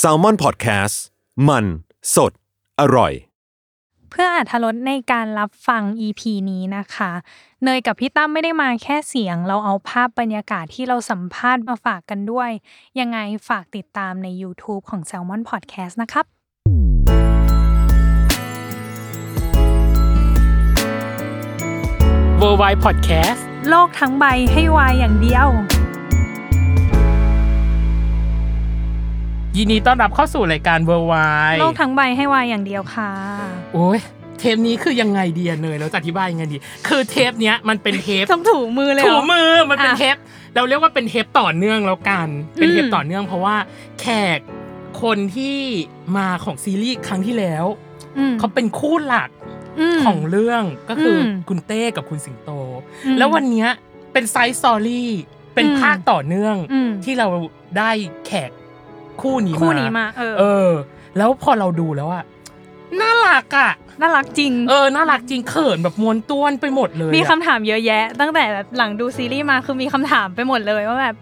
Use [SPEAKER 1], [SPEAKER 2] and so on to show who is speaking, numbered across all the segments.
[SPEAKER 1] s a l ม o n PODCAST มันสดอร่อย
[SPEAKER 2] เพื่ออาธรสในการรับฟัง EP นี้นะคะ เนยกับพี่ตั้มไม่ได้มาแค่เสียง เราเอาภาพบรรยากาศที่เราสัมภาษณ์มาฝากกันด้วย ยังไงฝากติดตามใน YouTube ของ Salmon Podcast นะครับ
[SPEAKER 3] w o r l d w i d e Podcast
[SPEAKER 2] โลกทั้งใบให้วายอย่างเดียว
[SPEAKER 3] ยินดีต้อนรับเข้าสู่รายการ w o r l d w i d e
[SPEAKER 2] โลกทั้งใบให้วายอย่างเดียวค่ะ
[SPEAKER 3] โอ้ยเทปนี้คือยังไงดีอะเนยเราจะอธิบายยังไงดี คือเทปเนี้ยมันเป็นเทป
[SPEAKER 2] ต้องถูมือเลยเหร
[SPEAKER 3] ถู
[SPEAKER 2] อ
[SPEAKER 3] มือมันเป็น
[SPEAKER 2] อ่ะ
[SPEAKER 3] เทป เราเรียกว่าเป็นเทปต่อเนื่องแล้วกัน เป็นเทป
[SPEAKER 2] อืม
[SPEAKER 3] ต่อเนื่องเพราะว่าแขกคนที่มาของซีรีส์ครั้งที่แล้ว
[SPEAKER 2] ม
[SPEAKER 3] เขาเป็นคู่หลัก
[SPEAKER 2] ม
[SPEAKER 3] ของเรื่องก็คืออ
[SPEAKER 2] ม
[SPEAKER 3] คุณเต้กับคุณสิงโต
[SPEAKER 2] อืม
[SPEAKER 3] แล้ววันเนี้ยเป็นไซส์สอรี่เป็น
[SPEAKER 2] อืม
[SPEAKER 3] ภาคต่อเนื่อง
[SPEAKER 2] อืม
[SPEAKER 3] ที่เราได้แขกคู่นี้
[SPEAKER 2] คู่นี้มาเออ
[SPEAKER 3] เออ แล้วพอเราดูแล้วอะน่ารักอะ
[SPEAKER 2] น่ารักจริง
[SPEAKER 3] เออ น่ารักจริงเขินแบบมวนต้วนไปหมดเลยอะ
[SPEAKER 2] มีคำถามเยอะแยะ ตั้งแต่แบบหลังดูซีรีส์มาคือมีคำถามไปหมดเลยว่าแบบ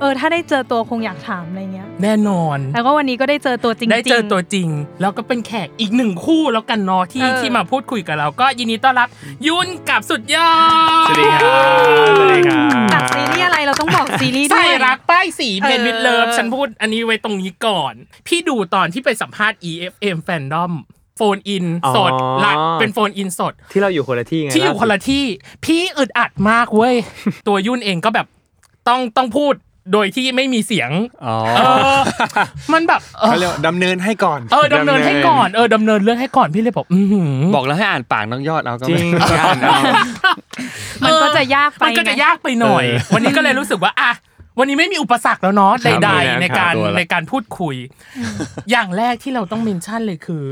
[SPEAKER 2] เออ ถ้าได้เจอตัวคงอยากถามอะไรเงี้ย
[SPEAKER 3] แน่นอน
[SPEAKER 2] แล้วก็วันนี้ก็ได้เจอตัวจริงๆ
[SPEAKER 3] ได้เจอตัวจริง แล้วก็เป็นแขกอีกหนึ่งคู่แล้วกันเนาะที่
[SPEAKER 2] เออ
[SPEAKER 3] ที่มาพูดคุยกับเรา ก็ยินดีต้อนรับยุนกับสุดยอด
[SPEAKER 4] สวัสดีครับ สวัสดีครับ
[SPEAKER 2] จากซีรีส์อะไรเราต้องบอกซีรีส์ด้
[SPEAKER 3] ใส่
[SPEAKER 2] วย
[SPEAKER 3] รักป้ายสี
[SPEAKER 2] เออ
[SPEAKER 3] เบนวิดเลิฟฉันพูดอันนี้ไว้ตรงนี้ก่อน พี่ดูตอนที่ไปสัมภาษณ์ EFM Fandom โฟนอินสด
[SPEAKER 4] อ๋อ
[SPEAKER 3] ละเป็นโฟนอินสด
[SPEAKER 4] ที่เราอยู่คนละที่ไง
[SPEAKER 3] ที่อยู่คนละที่พี่อึดอัดมากเว้ย ตัวยุ่นเองก็แบบต้องต้องพูดโดยที่ไม่มีเสียง
[SPEAKER 4] อ๋อ
[SPEAKER 3] เออ มันแบบเออ
[SPEAKER 5] เขาเรียกว่าดำเนินให้ก่อน
[SPEAKER 3] เออดำเนินให้ก่อนเออดำเนินเรื่องให้ก่อนพี่เลยบอกอือหือ
[SPEAKER 6] บอกแล้วให้อ่านปากน้องยอดเอาก็
[SPEAKER 4] จริ
[SPEAKER 6] ไม่
[SPEAKER 4] ง อ่านเอา
[SPEAKER 2] มันก็จะยากไป
[SPEAKER 3] มันก็จะยากไปหน่อย วันนี้ก็เลยรู้สึกว่าอ่ะวันนี้ไม่มีอุปสรรคแล้วเนาะใดๆในการในการพูดคุย อย่างแรกที่เราต้องเมนชั่นเลยคือ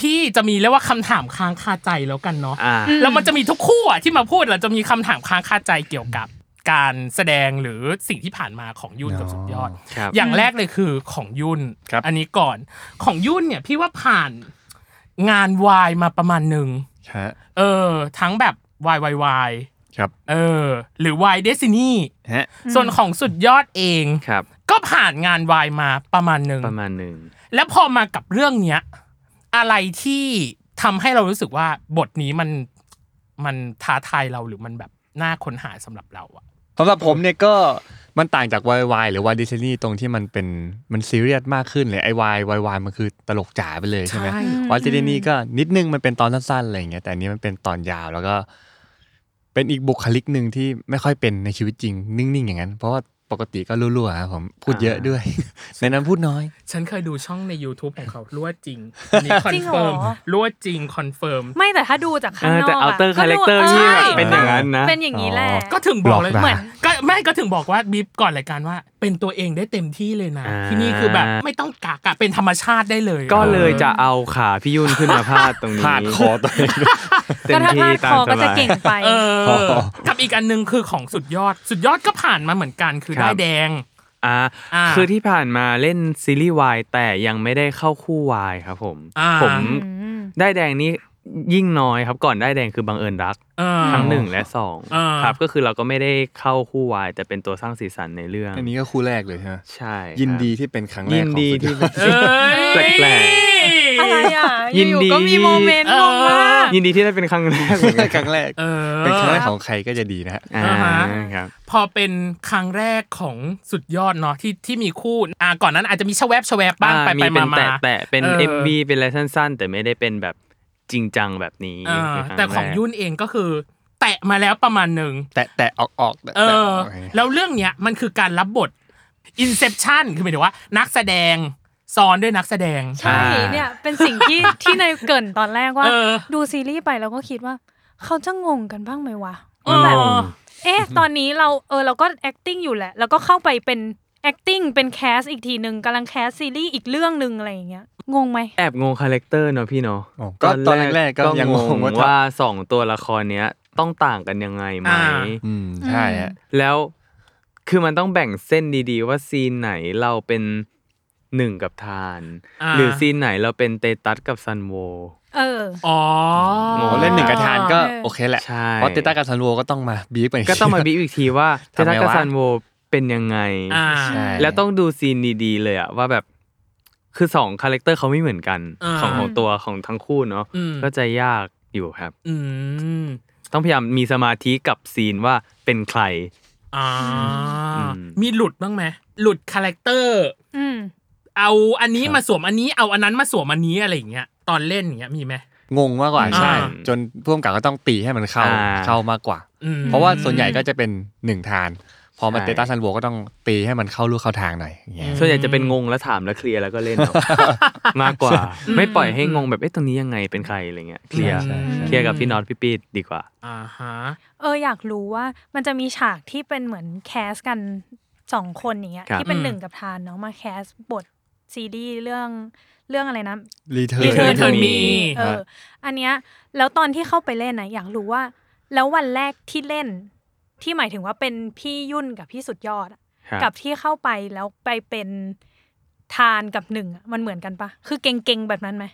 [SPEAKER 3] พี่จะมีเรียกว่าคำถามค้างคาใจแล้วกันเนาะ
[SPEAKER 6] อ่า
[SPEAKER 3] แล้วมันจะมีทุกคู่อะที่มาพูดเราจะมีคำถามค้างคาใจเกี่ยวกับการแสดงหรือสิ่งที่ผ่านมาของยุ่นกับสุดยอด
[SPEAKER 6] ครับ
[SPEAKER 3] อย่างแรกเลยคือของยุ่น
[SPEAKER 6] ครับ
[SPEAKER 3] อันนี้ก่อนของยุ่นเนี่ยพี่ว่าผ่านงานวายมาประมาณหนึ่ง
[SPEAKER 4] ฮะ
[SPEAKER 3] เออ ทั้งแบบวายวายวาย
[SPEAKER 4] ครับ
[SPEAKER 3] เออ หรือวายเดซินี่
[SPEAKER 6] ฮะ
[SPEAKER 3] ส่วนของสุดยอดเอง
[SPEAKER 6] ครับ
[SPEAKER 3] ก็ผ่านงานวายมาประมาณหนึ่ง
[SPEAKER 6] ประมาณหนึ่ง
[SPEAKER 3] แล้วพอมากับเรื่องเนี้ยอะไรที่ทำให้เรารู้สึกว่าบทนี้มันมันท้าทายเราหรือมันแบบน่าค้นหาสำหรับเราอะ
[SPEAKER 6] สำหรับผมเนี่ยก็มันต่างจากวายวายหรือวายดิสนีย์ตรงที่มันเป็นมันซีเรียสมากขึ้นเลยไอวายวายวายมันคือตลกจ๋าไปเลยใช่ไหม
[SPEAKER 3] ใช่
[SPEAKER 6] วายดิสนีย์ก็นิดนึงมันเป็นตอนสั้นๆอะไรอย่างเงี้ยแต่อันนี้มันเป็นตอนยาวแล้วก็ เป็นอีกบุคลิกหนึ่งที่ไม่ค่อยเป็นในชีวิตจริง นิ่งๆอย่างนั้น เพราะว่าปกติก็รั่วๆครับผมพูดเยอะ ด้วย ในนั้นพูดน้อย
[SPEAKER 3] ฉันเคยดูช่องใน YouTube ของเขารั่วจริงอันนี้คอน
[SPEAKER 2] จริงเหร
[SPEAKER 3] เฟิ
[SPEAKER 2] อ
[SPEAKER 3] ร์มรั่วจริงคอนเฟิร์ม
[SPEAKER 2] ไม่แต่ถ้าดูจากข้างนอก
[SPEAKER 4] เออแต่ outer character
[SPEAKER 2] ก็ดู
[SPEAKER 4] ที่แบบ
[SPEAKER 2] ใช่
[SPEAKER 4] เป็นอย่างนั้นนะ
[SPEAKER 2] เป็นอย่างนี้แหละ
[SPEAKER 3] ก็ถึงบอกเลย
[SPEAKER 6] บล็อก
[SPEAKER 3] เหมือน
[SPEAKER 6] ด่า
[SPEAKER 3] ก็ไม่ก็ถึงบอกว่าบีบก่อนรายการว่า เป็นตัวเองได้เต็มที่เลยนะ
[SPEAKER 4] อ่า
[SPEAKER 3] ที่นี่คือแบบไม่ต้องกากอะเป็นธรรมชาติได้เลย
[SPEAKER 4] ก็เลยจะเอาขาพี่ยุ่นขึ้นมาพาดตรงนี้
[SPEAKER 6] พาดคอตัวเอง
[SPEAKER 4] เต็
[SPEAKER 2] ก็
[SPEAKER 4] ม
[SPEAKER 2] ถ้าพ
[SPEAKER 4] ที่
[SPEAKER 2] ลาด
[SPEAKER 4] ตา
[SPEAKER 2] ค
[SPEAKER 4] ม
[SPEAKER 2] อ
[SPEAKER 4] ส
[SPEAKER 2] ก็จะ
[SPEAKER 4] บาย
[SPEAKER 2] เก่งไป
[SPEAKER 3] เออ
[SPEAKER 6] พอ
[SPEAKER 3] กับอีกอันหนึงคือของสุดยอดสุดยอดก็ผ่านมาเหมือนกันคือ
[SPEAKER 4] ครับ
[SPEAKER 3] ได้ายแดง
[SPEAKER 4] อ่า
[SPEAKER 3] อ่า
[SPEAKER 4] คือที่ผ่านมาเล่นซีรีส์วายแต่ยังไม่ได้เข้าคู่วายครับผม
[SPEAKER 3] อ่า
[SPEAKER 4] ผม
[SPEAKER 2] อืม
[SPEAKER 4] ได้ายแดงนี่ยิ่งน้อยครับก่อนได้ายแดงคือบังเอิญรัก
[SPEAKER 3] เออ
[SPEAKER 4] ทั้งหนึ่งและสอง
[SPEAKER 3] อ่า
[SPEAKER 4] ครับก็คือเราก็ไม่ได้เข้าคู่วายแต่เป็นตัวสร้างสีสันในเรื่อง
[SPEAKER 6] อันนี้ก็คู่แรกเลยใช่ไหม
[SPEAKER 4] ใช่ครับ
[SPEAKER 6] ยินดีที่เป็นครั้งแรก
[SPEAKER 4] ยิน
[SPEAKER 6] ของ
[SPEAKER 4] ดี
[SPEAKER 6] สุยอ
[SPEAKER 4] ที่เป็
[SPEAKER 3] เอ้
[SPEAKER 4] น
[SPEAKER 3] ย
[SPEAKER 4] แปลก
[SPEAKER 2] อะไรอ่ะ
[SPEAKER 4] ยินดี
[SPEAKER 2] อก็มีโมเมนต์งงมาก
[SPEAKER 4] ยินดี ที่ได้เป็นครั้งแรกเหมือนกัน
[SPEAKER 6] ครั้งแรก
[SPEAKER 3] เออ
[SPEAKER 6] เป็นครั้งแรกของใครก็จะดีนะฮะ
[SPEAKER 4] อ่า
[SPEAKER 3] อ่าฮะ
[SPEAKER 4] ครับ
[SPEAKER 3] พอเป็นครั้งแรกของสุดยอดเนาะที่ที่มีคู่อ่าก่อนนั้นอาจจะมีชะแวบชะแวบบ้างไป
[SPEAKER 4] อ่
[SPEAKER 3] ไป
[SPEAKER 4] เป็น
[SPEAKER 3] มามา
[SPEAKER 4] แตะแตะเป็น
[SPEAKER 3] เออ
[SPEAKER 4] MV เป็นอะไรสั้นๆ แต่ไม่ได้เป็นแบบจริงจังแบบนี้
[SPEAKER 3] เออ
[SPEAKER 4] เป็นครั้
[SPEAKER 3] แต่ของ
[SPEAKER 4] แรก
[SPEAKER 3] ยุ่นเองก็คือ แตะมาแล้วประมาณหนึ่ง
[SPEAKER 6] แตะแตะออกออกแตะ
[SPEAKER 3] เอ
[SPEAKER 6] แตะอ
[SPEAKER 3] อ
[SPEAKER 6] อกไง
[SPEAKER 3] แล้วเรื่องเนี้ยมันคือการรับบท Inception คือหมายถึงว่า นักแสดงซ้อนด้วยนักแสดง
[SPEAKER 2] ใช่เนี่ยเป็นสิ่งที่ ที่ในยเกรินตอนแรกว่า
[SPEAKER 3] เออ
[SPEAKER 2] ดูซีรีส์ไปแล้วก็คิดว่า เขาจะงงกันบ้างไหมวะ
[SPEAKER 3] เอ
[SPEAKER 2] ว่าแบบ
[SPEAKER 3] อ
[SPEAKER 2] เอ๊ะตอนนี้เราเออเราก็ acting อยู่แหละ แล้วก็เข้าไปเป็น acting เป็นแคสอีกทีหนึ่งกำลังแคสซีรีส์อีกเรื่องหนึ่งอะไรอย่างเงี้ยงงไหม
[SPEAKER 4] แอบงงคาแรคเตอร์เนอะพี่เนาะ
[SPEAKER 6] อ๋อก็ตอนแรกๆก็ยังงงว่า
[SPEAKER 4] ว่าสองตัวละครเนี้ยต้องต่างกันยังไงไหม
[SPEAKER 3] อ่า
[SPEAKER 6] อืมใช่ฮะ
[SPEAKER 4] แล้วคือมันต้องแบ่งเส้นดีๆ ว่าซีนไหนเราเป็นหนึ่งกับทาน
[SPEAKER 3] อ่า
[SPEAKER 4] หรือซีนไหนเราเป็นเตตัสกับซันโว
[SPEAKER 2] เออ
[SPEAKER 3] อ๋อ
[SPEAKER 4] อ๋อ
[SPEAKER 6] เล่นหนึ่งกระทานก็
[SPEAKER 2] เออ
[SPEAKER 6] โอเคแหละ
[SPEAKER 4] ใช่
[SPEAKER 6] เพราะเตต้ากับซันโวก็ต้องมาบีบไป
[SPEAKER 4] ก็ต้องมาบิ๊กอีกทีว่า เต
[SPEAKER 6] ทำไมวะ
[SPEAKER 4] ตัสกับซันโว เป็นยังไง
[SPEAKER 3] อ่า
[SPEAKER 6] ใช่
[SPEAKER 4] แล้วต้องดูซีนดีๆเลยอะว่าแบบคือสองคาแรคเตอร์เขาไม่เหมือนกัน
[SPEAKER 3] อ่า
[SPEAKER 4] ของของตัวของทั้งคู่เนาะ
[SPEAKER 3] อืม
[SPEAKER 4] ก็จะยากอยู่ครับ
[SPEAKER 3] อืม
[SPEAKER 4] ต้องพยายามมีสมาธิกับซีนว่าเป็นใคร
[SPEAKER 3] อ่า
[SPEAKER 4] อืม
[SPEAKER 3] มีหลุดบ้างไหมหลุดคาแรคเตอร์
[SPEAKER 2] อืม
[SPEAKER 3] เอาอันนี้มาสวมอันนี้เอาอันนั้นมาสวมอันนี้อะไรอย่างเงี้ยตอนเล่นอย่างเงี้ยมีไหม
[SPEAKER 6] งงมากกว่า
[SPEAKER 3] อ่า
[SPEAKER 6] ใช่ จนพ่วงกับก็ต้องตีให้มันเข้า
[SPEAKER 4] อ่า
[SPEAKER 6] เข้ามากกว่า
[SPEAKER 3] อืม
[SPEAKER 6] เพราะว่าส่วนใหญ่ก็จะเป็นหนึ่งทาน พอมา
[SPEAKER 4] ใช่
[SPEAKER 6] เตต้าซันโวก็ต้องตีให้มันเข้าลูกเข้าทางหน่อยอย่างเงี้ย
[SPEAKER 4] ส่วนใหญ่จะเป็นงงแล้วถามแล้วเคลียร์แล้วก็เล่น เอา มากกว่า ไม่ปล่อยให้งงแบบเอ๊ะตรงนี้ยังไงเป็นใครอะไรเงี้ยเคลียร์
[SPEAKER 6] ใช่ใช่
[SPEAKER 4] เคลียร์กับพี่น็อตพี่ปีดดีกว่า
[SPEAKER 3] อ่าฮะ
[SPEAKER 2] เอออยากรู้ว่ามันจะมีฉากที่เป็นเหมือนแคสกันสองคนอย่างเงี้ย
[SPEAKER 4] ครับ
[SPEAKER 2] ที่เป็น
[SPEAKER 3] อืม
[SPEAKER 2] หนึ่งกับทานเนาะมาแคสบทซีรีส์เรื่องเรื่องอะไรนะ
[SPEAKER 6] รีเทิร์
[SPEAKER 4] Return to
[SPEAKER 3] Return
[SPEAKER 4] Me
[SPEAKER 3] Me
[SPEAKER 2] เอออันเนี้ยแล้วตอนที่เข้าไปเล่นนะอยากรู้ว่า แล้ววันแรกที่เล่น ที่หมายถึงว่าเป็นพี่ยุ่นกับพี่สุดยอดอะ
[SPEAKER 4] ครับ
[SPEAKER 2] กับที่เข้าไปแล้วไปเป็นทานกับหนึ่งอะมันเหมือนกันปะคือเก่งๆแบบนั้นไหม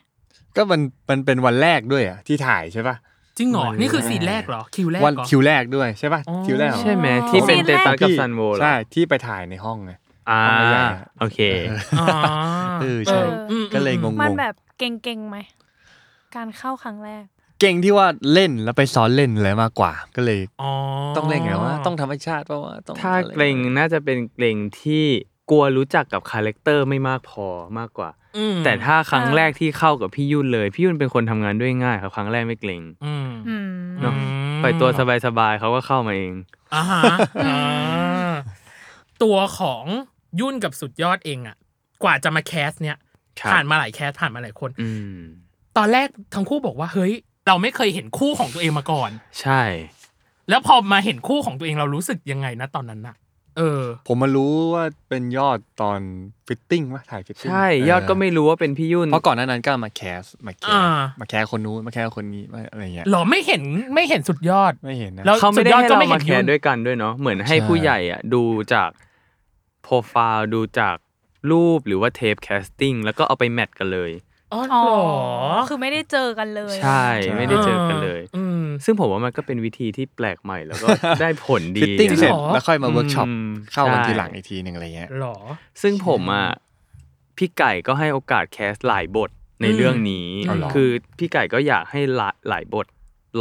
[SPEAKER 6] ก็มันมันเป็นวันแรกด้วยอ่ะที่ถ่ายใช่ป่ะ
[SPEAKER 3] จริงเหรอ
[SPEAKER 6] มัน
[SPEAKER 3] นี่คือซีนแรกเหรอคิวแรก
[SPEAKER 6] วัน
[SPEAKER 3] เหรอ
[SPEAKER 6] คิวแรกด้วยใช่ป่ะ
[SPEAKER 3] อ๋อ
[SPEAKER 6] คิวแรกของ
[SPEAKER 4] ใช่ไหมที่เป็นเตตัสกับซันโวเหรอ
[SPEAKER 6] ใช่ที่ไปถ่ายในห้องไง
[SPEAKER 4] อ่า
[SPEAKER 6] ของใหญ่อะ
[SPEAKER 4] โอเค
[SPEAKER 3] อ๋อ
[SPEAKER 6] เออใช่
[SPEAKER 3] อืม
[SPEAKER 6] ก็เลยง
[SPEAKER 2] มัน
[SPEAKER 6] ง
[SPEAKER 2] แบบเก่งๆไหมการเข้าครั้งแรก
[SPEAKER 6] ๆเก่งที่ว่าเล่นแล้วไปซ้อนเล่นอะไรมากกว่า ก็เลย
[SPEAKER 3] อ๋อ
[SPEAKER 6] ต้องเล่นไงว่าต้องธรรมชาติเพราะว่าต้อง
[SPEAKER 4] ถ้า
[SPEAKER 6] อะไร
[SPEAKER 4] เกรงน่าจะเป็นเกรงที่กลัวรู้จักกับคาแรคเตอร์ไม่มากพอมากกว่า
[SPEAKER 3] อืม
[SPEAKER 4] แต่ถ้าครั้ง
[SPEAKER 2] อ่า
[SPEAKER 4] แรกที่เข้ากับพี่ยุ่นเลย พี่ยุ่นเป็นคนทำงานด้วยง่ายครับครั้งแรกไม่เกรง
[SPEAKER 3] อืม
[SPEAKER 2] อืม
[SPEAKER 4] เนาะปล่อยตัวสบายๆเขาก็เข้ามาเอง
[SPEAKER 3] อ่าฮะ
[SPEAKER 2] อืม
[SPEAKER 3] อ่าตัวของยุ่นกับสุดยอดเองอะกว่าจะมาแคสเนี่ย
[SPEAKER 4] ครับ
[SPEAKER 3] ผ่านมาหลายแคสผ่านมาหลายคน
[SPEAKER 4] อืม
[SPEAKER 3] ตอนแรกทั้งคู่บอกว่าเฮ้ย เราไม่เคยเห็นคู่ของตัวเองมาก่อน
[SPEAKER 4] ใช่
[SPEAKER 3] แล้วพอมาเห็นคู่ของตัวเองเรารู้สึกยังไงนะตอนนั้นน่ะ เออ
[SPEAKER 6] ผมมารู้ว่าเป็นยอดตอนฟิตติ้งว่าถ่ายฟิตติ้ง
[SPEAKER 4] ใช่ยอดก็ไม่รู้ว่าเป็นพี่ยุ่น
[SPEAKER 6] เพราะก่อนหน้านั้นก็มาแคสมาแคส
[SPEAKER 3] อ่า
[SPEAKER 6] มาแคสคนนู้นมาแคสคนนี้มาอะไรเงี้ย
[SPEAKER 3] หรอไม่เห็นไม่เห็นสุดยอด
[SPEAKER 6] ไม่เห็นนะ
[SPEAKER 3] แล้ว
[SPEAKER 4] เขาไม่ได้
[SPEAKER 3] สุดยอด
[SPEAKER 4] ให้
[SPEAKER 3] ก็
[SPEAKER 4] เรา
[SPEAKER 3] ไม่เห็
[SPEAKER 4] มาน แค
[SPEAKER 3] พี่ยุ่
[SPEAKER 4] ร์
[SPEAKER 3] น
[SPEAKER 4] ด้วยกันด้วยเนาะเหมือนให้
[SPEAKER 6] ใช่
[SPEAKER 4] ผู้ใหญ่อ่ะดูจากโปรไฟล์ดูจากรูปหรือว่าเทปแคสติ้งแล้วก็เอาไปแมทกันเลย
[SPEAKER 3] อ๋อเหร
[SPEAKER 2] อ๋อ
[SPEAKER 3] อ
[SPEAKER 2] คือไม่ได้เจอกันเลย
[SPEAKER 4] ใช่
[SPEAKER 6] ใช่
[SPEAKER 4] ไม่ได้เจอกันเลย
[SPEAKER 3] อืม
[SPEAKER 4] ซึ่งผมว่ามันก็เป็นวิธีที่แปลกใหม่แล้วก็ ได้ผลดี
[SPEAKER 6] ฟิตติ้ง
[SPEAKER 4] นะ
[SPEAKER 6] เสร็จ
[SPEAKER 3] จริงเหรอ
[SPEAKER 6] แล้วค่อยมาเวิร์กช็อป
[SPEAKER 4] อืม
[SPEAKER 6] เข้าวัน
[SPEAKER 4] ใช่
[SPEAKER 6] ทีหลังอีกทีหนึ่งอะไรเงี้ย
[SPEAKER 3] หรอ
[SPEAKER 4] ซึ่งผมอ่ะพี่ไก่ก็ให้โอกาสแคสหลายบทใน
[SPEAKER 3] อืม
[SPEAKER 4] เรื่องนี้
[SPEAKER 6] เอาเหรอ
[SPEAKER 4] คือพี่ไก่ก็อยากให้หลายหลายบท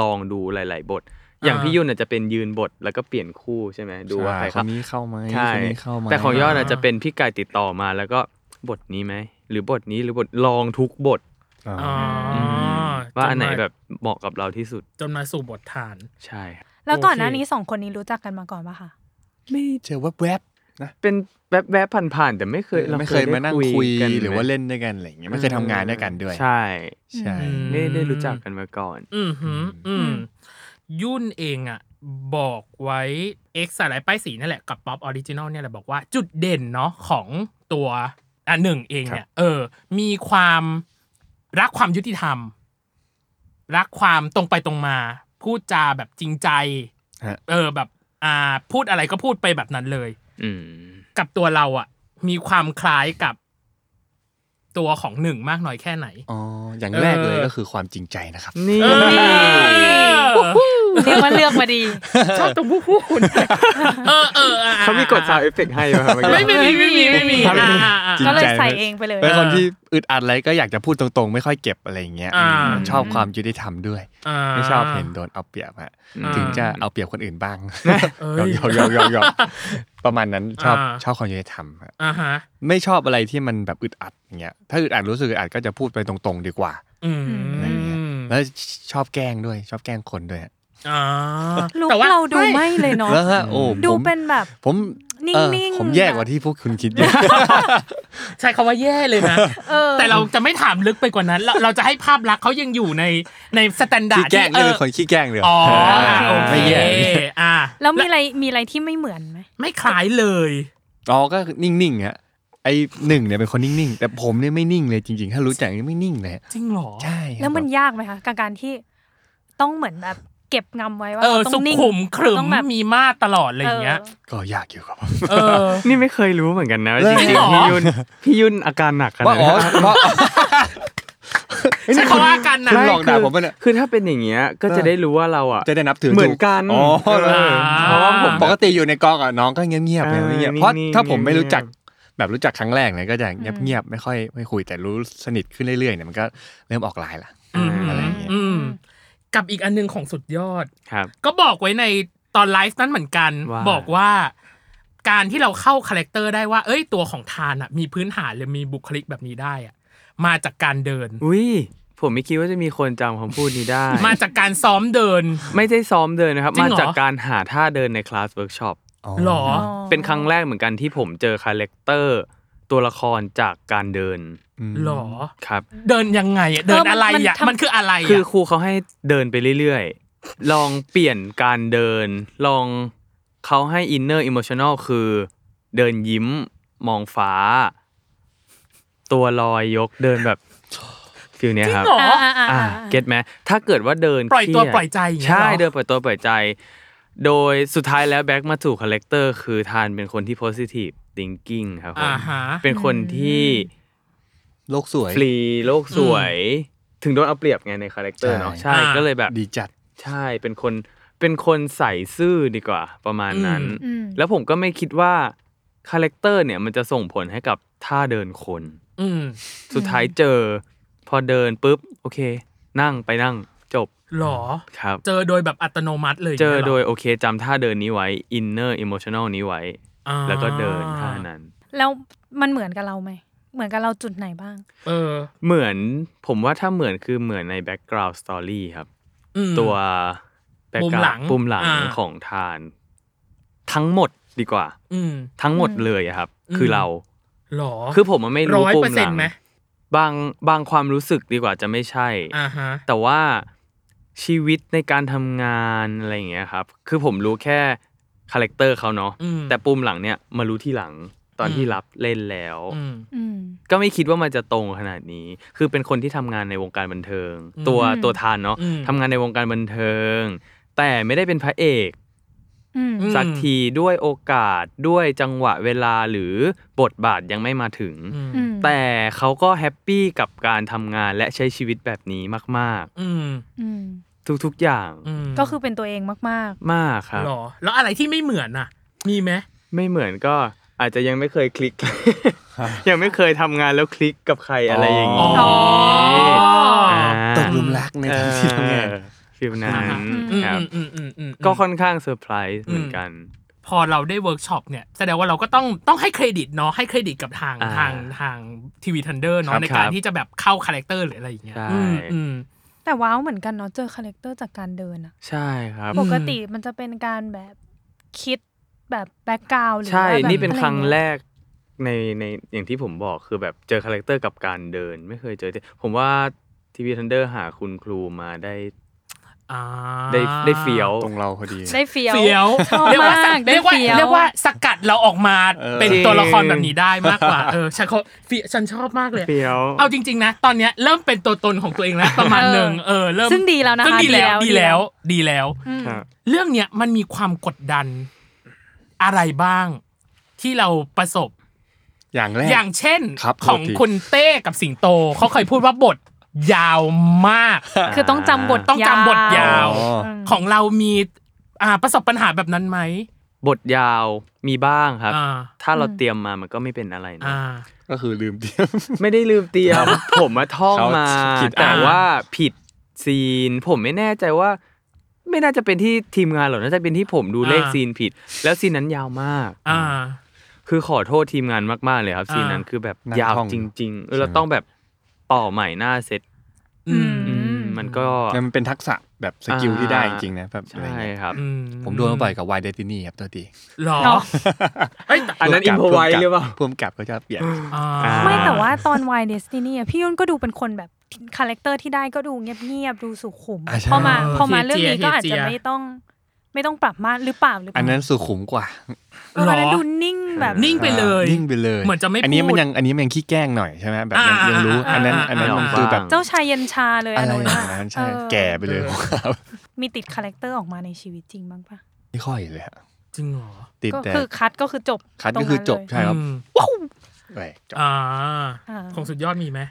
[SPEAKER 4] ลองดูหลาย ๆ บท อย่าง
[SPEAKER 3] อ่า
[SPEAKER 4] พี่ยุ่นอาจจะเป็นยืนบทแล้วก็เปลี่ยนคู่ใช่ไหมดูว่าใคร
[SPEAKER 6] คนนี้เข้าไหม
[SPEAKER 4] ใช่
[SPEAKER 6] คนนี้เข้าไหม
[SPEAKER 4] แต่ของยอดอาจ
[SPEAKER 3] อ่า
[SPEAKER 4] จะเป็นพี่ไก่ติดต่อมาแล้วก็บทนี้ไหมหรือบทนี้หรือบทลองทุกบท
[SPEAKER 6] อ่า
[SPEAKER 3] อ๋อ
[SPEAKER 4] ม
[SPEAKER 3] จ
[SPEAKER 4] ว่าอันไหน
[SPEAKER 3] ม
[SPEAKER 4] แบบเหมาะกับเราที่สุด
[SPEAKER 3] จนมาสู่บทฐาน
[SPEAKER 4] ใช่ครับ
[SPEAKER 2] แล้วก่อนหน้า
[SPEAKER 3] โอเค
[SPEAKER 2] นี้สองคนนี้รู้จักกันมาก่อนปะคะ
[SPEAKER 6] ไม่เจอแวบๆ
[SPEAKER 4] เป็นแวบๆผ่านๆแต่ไม่เคยรา
[SPEAKER 6] ไม่เคย
[SPEAKER 4] ด้
[SPEAKER 6] มานั่งคุย
[SPEAKER 4] กันไม
[SPEAKER 6] หรือว่าเล่นด้วยกันอะไรอย่างเงี้ยไม่เคยทำงานด้วยกันด้วย
[SPEAKER 4] ใช่
[SPEAKER 6] ใช่
[SPEAKER 3] อืม
[SPEAKER 4] ได้ได้รู้จักกันมาก่อน
[SPEAKER 3] อืมหืมอืมยุ่นเองอ่ะ บอกไว้ X สายไหลป้ายสีนั่นแหละกับป๊อปออริจินอลเนี่ยแหละบอกว่าจุดเด่นเนาะของตัวอ่ะหนึ่งเองเนี่ย เออ มีความรักความยุติธรรม รักความตรงไปตรงมา พูดจาแบบจริงใจ
[SPEAKER 6] ฮะ
[SPEAKER 3] เออแบบ อ่า พูดอะไรก็พูดไปแบบนั้นเลย
[SPEAKER 4] อืม
[SPEAKER 3] กับตัวเราอ่ะ มีความคล้ายกับตัวของหนึ่งมากน้อยแค่ไหน
[SPEAKER 6] อ๋ออย่างแรกเลยก็คือความจริงใจนะครับ
[SPEAKER 4] นี่
[SPEAKER 2] เรียกว่าเลือกมาดี
[SPEAKER 3] ชอบตรงพวกคุณเออเอออ่ะ
[SPEAKER 4] เขามีกดซาวเอฟเฟกให้ไหมครับเมื่อ
[SPEAKER 3] ไม่
[SPEAKER 4] กี้
[SPEAKER 3] ไม่มีไม่มีไม่มี
[SPEAKER 6] ครับ
[SPEAKER 3] อ่ะอ่ะอ่ะ
[SPEAKER 6] จริง
[SPEAKER 2] ก็เลย
[SPEAKER 6] ใจ
[SPEAKER 2] ใส่
[SPEAKER 6] ไหม
[SPEAKER 2] เองไปเลย
[SPEAKER 6] เป็นคนที่อึดอัดอะไรก็อยากจะพูดตรงๆ ไม่ค่อยเก็บอะไรอย่างเงี้ย
[SPEAKER 3] อ่า
[SPEAKER 6] อืมชอบความยุติธรรมด้วย
[SPEAKER 3] อ่า
[SPEAKER 6] ไม่ชอบเห็นโดนเอาเปรียบฮะ
[SPEAKER 3] อ่า
[SPEAKER 6] ถึงจะเอาเปรียบคนอื่นบ้าง
[SPEAKER 3] เอ้
[SPEAKER 6] ยอยมยอมยอมยอมประมาณนั้นชอบ
[SPEAKER 3] อ่า
[SPEAKER 6] ชอบความยุติธรรมฮะ
[SPEAKER 3] อ่าฮะ
[SPEAKER 6] ไม่ชอบอะไรที่มันแบบอึดอัดอย่างเงี้ยถ้าอึดอัดรู้สึกอึดอัดก็จะพูดไปตรงๆ ดีกว่า
[SPEAKER 3] อืม
[SPEAKER 6] อะไรอย่างเงี้ย แล้วชอบแกล้งด้วย ชอบแกล้งคนด้วยฮะ
[SPEAKER 3] อ่า
[SPEAKER 2] ลุก
[SPEAKER 3] แต่ว่า
[SPEAKER 2] เราดูไม่เลยเนาะ
[SPEAKER 6] แล้วฮะโอ้
[SPEAKER 2] ดู
[SPEAKER 6] ผม
[SPEAKER 2] เป็นแบบ
[SPEAKER 6] ผม
[SPEAKER 2] นิ่
[SPEAKER 6] เออง
[SPEAKER 2] ๆ
[SPEAKER 6] ผมแย่กว่าที่พวกคุณคิดเยอะ
[SPEAKER 3] ใช้คำว่าแย่เลยนะ
[SPEAKER 2] เออ
[SPEAKER 3] แต่เราจะไม่ถามลึกไปกว่านั้น เราเราจะให้ภาพลักษณ์เขายังอยู่ในในสแตนดา
[SPEAKER 6] ขี้
[SPEAKER 3] ร์ด
[SPEAKER 6] แกล้ง
[SPEAKER 3] เอ
[SPEAKER 6] เรื่อ
[SPEAKER 3] อง
[SPEAKER 6] คนขี้แกล้งเลย
[SPEAKER 3] อ๋ออ่ะ
[SPEAKER 6] เอ
[SPEAKER 3] โอ
[SPEAKER 6] อ
[SPEAKER 3] เค
[SPEAKER 6] ไม่แย่
[SPEAKER 3] อ่ะ
[SPEAKER 2] แล้วมีอะไรมีอะไรที่ไม่เหมือนไหม
[SPEAKER 3] ไม่คล้ายเลย
[SPEAKER 6] อ๋อก็นิ่งๆฮะไอ้หนึ่งเนี่ยเป็นคนนิ่งๆ แต่ผมเนี่ยไม่นิ่งเลยจริงๆ ถ้ารู้จักนี่ไม่นิ่งเลยฮะ
[SPEAKER 3] จริงเหรอ
[SPEAKER 6] ใช่ครับ
[SPEAKER 2] แล้วมันยากไหมคะกับการที่ต้องเหมือนแบบ เก็บงำไว้ว่า
[SPEAKER 3] เออ
[SPEAKER 2] ต้
[SPEAKER 3] สุ
[SPEAKER 2] องนิ่ง
[SPEAKER 3] ขุมขรึม
[SPEAKER 2] ต้องแบบ
[SPEAKER 3] มีมาตรตลอดอะไรอย่างเงี้ย
[SPEAKER 6] ก็ยากอยู่ครับ
[SPEAKER 3] เออ
[SPEAKER 4] นี่ไม่เคยรู้เหมือนกันนะ
[SPEAKER 6] จริง
[SPEAKER 4] จริง
[SPEAKER 3] เหรอ
[SPEAKER 4] ๆ พี่ยุ่นพี่ยุ่นอาการหนักขนา
[SPEAKER 6] ว่า
[SPEAKER 4] ด
[SPEAKER 6] อ๋อ
[SPEAKER 4] นั้น
[SPEAKER 6] ว่า
[SPEAKER 3] ใช่เขาว่ากันนะ
[SPEAKER 6] คุณหลอกด่าผมปะเนี่ย
[SPEAKER 4] คือถ้าเป็นอย่างเงี้ยก็จะได้รู้ว่าเราอ่ะ
[SPEAKER 6] จะได้นับถือ
[SPEAKER 4] เหมือนกัน
[SPEAKER 6] อ๋อเออ
[SPEAKER 3] เพราะว่าผม
[SPEAKER 6] ปกติอยู่ในกองอ่ะน้องก็เงียบๆเงียบ
[SPEAKER 4] อ่า
[SPEAKER 6] เงียบเพราะ
[SPEAKER 4] นิ่งๆ
[SPEAKER 6] ถ้าผมไม่รู้
[SPEAKER 4] เงียบๆ
[SPEAKER 6] จักแบบรู้จักครั้งแรกเนี่ยก็จะเงียบเงียบๆไม่ค่อยไม่คุยแต่รู้สนิทขึ้นเรื่อยๆเนี่ยมันก็เริ่มออกลายละ
[SPEAKER 3] อืม
[SPEAKER 6] อะไรอย่างเงี้ย
[SPEAKER 3] อืมกับอีกอันหนึงของสุดยอด
[SPEAKER 4] ครับ
[SPEAKER 3] ก็บอกไว้ในตอนไลฟ์นั้นเหมือนกัน
[SPEAKER 4] ว่า
[SPEAKER 3] บอกว่าการที่เราเข้าคาแรคเตอร์ได้ว่า เอ้ยตัวของทานอะมีพื้นฐานหรือมีบุคลิกแบบนี้ได้อะมาจากการเดิน
[SPEAKER 4] อุ้ยผมไม่คิดว่าจะมีคนจำคำพูดนี้ได้
[SPEAKER 3] มาจากการซ้อมเดิน
[SPEAKER 4] ไม่ได้ซ้อมเดินนะครับ
[SPEAKER 3] จริ
[SPEAKER 4] มาง
[SPEAKER 3] เหรอ
[SPEAKER 4] จากการหาท่าเดินในคลาสเวิร์กช็อป
[SPEAKER 6] อ๋อ
[SPEAKER 3] หรอ
[SPEAKER 4] เป็นครั้งแรกเหมือนกันที่ผมเจอคาแรคเตอร์ตัวละครจากการเดิน
[SPEAKER 6] ม
[SPEAKER 3] หรอ
[SPEAKER 4] ครับ
[SPEAKER 3] เดินยังไงอะ
[SPEAKER 2] เออ
[SPEAKER 3] เดิน
[SPEAKER 2] มัน
[SPEAKER 3] อะไร
[SPEAKER 2] มัน
[SPEAKER 3] อะ
[SPEAKER 2] ทำ
[SPEAKER 3] มันคืออะไรอะ
[SPEAKER 4] คือครูเขาให้เดินไปเรื่อยๆ ลองเปลี่ยนการเดิน ลองเขาให้อินเนอร์อิม n ชันอลคือ เดินยิ้มมองฟ้า ตัวลอยยกเดินแบบฟิลเนี้ยครับ
[SPEAKER 3] จริงเหร
[SPEAKER 2] อ่าอ่าอ่า
[SPEAKER 4] อ่า
[SPEAKER 2] อ่า
[SPEAKER 4] เก็ตไหมถ้าเกิดว่าเดิน
[SPEAKER 3] ปล่อยตัว
[SPEAKER 4] เครีด
[SPEAKER 3] ปล่อยใจอย่างเงี้ย
[SPEAKER 4] ใช่
[SPEAKER 3] หรอ
[SPEAKER 4] เดินปล่อยตัวปล่อยใจ โดยสุดท้ายแล้วแบ็กมาสู่คาแรคเตอร์คือทานเป็นคนที่ positive thinking ครับผม
[SPEAKER 3] อ่าฮะ
[SPEAKER 4] เป็นคนที่
[SPEAKER 6] โลกสวย
[SPEAKER 4] ฟรีโลกสวย ถึงโดนเอาเปรียบไงในคาแรคเตอร์เนาะ
[SPEAKER 6] ใช่
[SPEAKER 4] ใช่
[SPEAKER 3] อ่า
[SPEAKER 4] ก็เลยแบบ
[SPEAKER 6] ดีจัด
[SPEAKER 4] ใช่เป็นคนเป็นคนใส่ซื่อดีกว่า ประมาณนั้น
[SPEAKER 2] อืม
[SPEAKER 4] แล้วผมก็ไม่คิดว่าคาแรคเตอร์เนี่ยมันจะส่งผลให้กับท่าเดินคน
[SPEAKER 3] อืม
[SPEAKER 4] สุดท้ายเจอ พอเดินปุ๊บ โอเค นั่งไปนั่งจบ
[SPEAKER 3] หรอ
[SPEAKER 4] ครับ
[SPEAKER 3] เจอโดยแบบอัตโนมัติเลย
[SPEAKER 4] เจ
[SPEAKER 3] าง
[SPEAKER 4] อ
[SPEAKER 3] งี้หร
[SPEAKER 4] โดยโอเคจำท่าเดินนี้ไว้ inner emotional นี้ไว้
[SPEAKER 3] อ่า
[SPEAKER 4] แล้วก็เดินท่านั้น
[SPEAKER 2] แล้วมันเหมือนกับเราไหม เหมือนกับเราจุดไหนบ้าง
[SPEAKER 3] เออ
[SPEAKER 4] เหมือนผมว่าถ้าเหมือนคือเหมือนใน background story ครับ
[SPEAKER 3] อืม
[SPEAKER 4] ตัวแบ็ก
[SPEAKER 3] ปุ่ม
[SPEAKER 4] ก
[SPEAKER 3] หลั
[SPEAKER 4] ราง วปุ่มหลัง
[SPEAKER 3] อ่า
[SPEAKER 4] ของทาน ทั้งหมดดีกว่า
[SPEAKER 3] อืม
[SPEAKER 4] ทั้งหมด
[SPEAKER 2] อืม
[SPEAKER 4] เลยอะครับ
[SPEAKER 3] อืม
[SPEAKER 4] คือเรา
[SPEAKER 3] หรอ
[SPEAKER 4] คือผมมันไม่
[SPEAKER 3] ร้
[SPEAKER 4] รู้
[SPEAKER 3] อย
[SPEAKER 4] ปุ่
[SPEAKER 3] เปอ
[SPEAKER 4] ม
[SPEAKER 3] ร์
[SPEAKER 4] ห
[SPEAKER 3] เซ็น
[SPEAKER 4] ลัง
[SPEAKER 3] ต์ไหม
[SPEAKER 4] บางบางความรู้สึกดีกว่าจะไม่ใช่
[SPEAKER 3] อ่าฮะ
[SPEAKER 4] แต่ว่าชีวิตในการทำงานอะไรอย่างเงี้ยครับ คือผมรู้แค่คาแรคเตอร์เขาเนาะ
[SPEAKER 3] อืม
[SPEAKER 4] แต่ปุ่มหลังเนี่ยมารู้ที่หลังตอนที่
[SPEAKER 3] อืม
[SPEAKER 4] รับเล่นแล้ว
[SPEAKER 3] อืม
[SPEAKER 2] อืม
[SPEAKER 4] ก็ไม่คิดว่ามันจะตรงขนาดนี้ คือเป็นคนที่ทำงานในวงการบันเทิง
[SPEAKER 3] อืม
[SPEAKER 4] ตัว
[SPEAKER 2] อืม
[SPEAKER 4] ตัวทานเนาะ
[SPEAKER 3] อืม
[SPEAKER 4] ทำงานในวงการบันเทิง แต่ไม่ได้เป็นพระเอก
[SPEAKER 2] อืม
[SPEAKER 3] ม
[SPEAKER 4] สักทีด้วยโอกาสด้วยจังหวะเวลาหรือบทบาทยังไม่มาถึง
[SPEAKER 3] อืม
[SPEAKER 4] แต่เขาก็แฮปปี้กับการทำงานและใช้ชีวิตแบบนี้มาก
[SPEAKER 3] อืม
[SPEAKER 2] อืม
[SPEAKER 4] ๆ ทุกๆอย่าง
[SPEAKER 3] อืม
[SPEAKER 2] ก็คือเป็นตัวเองมาก
[SPEAKER 4] มากครับ
[SPEAKER 3] หรอ แล้วอะไรที่ไม่เหมือนอ่ะ มีไหม
[SPEAKER 4] ไม่เหมือนก็อาจจะยังไม่เคยคลิก ยังไม่เคยทำงานแล้วคลิกกับใครอะไรอย่างนี้
[SPEAKER 2] อ๋อ
[SPEAKER 4] า
[SPEAKER 6] ตกหลุมรักในทางที่ทำงาน
[SPEAKER 4] เออฟิลนั้น
[SPEAKER 3] อ่า
[SPEAKER 2] ๆ
[SPEAKER 4] ครับ
[SPEAKER 3] อืมอืมอืมอืม
[SPEAKER 4] ก็ค่อนข้างเซอร์ไพรส์เหมือนกัน
[SPEAKER 3] พอเราได้เวิร์กช็อปเนี่ยแสดงว่าเราก็ต้องต้องให้เครดิตเนาะให้เครดิตกับทาง
[SPEAKER 4] อ่า
[SPEAKER 3] ทางทางทีวีทันเดอร์
[SPEAKER 4] ค
[SPEAKER 3] เนาะ
[SPEAKER 4] รับ
[SPEAKER 3] ในการ
[SPEAKER 4] ครับ
[SPEAKER 3] ที่จะแบบเข้าคาแรคเตอร์หรืออะไรอย่างเงี้ย
[SPEAKER 4] ใช่
[SPEAKER 3] อืมอืม
[SPEAKER 2] ๆ แต่ว้าวเหมือนกันเนาะ เจอคาแรคเตอร์จากการเดินอะ
[SPEAKER 4] ใช่ครับ
[SPEAKER 2] ปกติมันจะเป็นการแบบคิดแบบแบ็กกราวหรือ
[SPEAKER 4] ใช่
[SPEAKER 2] ว่าแบบ
[SPEAKER 4] นี่เป็นครั้ง
[SPEAKER 2] อะไ
[SPEAKER 4] แรกในในอย่างที่ผมบอกคือแบบเจอคาแรคเตอร์กับการเดิน ไม่เคยเจอที่ผมว่าทีวีทันเดอร์หาคุณครูมาได้
[SPEAKER 3] อ่า
[SPEAKER 4] ได้ได้เฟี้ยว
[SPEAKER 6] ตรงเราพอดี
[SPEAKER 2] ได้เฟี้ยว
[SPEAKER 3] เฟี้ยว
[SPEAKER 2] ชอบ
[SPEAKER 3] เรียกว่า
[SPEAKER 2] าก
[SPEAKER 3] สักเรียก
[SPEAKER 2] ได้
[SPEAKER 3] ว่า
[SPEAKER 2] เฟี้ยว
[SPEAKER 3] เรียกว่าสกัดเราออกมา
[SPEAKER 6] เออ
[SPEAKER 3] เป็น
[SPEAKER 4] จริง
[SPEAKER 3] ตัวละครแบบนี้ได้มากกว่าเออฉันเขาเฟี้ยฉันชอบมากเลย
[SPEAKER 4] เฟี้ยว
[SPEAKER 3] เอาจริง ๆ นะ ตอนเนี้ยเริ่มเป็นตัวตนของตัวเองแล้ว ประมาณหนึ่งเออเริ่ม
[SPEAKER 2] ซึ่งดีแล้วนะคะ
[SPEAKER 3] ซึ่งดีแล้วดีแล้วดีแล้ว
[SPEAKER 2] อืม
[SPEAKER 4] ครับ
[SPEAKER 3] เรื่องเนี้ยมันมีความกดดันอะไรบ้าง ที่เราประสบ
[SPEAKER 6] อย่างแรก
[SPEAKER 3] อย่างเช่น
[SPEAKER 6] ครับ
[SPEAKER 3] ของ
[SPEAKER 6] โทษที
[SPEAKER 3] คุณเต้กับสิงโต เขาเคยพูดว่าบทยาวมาก
[SPEAKER 2] คือต้องจำบท
[SPEAKER 3] ต้องจำบทยาว
[SPEAKER 6] อ๋อ
[SPEAKER 2] ม
[SPEAKER 3] ของเรามีอ่าประสบปัญหาแบบนั้นไหม
[SPEAKER 4] บทยาวมีบ้างครับ
[SPEAKER 3] อ่า
[SPEAKER 4] ถ้าเรา
[SPEAKER 2] อืม
[SPEAKER 4] เตรียมมามันก็ไม่เป็นอะไรนะ
[SPEAKER 3] อ่า
[SPEAKER 6] ก็คือลืมเตรียม
[SPEAKER 4] ไม่ได้ลืมเตรียม ผมมาท่อง
[SPEAKER 6] เขา
[SPEAKER 4] มา
[SPEAKER 6] คิด
[SPEAKER 4] แต่
[SPEAKER 3] อ่า
[SPEAKER 4] ว่าผิดซีน ผมไม่แน่ใจว่า ไม่น่าจะเป็นที่ทีมงานหรอกน่าจะเป็นที่ผมดูเลขซีนผิด แล้วซีนนั้นยาวมาก
[SPEAKER 3] อ่า
[SPEAKER 4] คือขอโทษทีมงานมากๆเลยครับ
[SPEAKER 3] อ่า
[SPEAKER 4] ซีนนั้นคือแบบ
[SPEAKER 6] นั่ง
[SPEAKER 4] ยาว
[SPEAKER 6] ท่อง
[SPEAKER 4] จริงๆเออ
[SPEAKER 6] ใช่ไหม
[SPEAKER 4] เราต้องแบบต่อใหม่หน้าเซต
[SPEAKER 3] อืม
[SPEAKER 4] อืมมันก็
[SPEAKER 6] นั่น มันเป็นทักษะแบบสกิลที่ได้จ
[SPEAKER 4] อ่า
[SPEAKER 6] ริงๆนะแบบอะไร
[SPEAKER 4] ใช่
[SPEAKER 6] เงี้ย
[SPEAKER 4] ครับ
[SPEAKER 3] อื
[SPEAKER 6] ผมโดนมาบ่อยกับวายเดตินี่ครับตัวดี
[SPEAKER 3] หรอ
[SPEAKER 2] เนาะ
[SPEAKER 3] เอ้ยแต่
[SPEAKER 4] อันนั้นอินพอไว้หรือเปล่า
[SPEAKER 6] พ่วมกับก็จะเปลี่ยน
[SPEAKER 3] อ่า
[SPEAKER 2] ไม่แต่ว่าตอน Y Destiny อะพี่ยุ่นก็ดูเป็นคนแบบคาแรคเตอร์ที่ได้ก็ดูเงียบๆ ดูสุขุม
[SPEAKER 6] อ่ะใช่
[SPEAKER 2] พอมาพอมาเรื่องนี้ก็อาจจะไม่ต้องไม่ต้องปรับมากหรือเปล่าหรือเป
[SPEAKER 6] อั
[SPEAKER 2] ล่าน
[SPEAKER 6] นั้นสุขุมกว่า
[SPEAKER 2] เอออันนั้นดูนิ่งแบบ
[SPEAKER 3] นิ่งไปเลย
[SPEAKER 6] นิ่งไปเลย
[SPEAKER 3] เหมือนจะไม่
[SPEAKER 6] อันนี้มัน
[SPEAKER 3] พูด
[SPEAKER 6] ยังอันนี้มันยังขี้แกล้งหน่อยใช่ไหมแบบยัง
[SPEAKER 3] อ่ายั
[SPEAKER 6] ยังรู้
[SPEAKER 2] อ่า
[SPEAKER 6] อันนั้น
[SPEAKER 2] อ่า
[SPEAKER 6] อันนั้น
[SPEAKER 4] อ่ามั
[SPEAKER 6] มันคือแบบ
[SPEAKER 2] เจ้าชายเย็นชาเลย
[SPEAKER 6] อะไร
[SPEAKER 2] น
[SPEAKER 6] อย่าง
[SPEAKER 2] นั้
[SPEAKER 6] นั้น นใช่
[SPEAKER 2] เออ
[SPEAKER 6] แก่ไปเลย
[SPEAKER 3] เออ
[SPEAKER 6] ครับ
[SPEAKER 2] มีติดคาแรคเตอร์ออกมาในชีวิตจริงบ้างปะ
[SPEAKER 6] ไม่ค่อยเลยอะ
[SPEAKER 3] จริงเหรอ
[SPEAKER 6] ติด
[SPEAKER 2] ก็
[SPEAKER 6] แต่
[SPEAKER 2] คือคัดก็คือจบ
[SPEAKER 6] คัด
[SPEAKER 2] ตร
[SPEAKER 6] ก็
[SPEAKER 2] ง
[SPEAKER 6] คือ
[SPEAKER 2] นั้น
[SPEAKER 6] จบ
[SPEAKER 2] เลย
[SPEAKER 6] ใช่ครับ
[SPEAKER 3] อืม
[SPEAKER 6] แหวกจบ
[SPEAKER 3] อ่า
[SPEAKER 2] อ่า
[SPEAKER 3] ของสุดยอดมีไหม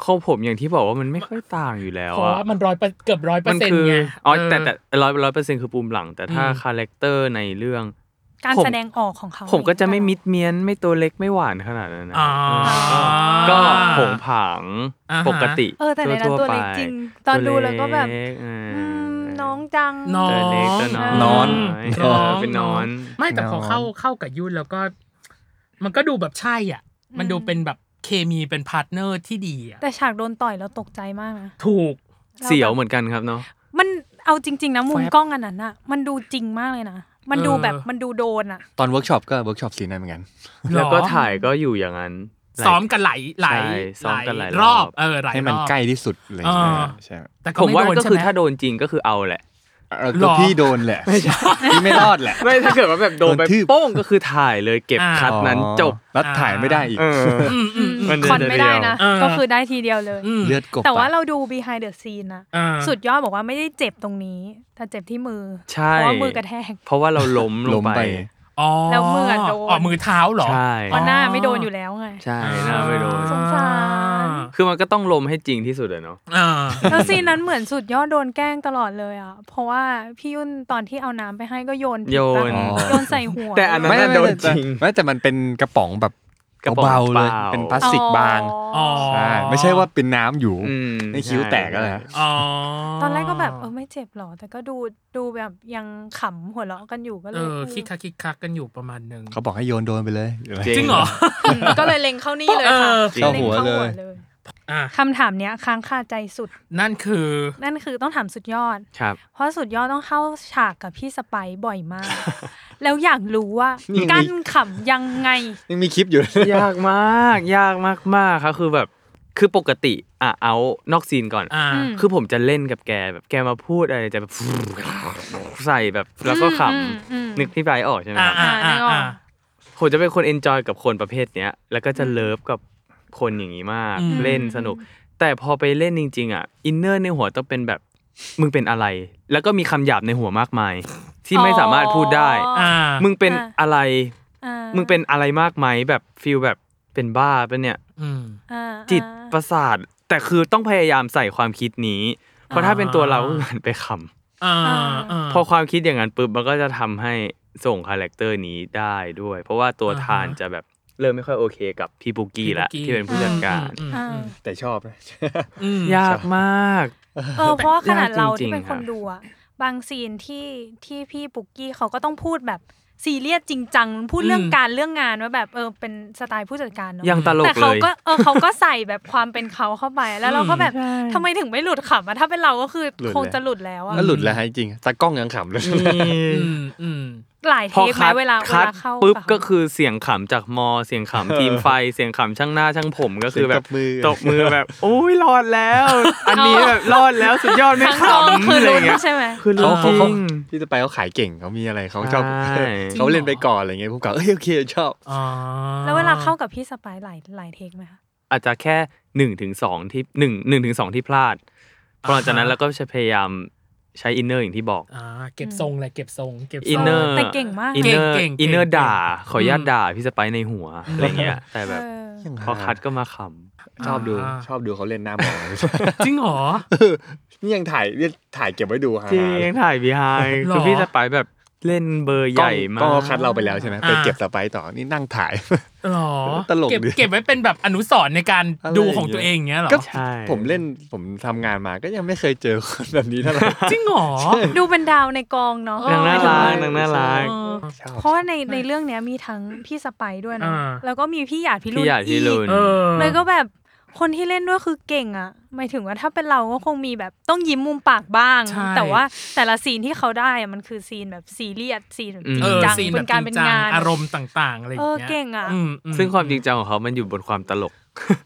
[SPEAKER 4] เขาผมอย่างที่บอกว่ามันไม่ค่อยต่างอยู่แล้ว
[SPEAKER 3] เพราะ
[SPEAKER 4] อะ
[SPEAKER 3] ว่ามันร้อยเกือบร้อยเปอ
[SPEAKER 4] มั
[SPEAKER 3] ร์เซ็นต์
[SPEAKER 4] คือ
[SPEAKER 3] ไง
[SPEAKER 4] อ๋อ
[SPEAKER 3] เ
[SPEAKER 4] แต่แต่ร้อยร้อยเปอร์เซ็นต์คือปูมหลัง แต่ถ้า
[SPEAKER 3] อืม
[SPEAKER 4] คาแรคเตอร์ในเรื่อง
[SPEAKER 2] การ
[SPEAKER 4] ผม
[SPEAKER 2] แสดงออกของเขา
[SPEAKER 4] ผมก็จะไม่มิดเมียนไม่ตัวเล็กไม่หวานขนาดนั้นนะ
[SPEAKER 3] อ่า
[SPEAKER 4] ก็ผงผาง
[SPEAKER 3] อ่าฮะ
[SPEAKER 4] ปกติ
[SPEAKER 5] เออแต่ในนั้นตัวเล็ก
[SPEAKER 4] ๆไป
[SPEAKER 5] จริง ตอนดูแล้วก็แบบ
[SPEAKER 4] ตัวเกอ่า
[SPEAKER 5] อืมน้องจัง
[SPEAKER 3] น้อง
[SPEAKER 4] ตัวเล็กก็น้อย
[SPEAKER 6] นอน
[SPEAKER 4] เออเป็นนอน
[SPEAKER 3] ไม่แต่พอน
[SPEAKER 6] อน
[SPEAKER 3] เข้าเข้ากับยุ่นแล้วก็ มันก็ดูแบบใช่อ่ะ มันดูเป็นแบบเคมีเป็นพาร์ทเนอร์ที่ดีอ่ะ
[SPEAKER 2] แต่ฉากโดนต่อยเราตกใจมากนะ
[SPEAKER 3] ถูก
[SPEAKER 4] เสียวเหมือนกันครับเนาะ
[SPEAKER 2] มันเอาจริง ๆ นะมุม
[SPEAKER 3] แฟบ
[SPEAKER 2] กล้องอันนั้นอะมันดูจริงมากเลยนะ มันดูแบบ
[SPEAKER 3] เออ
[SPEAKER 2] มันดูโดนอะ
[SPEAKER 6] ตอนเวิร์กช็อปก็เวิร์กช็อปสีนั้นเหมือนกัน
[SPEAKER 4] แล้วก็
[SPEAKER 3] หรอ
[SPEAKER 4] ถ่ายก็อยู่อย่างนั้น
[SPEAKER 3] ซ้อมกันหลายหลาย
[SPEAKER 4] ใช่ซ้อมกันหลาย
[SPEAKER 3] ร
[SPEAKER 4] ร
[SPEAKER 3] อ
[SPEAKER 4] อบ
[SPEAKER 3] บเออหลาย
[SPEAKER 6] ให้มัน
[SPEAKER 3] รอบ
[SPEAKER 6] ใกล้ที่สุดอะไรอย่างเงี้ย
[SPEAKER 3] อ่า
[SPEAKER 6] ใช่ไหม
[SPEAKER 3] แต่ก็
[SPEAKER 4] ผม
[SPEAKER 3] ไม่
[SPEAKER 4] ว่า
[SPEAKER 3] โดน
[SPEAKER 4] ก็
[SPEAKER 3] ใช่
[SPEAKER 4] คือ
[SPEAKER 3] ไหม
[SPEAKER 4] ถ้าโดนจริงก็คือเอาแหละ
[SPEAKER 6] เออ
[SPEAKER 3] หร
[SPEAKER 6] ก็
[SPEAKER 3] อ
[SPEAKER 6] พี่โดนแหละพี่ไม่รอดแหละ
[SPEAKER 4] ไม่ถ้าเกิดว่าแบบโดนไป
[SPEAKER 6] โดนทืบ
[SPEAKER 4] โป้งก็คือถ่ายเลยเก็บ
[SPEAKER 3] อ่า
[SPEAKER 4] คัดนั้นจบ
[SPEAKER 6] แล้วถ่ายไม่ได้อีก
[SPEAKER 4] เออ
[SPEAKER 3] อืมอืมอืม
[SPEAKER 4] มันเดิน
[SPEAKER 2] คอนไม่ได้นะ
[SPEAKER 3] เดียวๆ
[SPEAKER 2] ก็คือได้ทีเดียวเลย
[SPEAKER 3] อืม
[SPEAKER 6] เลือดกบ
[SPEAKER 2] แต่ว่า
[SPEAKER 6] ปก
[SPEAKER 2] เราดู behind the scene นะ
[SPEAKER 3] อ่า
[SPEAKER 2] สุดยอดบอกว่าไม่ได้เจ็บตรงนี้ แต่เจ็บที่มือ
[SPEAKER 4] ใช่
[SPEAKER 2] เพราะว่ามือกระแทก
[SPEAKER 4] เพราะว่าเราล้มล
[SPEAKER 6] ล้
[SPEAKER 4] ง
[SPEAKER 6] ม
[SPEAKER 4] ไป
[SPEAKER 6] ไป
[SPEAKER 3] อ๋อ
[SPEAKER 2] แล้วมืออะโดน
[SPEAKER 3] อ๋อมือเท้าเหรอ
[SPEAKER 4] ใช่
[SPEAKER 2] เพราะหน้าไม่โดนอยู่แล้วไง
[SPEAKER 4] ใช่น่าไปโดน
[SPEAKER 2] สงสาร
[SPEAKER 4] คือมันก็ต้องล้มให้จริงที่สุดอะเนาะ
[SPEAKER 3] อ่า
[SPEAKER 2] แล้วซีนนั้นเหมือนสุดยอดโดนแกล้งตลอดเลยอ่ะ เพราะว่าพี่ยุ่นตอนที่เอาน้ำไปให้ก็โยนผิด
[SPEAKER 4] โย
[SPEAKER 2] ปะ
[SPEAKER 4] น
[SPEAKER 2] โยนใส่หัว
[SPEAKER 4] แต่อันนั้
[SPEAKER 6] ไม่
[SPEAKER 4] มั
[SPEAKER 6] ไม่
[SPEAKER 4] โด
[SPEAKER 6] ไม่
[SPEAKER 4] จริง
[SPEAKER 6] ไม่แต่มันเป็นกระป๋องแบบ
[SPEAKER 4] กระป๋อง
[SPEAKER 6] เบาๆเลย
[SPEAKER 4] เปล่า
[SPEAKER 6] เป็นพลาสติกบาง
[SPEAKER 3] อ๋อ
[SPEAKER 6] ใช่ไม่ใช่ว่าเป็นน้ำอยู่
[SPEAKER 4] อืม
[SPEAKER 6] ในคิ้วแตกแล้วนะ
[SPEAKER 3] อ๋อ
[SPEAKER 2] ตอนแรกก็แบบเออไม่เจ็บหรอ แต่ก็ดูดูแบบยังขำหัวเราะกันอยู่ก็เล
[SPEAKER 3] เอย อคิกคักคิกคักกันอยู่ประมาณหนึ่ง
[SPEAKER 6] เขาบอกให้โยนโดนไปเลยะไ
[SPEAKER 3] จริงเหรอ
[SPEAKER 5] ก็เลยเล็งเข้านี่เลย
[SPEAKER 3] เอ
[SPEAKER 5] ค่ะ
[SPEAKER 3] อ
[SPEAKER 4] จริง
[SPEAKER 6] เข้าหัวเลย
[SPEAKER 3] อ่ะ
[SPEAKER 2] คำถามเนี้ยค้างคาใจสุด
[SPEAKER 3] นั่นคือ
[SPEAKER 2] นั่นคือต้องถามสุดยอด
[SPEAKER 4] ครับ
[SPEAKER 2] เพราะสุดยอดต้องเข้าฉากกับพี่สไปซ์บ่อย มาก แล้วอยากรู้ว่า
[SPEAKER 6] นี่มี
[SPEAKER 2] กั้นขำยังไง
[SPEAKER 6] ยังมีคลิปอยู่เลย
[SPEAKER 4] ยากมาก ยากมากๆครับคือแบบคือปกติอ่ะเอานอกซีนก่อน
[SPEAKER 3] อ่า
[SPEAKER 2] อืม
[SPEAKER 4] คือผมจะเล่นกับแกแบบแกมาพูดอะไรจะแบบ ใส่แบบแล้วก็ข
[SPEAKER 2] อืมอืม
[SPEAKER 4] ำนึกที่ไบรท์ออกใช่ไหม
[SPEAKER 3] อ่า
[SPEAKER 4] ครับ
[SPEAKER 3] อ่าอ่าอ่า
[SPEAKER 4] ผมจะเป็นคนเอนจอยกับคนประเภทเนี้ย แล้วก็จะเลิฟกับคนอย่างนี้มาก
[SPEAKER 3] อืม
[SPEAKER 4] เล่นสนุก แต่พอไปเล่นจริง ๆ อ่ะ อินเนอร์ในหัวต้องเป็นแบบ มึงเป็นอะไร แล้วก็มีคำหยาบในหัวมากมาย ที่ไม่สามารถพูดได้
[SPEAKER 2] อ๋อ
[SPEAKER 3] อ่า
[SPEAKER 4] มึงเป็น
[SPEAKER 2] อ่ะ
[SPEAKER 4] อะไร
[SPEAKER 2] อ่า
[SPEAKER 4] มึงเป็นอะไรมากไหมแบบฟิลแบบเป็นบ้าเป็นเนี่ย
[SPEAKER 3] อืม
[SPEAKER 2] อ่า
[SPEAKER 4] จิตป
[SPEAKER 2] อ่า
[SPEAKER 4] ระสาท แต่คือต้องพยายามใส่ความคิดนี้ เพราะถ้าเป็นตัวเราก็หันไปข
[SPEAKER 3] อ่าอ่า
[SPEAKER 4] ำพอความคิดอย่างนั้นปุ๊บมันก็จะทำให้ส่งคาแรคเตอร์นี้ได้ด้วย เพราะว่าตัวทานจะแบบเริ่มไม่ค่อยโอเคกับพี่ปุกกี้ละที่เป็นผู้จัดการ
[SPEAKER 3] อืม
[SPEAKER 2] อ่า
[SPEAKER 6] แต่ชอบนะ
[SPEAKER 3] อืม
[SPEAKER 4] ยากมาก
[SPEAKER 2] เออเพราะว่าขนาดเรา
[SPEAKER 4] จริ
[SPEAKER 2] ที่
[SPEAKER 4] งๆ
[SPEAKER 2] เป็นคน
[SPEAKER 4] ครับ
[SPEAKER 2] ดูอะบางซีนที่ที่พี่ปุกกี้เขาก็ต้องพูดแบบซีเรียสจริงจังพูดเรื่อง
[SPEAKER 3] อืม
[SPEAKER 2] การเรื่องงานว่าแบบเออเป็นสไตล์ผู้จัดการเนอะ
[SPEAKER 4] ยังตลก
[SPEAKER 2] แต่
[SPEAKER 4] เล
[SPEAKER 2] เขา
[SPEAKER 4] ย
[SPEAKER 2] ก็เออเขาก็ใส่แบบความเป็นเขาเข้าไปแล้วเราก็แบบทำไมถึงไม่หลุดขำอะถ้าเป็นเราก็คือ
[SPEAKER 6] หลุดเลย
[SPEAKER 2] คงจะหลุดแล้วอะ
[SPEAKER 6] ก็หลุดแล้วฮะจริงๆตากล้องยังขำเลย
[SPEAKER 3] อืมอืม
[SPEAKER 2] หลายเท
[SPEAKER 4] พอ
[SPEAKER 2] ปไหม
[SPEAKER 4] คัด
[SPEAKER 2] เวลาเว
[SPEAKER 4] คัด
[SPEAKER 2] ลาเข้า
[SPEAKER 4] ปุ๊บ
[SPEAKER 2] ะ
[SPEAKER 4] ก็คือเสียงขำจากมอ เสียงขำทีมไฟ เสียงขำช่างหน้าช่างผมก็คือแบบ
[SPEAKER 6] เสียง
[SPEAKER 4] ต
[SPEAKER 6] ต
[SPEAKER 4] บบ
[SPEAKER 6] มื
[SPEAKER 4] มือ
[SPEAKER 6] อ
[SPEAKER 4] แบบ โอ้ยรอดแล้ว อันนี้แบบรอดแล้วสุดยอดไม่
[SPEAKER 2] ทั้งกอง
[SPEAKER 4] ขำ
[SPEAKER 2] คือ
[SPEAKER 4] อะไร
[SPEAKER 2] ลุ้น
[SPEAKER 4] เงี้ย
[SPEAKER 2] ใช่ไหม
[SPEAKER 4] คือ
[SPEAKER 6] เขา
[SPEAKER 4] รู้จ
[SPEAKER 6] เขา
[SPEAKER 4] ริ
[SPEAKER 6] เขา
[SPEAKER 4] ง
[SPEAKER 6] พี่จะไปเขาขายเก่งเขามีอะไรเขาชอบ
[SPEAKER 4] ใช่
[SPEAKER 6] เขาเล่นไปก่อนอะไรเงี้ยผมก็เอ้ยโอเคชอบ
[SPEAKER 3] อ๋อ
[SPEAKER 2] แล้วเวลาเข้ากับพี่สไปร์หลายหลายเทคไหมคะ
[SPEAKER 4] อาจจะแค่หนึ่งถึงสองที่หนึ่งหนึ่งถึงสองที่พลาดพอหลังจากนั้นเราก็จะพยายามใช้อินเนอร์อย่างที่บอก
[SPEAKER 3] อ่าเก็บทรงเลยเก็บทรงเก็บทรง
[SPEAKER 4] อินเนอร์
[SPEAKER 2] แต่เก่งมาก
[SPEAKER 4] อินเนอร์
[SPEAKER 3] เก่งๆเก่งๆ
[SPEAKER 4] อินเนอร์ด่า ขออนุญาต
[SPEAKER 3] อืม
[SPEAKER 4] ด่าพี่สไปซ์ในหัวอะไรเงี้ย แต่แบบ
[SPEAKER 2] เออ
[SPEAKER 4] พอคัดก็มาข
[SPEAKER 6] ชอบดู
[SPEAKER 3] อ่า
[SPEAKER 6] ชอบดูเขาเล่นหน้าหมอ
[SPEAKER 3] จริงเหรอ
[SPEAKER 6] นี่ยังถ่ายเนี่ยถ่ายเก็บไว้ดูฮะ
[SPEAKER 4] ำจริงยังถ่ายบีไฮ
[SPEAKER 3] หรอ
[SPEAKER 4] คือพี่สไปซ์แบบเล่นเบอร์
[SPEAKER 6] ก
[SPEAKER 4] ให
[SPEAKER 6] ล้อง
[SPEAKER 4] ญ่มาก
[SPEAKER 6] ล้องเขาคัดเราไปแล้วใช่ไหม
[SPEAKER 3] อ่า
[SPEAKER 6] ไปเก็บสไปซ์ต่อนี่นั่งถ่าย
[SPEAKER 3] หรอ
[SPEAKER 6] ตลก
[SPEAKER 3] เก็บ
[SPEAKER 6] ดิ
[SPEAKER 3] เก็บไว้เป็นแบบอนุสรณ์ในการ
[SPEAKER 6] อะไร
[SPEAKER 3] ดูของ
[SPEAKER 6] อย่างเงี้ย
[SPEAKER 3] ตัวเองอย่างเงี้ยเหรอ
[SPEAKER 6] ก็
[SPEAKER 4] ใช่
[SPEAKER 6] ผมเล่นผมทำงานมาก็ยังไม่เคยเจอคนแบบนี้เท่าไหร่
[SPEAKER 3] จริงเหรอ
[SPEAKER 2] ดูเป็นดาวในกองเนาะ
[SPEAKER 4] นางน่ารัก
[SPEAKER 6] เออ
[SPEAKER 4] นางน่ารัก
[SPEAKER 3] เออ
[SPEAKER 6] ชอบ
[SPEAKER 2] เพราะว่าในในเรื่องเนี้ยมีทั้งพี่สไปร์ด้วยเนอะ
[SPEAKER 3] อ่า
[SPEAKER 2] แล้วก็มีพี่หยาดพี่รุ่
[SPEAKER 4] พี่
[SPEAKER 2] น
[SPEAKER 4] หยาดพี่ลุน
[SPEAKER 3] เออ
[SPEAKER 2] เลยก็แบบคนที่เล่นด้วยคือเก่งอะหมายถึงว่าถ้าเป็นเราก็คงมีแบบต้องยิ้มมุมปากบ้าง
[SPEAKER 3] ใช่
[SPEAKER 2] แต่ว่าแต่ละซีนที่เขาได้อะมันคือซีนแบบซีเรียสซีนแบบจริ
[SPEAKER 3] เอง อ
[SPEAKER 2] จัง
[SPEAKER 3] ซีนแบ
[SPEAKER 2] เป็
[SPEAKER 3] บ
[SPEAKER 2] นการ
[SPEAKER 3] จริ
[SPEAKER 2] เป็น
[SPEAKER 3] งจัง
[SPEAKER 2] งาน
[SPEAKER 3] อารมณ์ต่างๆอะไรอย่างเงี้ย
[SPEAKER 2] เออเก่งอะ
[SPEAKER 3] มม
[SPEAKER 4] ซึ่งความจริงจังของเขามันอยู่บนความตลก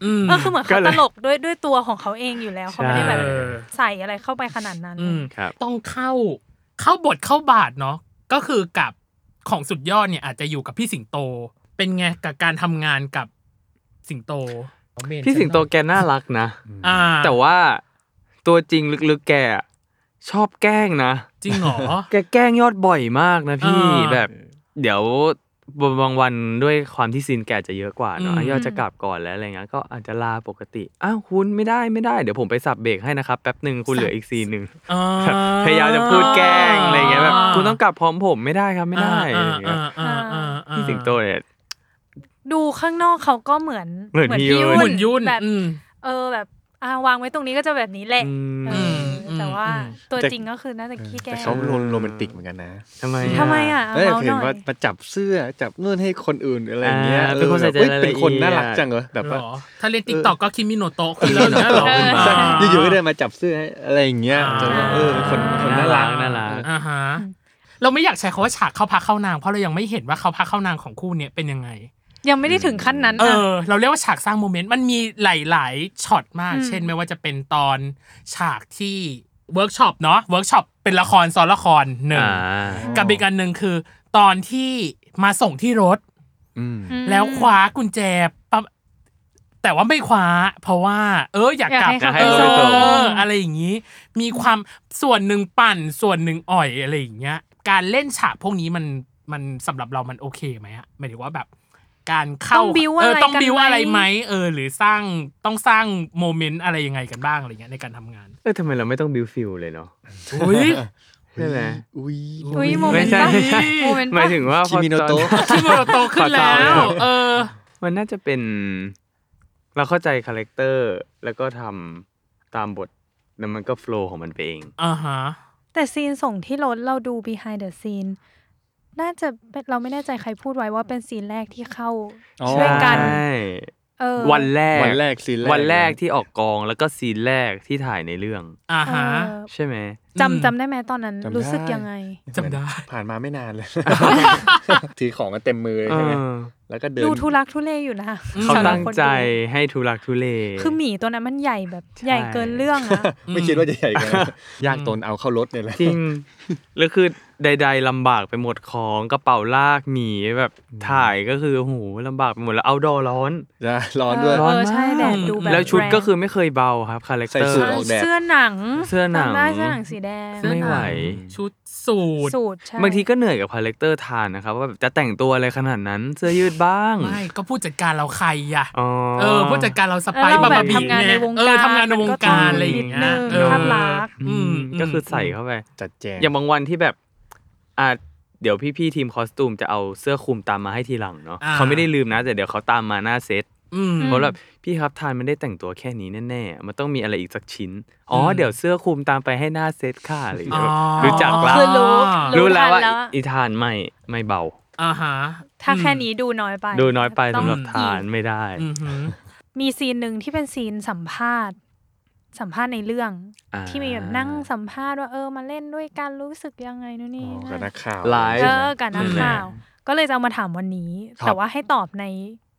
[SPEAKER 3] อืม
[SPEAKER 2] เออคือเหมือน
[SPEAKER 4] ก็
[SPEAKER 2] เขา
[SPEAKER 4] เลย
[SPEAKER 2] ตลกด้วยด้วยตัวของเขาเองอยู่แล้วเขาไม่ได้แบบ
[SPEAKER 4] ใช่
[SPEAKER 3] เออ
[SPEAKER 2] ใส่อะไรเข้าไปขนาดนั้น
[SPEAKER 3] อืม
[SPEAKER 4] ครับ
[SPEAKER 3] ต้องเข้าเข้าบทเข้าบาทเนาะก็คือกับของสุดยอดเนี่ยอาจจะอยู่กับพี่สิงโต เป็นไงกับการทำงานกับสิงโตเมน
[SPEAKER 4] พี่สิงโตแกน่ารักนะ
[SPEAKER 3] อ่า
[SPEAKER 4] แต่ว่าตัวจริงลึกๆแกอะชอบแกล้งนะ
[SPEAKER 3] จริงเหรอ
[SPEAKER 4] แกแกล้งยอดบ่อยมากนะพี่
[SPEAKER 3] อ่า
[SPEAKER 4] แบบ เดี๋ยว บางวันด้วยความที่ซีนแกจะเยอะกว่าเนาะ
[SPEAKER 3] อืม
[SPEAKER 4] ยอดจะกลับก่อนแล้วอะไรเงี้ยก็อาจจะลาปกติอ้าวคุณไม่ได้ไม่ได้เดี๋ยวผมไปสับเบรกให้นะครับแป๊บหนึ่งคุณเหลืออีกซีนหนึ่ง
[SPEAKER 3] อ่า
[SPEAKER 4] พยายามจะพูดแกล้งอะไรเงี้ยแบบคุณต้องกลับพร้อมผมไม่ได้ครับไม่ได้อะไรเงี้ย
[SPEAKER 3] อ่าอ่าอ่าอ่า
[SPEAKER 4] พี่สิงโตเนี่ย
[SPEAKER 2] ดูข้างนอกเขาก็เหมือน
[SPEAKER 4] เหมือนพี่ยุ่น
[SPEAKER 3] เหมือนยุ่น
[SPEAKER 2] แบบ
[SPEAKER 3] อืม
[SPEAKER 2] เออแบบอ่าวางไว้ตรงนี้ก็จะแบบนี้แหละ
[SPEAKER 4] อืม
[SPEAKER 2] เอออ
[SPEAKER 3] ม
[SPEAKER 2] แต่ว่า
[SPEAKER 3] อืม
[SPEAKER 2] ตัว
[SPEAKER 6] แต่
[SPEAKER 2] จริงก็คือน่าจะขี้แกล้
[SPEAKER 6] แต่
[SPEAKER 2] ง
[SPEAKER 6] เขาโรแมนติกเหมือนกันนะ
[SPEAKER 4] ทำไม
[SPEAKER 2] ทำไมอ่ะ
[SPEAKER 6] เอ้ย
[SPEAKER 2] เมาห
[SPEAKER 6] เห็น
[SPEAKER 2] น่อย
[SPEAKER 6] ว่ามาจับเสื้อจับนู่นให้คนอื่นอะไรอย่างเงี้ย
[SPEAKER 4] อ่าเป็นคนใส่ใจ
[SPEAKER 6] ออแบ
[SPEAKER 4] รา
[SPEAKER 6] บ
[SPEAKER 4] ยละเอียด
[SPEAKER 6] เอ้ยเป็นคนน่ารักจังเหรอแบบ
[SPEAKER 3] เหร
[SPEAKER 6] ว่า
[SPEAKER 3] อถ้าเล่นติ๊กต็อกก็คิมิโนโตะคือแล้วเนี่ยเหรอ
[SPEAKER 6] อยู่ๆก็เดินมาจับเสื้อให้อะไรอย่างเงี้ย
[SPEAKER 3] อ่า
[SPEAKER 6] จนแบบเออเป็นคนเป็นคนน่ารัก
[SPEAKER 4] น่ารัก
[SPEAKER 3] อ่าฮะเราไม่อยากใช้คำว่าฉากเข้าพักเข้านาง เพราะเรายังไม่เห็นว่าเขาพักเข้านางของคู่เนี้ยเป็นยังไง
[SPEAKER 2] ยังไม่ได้ถึงขั้นนั้น
[SPEAKER 3] เอ
[SPEAKER 2] อ่ะ
[SPEAKER 3] อ เราเรียกว่าฉากสร้างโมเมนต์มันมีหลาย ๆช็อตมาก
[SPEAKER 2] อืม
[SPEAKER 3] เช่นไม่ว่าจะเป็นตอนฉากที่เวิร์กช็อปเนาะเวิร์กช็อปเป็นละครซ้อนละครหนึ่ง
[SPEAKER 4] อ่า
[SPEAKER 3] กับอีกอันหนึ่งคือ ตอนที่มาส่งที่รถ
[SPEAKER 6] อืม
[SPEAKER 2] ม
[SPEAKER 3] แล้วคว้ากุญแจปั๊บแต่ว่าไม่คว้า เพราะว่า เอออยากกลับ
[SPEAKER 2] อยากให้
[SPEAKER 3] เอ
[SPEAKER 2] เขาไปส่ง
[SPEAKER 3] ออะไรอย่างนี้ มีความส่วนหนึ่งปั่นส่วนหนึ่งอ่อยอะไรอย่างเงี้ย การเล่นฉากพวกนี้มันมันสำหรับเรามันโอเคไหมอะหมายถึงว่าแบบ การ
[SPEAKER 2] ต้
[SPEAKER 3] เข้า
[SPEAKER 2] อง build
[SPEAKER 3] เออ
[SPEAKER 2] อะไร
[SPEAKER 3] ต้อง
[SPEAKER 2] กัน
[SPEAKER 3] บิว
[SPEAKER 2] ไหม
[SPEAKER 3] อะไรไหมเออ หรือสร้างต้องสร้างโมเมนต์อะไรยังไงกันบ้างอะไรเงี้ยในการทำงาน
[SPEAKER 4] เออทำไมเราไม่ต้องบิวฟิลเลยเนาะ
[SPEAKER 3] อุ้ย
[SPEAKER 4] ใช่ไหม
[SPEAKER 6] อุ้ย
[SPEAKER 2] อุ้ยโมเมนต์
[SPEAKER 4] ไม่ใช่
[SPEAKER 2] ปะโมเมนต์
[SPEAKER 4] หมา
[SPEAKER 2] ปะ
[SPEAKER 4] ยถึงว่าพอ
[SPEAKER 6] ชิมิโนโตะ
[SPEAKER 4] ตอ
[SPEAKER 3] ที่โมโนโตขึ้นแล้
[SPEAKER 4] ขอตาม
[SPEAKER 3] ว
[SPEAKER 4] เลย
[SPEAKER 3] เออ
[SPEAKER 4] มันน่าจะเป็น เราเข้าใจคาแรคเตอร์ แล้วก็ทำตามบทแล้วมันก็โฟล์ของมันไปเอง
[SPEAKER 3] อ่าฮะ
[SPEAKER 2] แต่ซีนส่งที่รถเราดู behind the scene น่าจะเป็นเราไม่แน่ใจใครพูดไว้ว่าเป็นซีนแรกที่เข้า
[SPEAKER 6] อ๋อ
[SPEAKER 2] ช่วยกัน
[SPEAKER 4] ใช่
[SPEAKER 2] เออ
[SPEAKER 4] วันแรก
[SPEAKER 6] วันแรกซีนแรก
[SPEAKER 4] วันแรกที่ออกกองแล้วก็ซีนแรกที่ถ่ายในเรื่อง
[SPEAKER 3] อ่าฮะ
[SPEAKER 2] เออ
[SPEAKER 4] ใช่ไหม
[SPEAKER 2] จำจำได้ไหมตอนนั้น
[SPEAKER 6] จำได้
[SPEAKER 2] รู้สึกยังไง
[SPEAKER 3] จำได้
[SPEAKER 6] ผ่านมาไม่นานเลย ถือของมาเต็มมือเลย
[SPEAKER 4] เอ
[SPEAKER 6] ใช่ไหม
[SPEAKER 4] อ
[SPEAKER 6] แล้วก็เดิน
[SPEAKER 2] ดูทุลักทุเลอยู่นะ
[SPEAKER 4] เขา
[SPEAKER 2] สำหรับ
[SPEAKER 4] ตั้ง
[SPEAKER 2] คนดู
[SPEAKER 4] ใจให้ทุลักทุเล
[SPEAKER 2] คือหมีตัวนั้นมันใหญ่แบบ
[SPEAKER 4] ใช่
[SPEAKER 2] ใหญ่เกินเรื่องอะ
[SPEAKER 6] ไม่คิดว่าจะใหญ่ขนาดนั้น ยากตนเอาเข้ารถเนี่ยแหละ
[SPEAKER 4] จริง แล้วคือใด ๆลำบากไปหมดของกระเป๋าลากหมีแบบถ่ายก็คือโอ้โหลำบากไปหมดแล้วเอาดอร้อน
[SPEAKER 6] จะร้อนด้วย
[SPEAKER 2] เออใช่แดดดูแบบ
[SPEAKER 4] แล้วชุด
[SPEAKER 2] รง
[SPEAKER 4] ก็คือไม่เคยเบาครับคาแรคเตอร์
[SPEAKER 6] ใส่สูท
[SPEAKER 2] ใช่เสื้อหนัง
[SPEAKER 4] เสื้อหนัง
[SPEAKER 2] จำได้เสื้อหนังสีแดง
[SPEAKER 3] เสื้อ
[SPEAKER 4] ไม่
[SPEAKER 3] นัง
[SPEAKER 4] ไหว
[SPEAKER 3] ชุดสูท
[SPEAKER 2] สูตรใช่
[SPEAKER 4] บางทีก็เหนื่อยกับคาแรคเตอร์ทานนะครับว่าแบบจะแต่งตัวอะไรขนาดนั้น เสื้อยืดบ้าง
[SPEAKER 3] ไม่ก็ผู้จัดการเราใครอ่ะ
[SPEAKER 4] อ๋อ
[SPEAKER 3] เออผู้จัดการเราส
[SPEAKER 2] แล้
[SPEAKER 3] ไป
[SPEAKER 2] ว
[SPEAKER 3] ร์
[SPEAKER 2] เรา
[SPEAKER 3] บา
[SPEAKER 2] แบบ
[SPEAKER 3] บาบี
[SPEAKER 2] ทำงานในวง
[SPEAKER 3] เอ
[SPEAKER 2] การ
[SPEAKER 3] อทำงานในวงการอะไรอย่างเงี้ย
[SPEAKER 2] นิดนึง
[SPEAKER 3] เออ
[SPEAKER 2] ภาพลักษณ์
[SPEAKER 4] อืมก็คือใส่เข้าไป
[SPEAKER 6] จัดแจง
[SPEAKER 4] อย่างบางวันที่แบบอ่ะเดี๋ยวพี่ๆทีมคอสตูมจะเอาเสื้อคลุมตามมาให้ทีหลังเนาะ
[SPEAKER 3] อ่า
[SPEAKER 4] เขาไม่ได้ลืมนะแต่เดี๋ยวเขาตามมาหน้าเซต
[SPEAKER 3] อืม
[SPEAKER 4] เพราะแบบพี่ครับทานมันได้แต่งตัวแค่นี้แน่ๆมันต้องมีอะไรอีกสักชิ้นอ๋ออ
[SPEAKER 3] ม
[SPEAKER 4] เดี๋ยวเสื้อคลุมตามไปให้หน้าเซตค่ะอะไรอย่าง
[SPEAKER 3] อ๋อ
[SPEAKER 4] เงี้ยรู้จักละ
[SPEAKER 2] คือรู้ รู้
[SPEAKER 4] รู้แล้วว่า
[SPEAKER 2] ทันแล้วอะ
[SPEAKER 4] อีทานไม่ไม่เบา
[SPEAKER 3] อ่าฮะ
[SPEAKER 2] ถ้าแค่นี้ดูน้อยไป
[SPEAKER 4] ดูน้อยไป
[SPEAKER 2] ต้
[SPEAKER 4] สำ
[SPEAKER 2] ง
[SPEAKER 4] หรับทาน
[SPEAKER 2] อีก
[SPEAKER 4] ไม่ได้
[SPEAKER 3] อืมอืม
[SPEAKER 2] มีซีนหนึ่งที่เป็นซีนสัมภาษณ์ สัมภาษณ์ในเรื่อง
[SPEAKER 4] อ่า
[SPEAKER 2] ที่มีแบบนั่งสัมภาษณ์ว่าเออมาเล่นด้วยกันรู้สึกยังไงนู่น
[SPEAKER 6] อ๋
[SPEAKER 2] นี่
[SPEAKER 6] อ
[SPEAKER 2] นั่น
[SPEAKER 6] กับนักข่าว
[SPEAKER 4] ไลฟ์
[SPEAKER 2] เอ
[SPEAKER 6] ใช่ไหม
[SPEAKER 2] อกับนักข่าว ก็เลยจะเอามาถามวันนี้
[SPEAKER 6] ครับ
[SPEAKER 2] แต่ว่าให้ตอบใน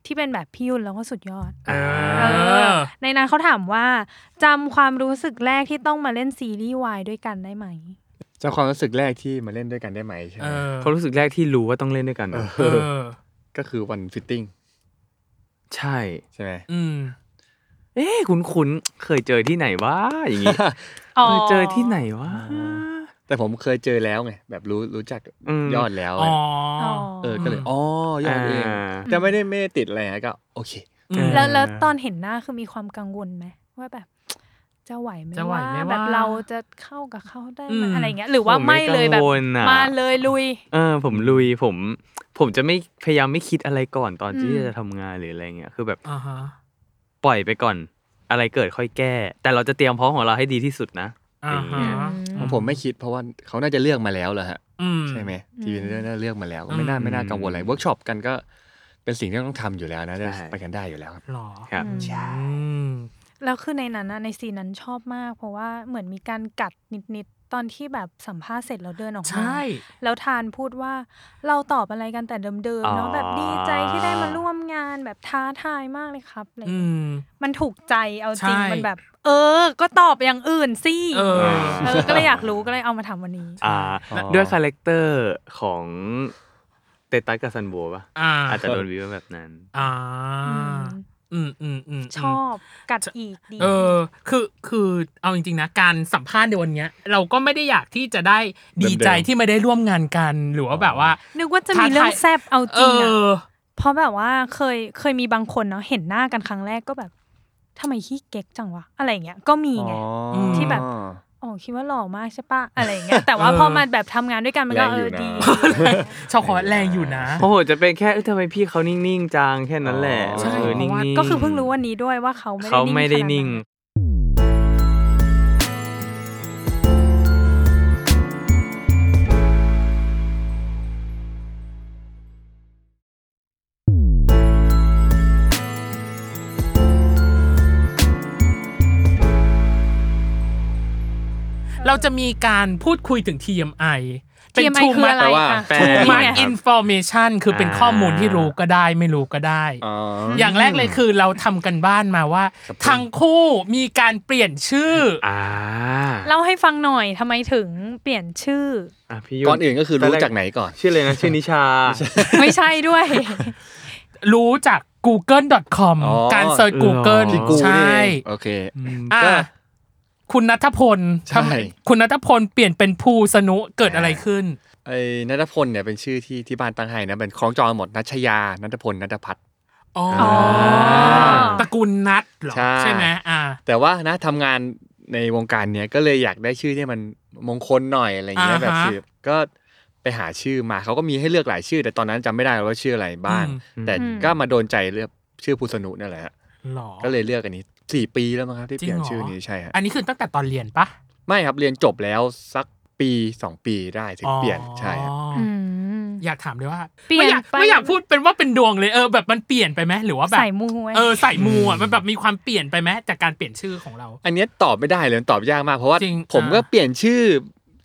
[SPEAKER 2] ที่เป็นแบบพี่ยุ่นแล้วก็สุดยอด
[SPEAKER 3] เอ
[SPEAKER 2] เอ
[SPEAKER 3] อ
[SPEAKER 2] อ ในนั้นเขาถามว่าจำความรู้สึกแรกที่ต้องมาเล่นซีรีส์วายด้วยกันได้ไหม
[SPEAKER 6] เจ้าความรู้สึกแรกที่มาเล่นด้วยกันได้ไหมใช่ไห
[SPEAKER 3] เอ
[SPEAKER 6] ม
[SPEAKER 3] อ
[SPEAKER 4] เขารู้สึกแรกที่รู้ว่าต้องเล่นด้วยกัน
[SPEAKER 6] เอ
[SPEAKER 4] เนอะ
[SPEAKER 3] เอ
[SPEAKER 6] อ
[SPEAKER 3] อ
[SPEAKER 6] ก็คือวันฟิตติ้ง
[SPEAKER 4] ใช่
[SPEAKER 6] ใช่ไหม
[SPEAKER 3] อืม
[SPEAKER 4] เอ๊ะคุ้นคุ้นๆเคยเจอที่ไหนวะอย่างงี้
[SPEAKER 2] อ๋อ
[SPEAKER 4] เคยเจอที่ไหนวะ
[SPEAKER 6] อ๋ แต่ผมเคยเจอแล้วไงแบบรู้รู้จัก
[SPEAKER 4] อืม
[SPEAKER 6] ยอดแล้วไง
[SPEAKER 3] อ๋อ
[SPEAKER 6] เออก็เลย
[SPEAKER 3] อืม
[SPEAKER 6] อ๋อยอดเอง
[SPEAKER 4] อ่า
[SPEAKER 6] แต่ไม่ได้ไม่ได้ติดอะไรนะก็ โอเค
[SPEAKER 3] อืม
[SPEAKER 2] แล้วแล้วตอนเห็นหน้าคือมีความกังวลไหมว่าแบบ จะไหวไหม
[SPEAKER 3] จะไหวไหมวะ
[SPEAKER 2] แบบเราจะเข้ากับเขาได้
[SPEAKER 3] อื
[SPEAKER 2] ไหม
[SPEAKER 3] ม
[SPEAKER 2] อะไรเงี้ย หรือว่า
[SPEAKER 4] ผมไม่
[SPEAKER 2] ไม่เลยแบบ
[SPEAKER 4] กังวลอะ
[SPEAKER 2] มาเลยลุย
[SPEAKER 4] เออผมลุยผม ผมจะไม่พยายามไม่คิดอะไรก่อนตอนที่
[SPEAKER 2] อืม
[SPEAKER 4] จะทำงานหรืออะไรเงี้ยคือแบบ
[SPEAKER 3] อ่าฮะ
[SPEAKER 4] ปล่อยไปก่อน อะไรเกิดค่อยแก้ แต่เราจะเตรียมพร้อมของเราให้ดีที่สุดนะ
[SPEAKER 3] อ่าฮะ
[SPEAKER 2] อืม
[SPEAKER 6] ของผมไม่คิดเพราะว่าเขาน่าจะเลือกมาแล้วเหรอฮะ
[SPEAKER 3] อืม
[SPEAKER 6] ใช่ไหม
[SPEAKER 2] อืม
[SPEAKER 6] ทีวีเลือกน่าจะเลือกมาแล้วก็ไม่น่า
[SPEAKER 4] อืม
[SPEAKER 6] ไม่น่ากังวลอะไรเวิร์กช็อปกันก็เป็นสิ่งที่ต้องทำอยู่แล้วนะจะ
[SPEAKER 4] ใช่
[SPEAKER 6] ไปกันได้อยู่แล้วครับ
[SPEAKER 3] หรอ
[SPEAKER 4] ครับ
[SPEAKER 2] อืม
[SPEAKER 3] อืม
[SPEAKER 2] แล้วคือในนั้นนะในซีนนั้นชอบมาก เพราะว่าเหมือนมีการกัดนิดๆ ตอนที่แบบสัมภาษณ์เสร็จแล้วเดินออกมา
[SPEAKER 3] ใช่
[SPEAKER 2] แล้วทานพูดว่าเราตอบอะไรกันแต่เดิมๆ
[SPEAKER 4] อ๋อ
[SPEAKER 2] เนาะแบบดีใจที่ได้มาร่วมงานแบบท้าทายมากเลยครับอะไร
[SPEAKER 3] อื
[SPEAKER 2] เงี้ย
[SPEAKER 3] ม
[SPEAKER 2] มันถูกใจเอาจริง
[SPEAKER 3] ใช่
[SPEAKER 2] มันแบบ เออ ก็ตอบอย่างอื่นสิ
[SPEAKER 3] เออ
[SPEAKER 2] เออก็เลยอยากรู้ก็เลยเอามาทำวันนี้
[SPEAKER 4] อ่า
[SPEAKER 6] อ๋อ
[SPEAKER 4] ด้วยคาแรคเตอร์ของเตตัสกับซันโบปะ
[SPEAKER 3] อ่า
[SPEAKER 4] อาจจะโดนวิวแบบนั้น
[SPEAKER 3] อ่า อืมอืมอืมม
[SPEAKER 2] ชอบกัดอีกดี
[SPEAKER 3] เออ คือ คือ เอาจริง ๆ นะ การสัมภาษณ์ในวันเนี้ย เราก็ไม่ได้อยากที่จะได้ดีใจ
[SPEAKER 6] เดิมๆ
[SPEAKER 3] ที่ไม่ได้ร่วมงานกัน หรือว่าแบบว่า
[SPEAKER 2] นึกว่าจะมีเรื่องแซบเอาจ
[SPEAKER 3] เอ
[SPEAKER 2] ริงอะ
[SPEAKER 3] อ
[SPEAKER 2] เพราะแบบว่าเคยเคยมีบางคนเนาะเห็นหน้ากันครั้งแรกก็แบบทำไมขี้เก๊กจังวะอะไรอย่างเงี้ยก็มีไง
[SPEAKER 3] อืม
[SPEAKER 2] ที่แบบ อ๋อคิดว่าหล่อมากใช่ปะอะไรอย่างเงี้ยแต่ว่าพอมาแบบทำงานด้วยกันมันก็
[SPEAKER 6] แรง
[SPEAKER 2] เอ
[SPEAKER 6] อยู่
[SPEAKER 2] อ
[SPEAKER 6] นะ
[SPEAKER 2] ดี
[SPEAKER 3] ชาวขอแรงอยู่นะ
[SPEAKER 4] โอ้โหจะเป็นแค่เอ้ยทำไมพี่เขานิ่งๆจังแค่นั้นแหละ
[SPEAKER 6] อ๋อ
[SPEAKER 2] ใช่
[SPEAKER 4] เออ
[SPEAKER 2] เพราะ
[SPEAKER 4] นิ่ง
[SPEAKER 2] ว่า
[SPEAKER 4] ๆ
[SPEAKER 2] ก็คือเพิ่งรู้วันนี้ด้วยว่าเขา
[SPEAKER 4] เขาไม่
[SPEAKER 2] ไม่
[SPEAKER 4] ได้
[SPEAKER 2] ได้นิ่
[SPEAKER 4] นิ่
[SPEAKER 2] ง
[SPEAKER 4] ง
[SPEAKER 2] ขนาดนั้น
[SPEAKER 3] เราจะมีการพูดคุยถึง TMI เป็น
[SPEAKER 2] ทียมไอ
[SPEAKER 3] too
[SPEAKER 2] คือ
[SPEAKER 3] much
[SPEAKER 2] อะไร
[SPEAKER 6] แต่ว่า
[SPEAKER 2] คะ
[SPEAKER 6] แปล
[SPEAKER 3] too
[SPEAKER 2] นี่
[SPEAKER 3] much
[SPEAKER 2] ไง
[SPEAKER 3] information คือเป็นข้อมูลที่รู้ก็ได้ ไม่รู้ก็ได้
[SPEAKER 6] อ๋อ
[SPEAKER 3] อย่างแรกเลยคือเราทำกันบ้านมาว่า
[SPEAKER 6] ครับผม
[SPEAKER 3] ทั้งคู่มีการเปลี่ยนชื่ออ
[SPEAKER 4] อ่า
[SPEAKER 2] เล่าให้ฟังหน่อยทำไมถึงเปลี่ยนชื่อ
[SPEAKER 4] อ่ะพี่ยุ
[SPEAKER 6] ก่อนอื่นก็คือรู้จากไหนก่อน
[SPEAKER 4] ชื่อเลยนะชื่อนิชา
[SPEAKER 2] ไม่ใช่ด้วย
[SPEAKER 3] รู้จาก google.com
[SPEAKER 6] อ๋อ
[SPEAKER 3] การเซิร์ช Google
[SPEAKER 4] อ๋อ
[SPEAKER 6] ที่กูนี่
[SPEAKER 3] ใช่
[SPEAKER 6] เองโอเค
[SPEAKER 3] อ่ะ
[SPEAKER 6] ก็
[SPEAKER 3] คุณนัทพล
[SPEAKER 6] ใช่
[SPEAKER 3] ทำคุณนัทพลเปลี่ยนเป็นภูสนุเกิดอะไรขึ้น
[SPEAKER 6] ไอ้นัทพลเนี่ยเป็นชื่อที่ที่บ้านตั้งให้นะเป็นคล้องจองหมดนัชยานัทพลนัทพัฒน์
[SPEAKER 3] อ๋อ
[SPEAKER 6] อ๋อ
[SPEAKER 3] ตระกูลนัทเหรอ
[SPEAKER 6] ใช่
[SPEAKER 3] ใช่ไหมอ่า
[SPEAKER 6] แต่ว่านะทำงานในวงการเนี้ยก็เลยอยากได้ชื่อที่มันมงคลหน่อยอะไรเงี้
[SPEAKER 3] อ่า
[SPEAKER 6] ย
[SPEAKER 3] ฮะ
[SPEAKER 6] แบบสืบก็ไปหาชื่อมาเขาก็มีให้เลือกหลายชื่อ แต่ตอนนั้นจำไม่ได้ว่าชื่ออะไรบ้าง
[SPEAKER 4] อืม
[SPEAKER 6] แต่
[SPEAKER 2] อืม
[SPEAKER 6] ก็มาโดนใจเลือกชื่อภูสนุนั่นแหละฮะ
[SPEAKER 3] หรอ
[SPEAKER 6] ก็เลยเลือกอันนี้สี่ปีแล้วมั้งครับที่เปลี่ยน
[SPEAKER 3] จริ
[SPEAKER 6] ชื่
[SPEAKER 3] ง
[SPEAKER 6] อ
[SPEAKER 3] เหรอ
[SPEAKER 6] นี้ใช่ฮะ
[SPEAKER 3] อันนี้คือตั้งแต่ตอนเรียนปะ
[SPEAKER 6] ไม่ครับเรียนจบแล้วสักปีสองปีได้ถึงเปลี่ยนใช่ฮะ
[SPEAKER 3] อ๋ออ
[SPEAKER 2] อืม
[SPEAKER 3] อยากถามเลยว่า
[SPEAKER 2] เปลี่ยน
[SPEAKER 3] ไม่อยาก
[SPEAKER 2] ไป
[SPEAKER 3] ไม่อยากพูดเป็นว่าเป็นดวงเลยเออแบบมันเปลี่ยนไปไหมหรือว่าแบบ
[SPEAKER 2] ใส่มูไว้
[SPEAKER 3] เออใส่มูอ่ะมันแบบมีความเปลี่ยนไปไหมจากการเปลี่ยนชื่อของเรา
[SPEAKER 6] อันเนี้ยตอบไม่ได้เลยตอบยากมากเพราะว่า
[SPEAKER 3] จริง
[SPEAKER 6] ผมก็
[SPEAKER 3] อ่า
[SPEAKER 6] เปลี่ยนชื่อ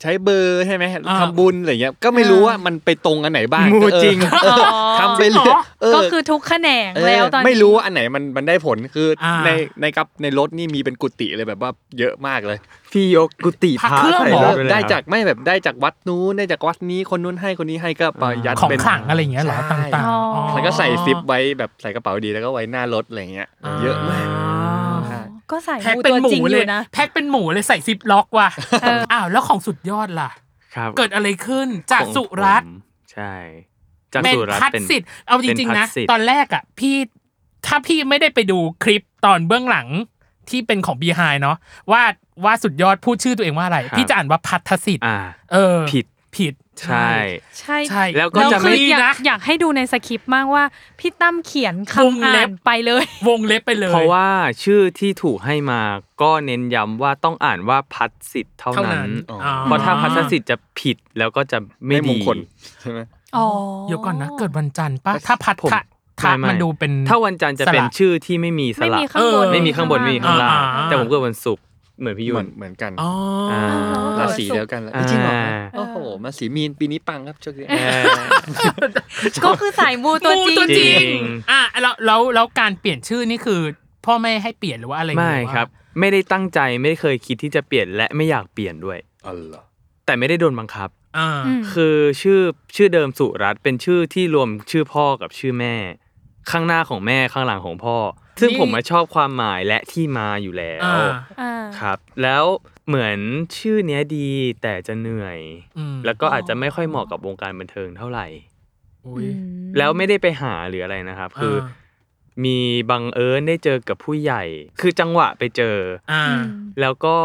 [SPEAKER 6] ใช้เบอร์ใช่ไหม
[SPEAKER 3] อ่า
[SPEAKER 6] ทำบุญอะไรเงี้ยก็ไม่รู้ว่ามันไปตรงอันไหนบ้าง
[SPEAKER 4] มู
[SPEAKER 6] ก็เออ
[SPEAKER 4] จริง
[SPEAKER 6] เออทำไปเรื่อยเ
[SPEAKER 2] ก็คือทุกแขนง
[SPEAKER 6] เออ
[SPEAKER 2] แล้วตอนนี้
[SPEAKER 6] ไม่รู้ว่าอันไหนมันมันได้ผลคืออา ในในกับในรถนี่มีเป็นกุฏิเลยแบบว่าเยอะมากเลย
[SPEAKER 4] พี่ยกกุฏิพ
[SPEAKER 3] พระ
[SPEAKER 4] ระ
[SPEAKER 3] เครื่อง
[SPEAKER 4] ใส่
[SPEAKER 3] เหรอ
[SPEAKER 4] รถป
[SPEAKER 6] เออ
[SPEAKER 4] เลย
[SPEAKER 6] ได้
[SPEAKER 4] นะ
[SPEAKER 6] จากไม่แบบได้จากวัดนู้นได้จากวัดนี้คนนู้นให้คนนี้ให้ก็ไปยัด
[SPEAKER 3] ของ
[SPEAKER 6] เป็น
[SPEAKER 3] ขลังอะไรอย่างเงี้ยเหรอต่างๆอ๋อ
[SPEAKER 6] แล้วก็ใส่ซิปไว้แบบใส่กระเป๋าดีแล้วก็ไว้หน้ารถอะไรเงี้ย
[SPEAKER 3] อ่า
[SPEAKER 6] เยอะมาก
[SPEAKER 2] อ๋อก็ใส่
[SPEAKER 3] แพ็ค
[SPEAKER 2] มู
[SPEAKER 3] เป็น
[SPEAKER 2] ตัว
[SPEAKER 3] หมู
[SPEAKER 2] จริงอ
[SPEAKER 3] เล
[SPEAKER 2] ยู่
[SPEAKER 3] ย
[SPEAKER 2] นะ
[SPEAKER 3] แพ็คเป็นหมูเลยใส่ซิปล็อกว่ะ
[SPEAKER 2] เออ
[SPEAKER 3] อ้าวแล้วของสุดยอดล่ะ
[SPEAKER 4] ครับ
[SPEAKER 3] เกิดอะไรขึ้นจาก
[SPEAKER 4] ของ
[SPEAKER 3] สุรัต
[SPEAKER 4] ผ
[SPEAKER 3] น์
[SPEAKER 4] มใช่ จาก
[SPEAKER 3] เป็น
[SPEAKER 4] สุรัต
[SPEAKER 3] พัด
[SPEAKER 4] น์เป็น
[SPEAKER 3] สิทธิ์เอาจริง ๆ นะ
[SPEAKER 4] เป็นพัดสิทธิ์
[SPEAKER 3] ตอนแรกอ่ะพี่ถ้าพี่ไม่ได้ไปดูคลิปตอนเบื้องหลังที่เป็นของบีไฮเนาะว่าว่าสุดยอดพูดชื่อตัวเองว่าอะไร พี่จะอ่านว่าพัทสิทธิ์
[SPEAKER 4] อ่า
[SPEAKER 3] เออ
[SPEAKER 4] ผิด
[SPEAKER 3] ผิด
[SPEAKER 4] ใช่
[SPEAKER 2] ใช่
[SPEAKER 3] ใช่
[SPEAKER 4] แล้วก็จะไม่
[SPEAKER 2] คืออยา
[SPEAKER 3] นะ
[SPEAKER 2] กอยากให้ดูในสคริปต์มากว่า พี่ตั้มเขียน
[SPEAKER 3] วง
[SPEAKER 2] คำ
[SPEAKER 3] เล็
[SPEAKER 2] อ่า
[SPEAKER 3] บ
[SPEAKER 2] นไปเลย
[SPEAKER 3] วงเล็บไปเลย
[SPEAKER 4] เพราะว่าชื่อที่ถูกให้มาก็เน้นย้ำว่าต้องอ่านว่าพัดสิทธิ์เท่า
[SPEAKER 3] เท่า
[SPEAKER 4] นั้
[SPEAKER 3] นั้น น
[SPEAKER 6] อ๋อ
[SPEAKER 3] อ๋อ
[SPEAKER 4] เพราะถ้าพัดสิทธิ์จะผิดแล้วก็จะไม่
[SPEAKER 6] ไม่ม
[SPEAKER 4] ดี
[SPEAKER 6] งคลใช่ไหม
[SPEAKER 2] อ๋อ
[SPEAKER 3] เดี๋ยวก่อนนะเกิดวันจันทร์ปะถ้าพัด
[SPEAKER 4] ผม
[SPEAKER 3] ทะทะ
[SPEAKER 4] ไม่ไม่
[SPEAKER 3] มันดูเป็น
[SPEAKER 4] ถ้าวันจันทร์จะเป็น
[SPEAKER 3] สละ
[SPEAKER 4] ชื่อที่ไม่มีส
[SPEAKER 2] ไม่
[SPEAKER 4] ระ
[SPEAKER 2] มีข้างบน
[SPEAKER 3] เออ
[SPEAKER 4] ไม่มีข้างบนไม่มีข้างล่าง
[SPEAKER 3] อ่าอ่า
[SPEAKER 4] แต่ผมเกิดวันศุกร์เหมือนพี่ยุ
[SPEAKER 6] เหมือน นเหมือนกัน
[SPEAKER 3] อ๋ออา
[SPEAKER 2] เออ
[SPEAKER 6] ราศีเดียวกันแล้ว
[SPEAKER 4] อ่า
[SPEAKER 6] จริงเหรอ
[SPEAKER 2] เออ
[SPEAKER 6] โอ้โหมาสีมีนปีนี้ปังครับโชคดี
[SPEAKER 2] ก็คือสายมูตัวจริง
[SPEAKER 3] ตัวจริ
[SPEAKER 4] จริ
[SPEAKER 3] ง
[SPEAKER 4] ง
[SPEAKER 3] อ่ะแล้วแล้วแล้วการเปลี่ยนชื่อนี่คือ พ่อแม่ให้เปลี่ยนหรือว่าอะไรหอ
[SPEAKER 4] ไม่
[SPEAKER 3] ว่า
[SPEAKER 4] ครับ ไม่ได้ตั้งใจไม่เคยคิดที่จะเปลี่ยนและไม่อยากเปลี่ยนด้วย
[SPEAKER 6] อ๋อเหรอ
[SPEAKER 4] แต่ไม่ได้โดนบังคับ
[SPEAKER 3] อ่า
[SPEAKER 4] คือชื่อชื่อเดิมสุรัตน์เป็นชื่อที่รวมชื่อพ่อกับชื่อแม่ ข้างหน้าของแม่ข้างหลังของพ่อ ซึ่ง
[SPEAKER 3] นี่
[SPEAKER 4] ผมมาชอบความหมายและที่มาอยู่แล้ว
[SPEAKER 3] อ่า
[SPEAKER 2] อ่า
[SPEAKER 4] ครับ แล้วเหมือนชื่อเนี้ยดีแต่จะเหนื่อย
[SPEAKER 3] อืม
[SPEAKER 4] แล้วก็อาจจะไม่ค่อยเหมาะกับวงการบันเทิงเท่าไหร่
[SPEAKER 3] อุ๊ย
[SPEAKER 4] แล้วไม่ได้ไปหาหรืออะไรนะครับ คือ มีบังเอิญได้เจอกับผู้ใหญ่ คือจังหวะไปเจอ
[SPEAKER 3] อ่า
[SPEAKER 4] แล้วก็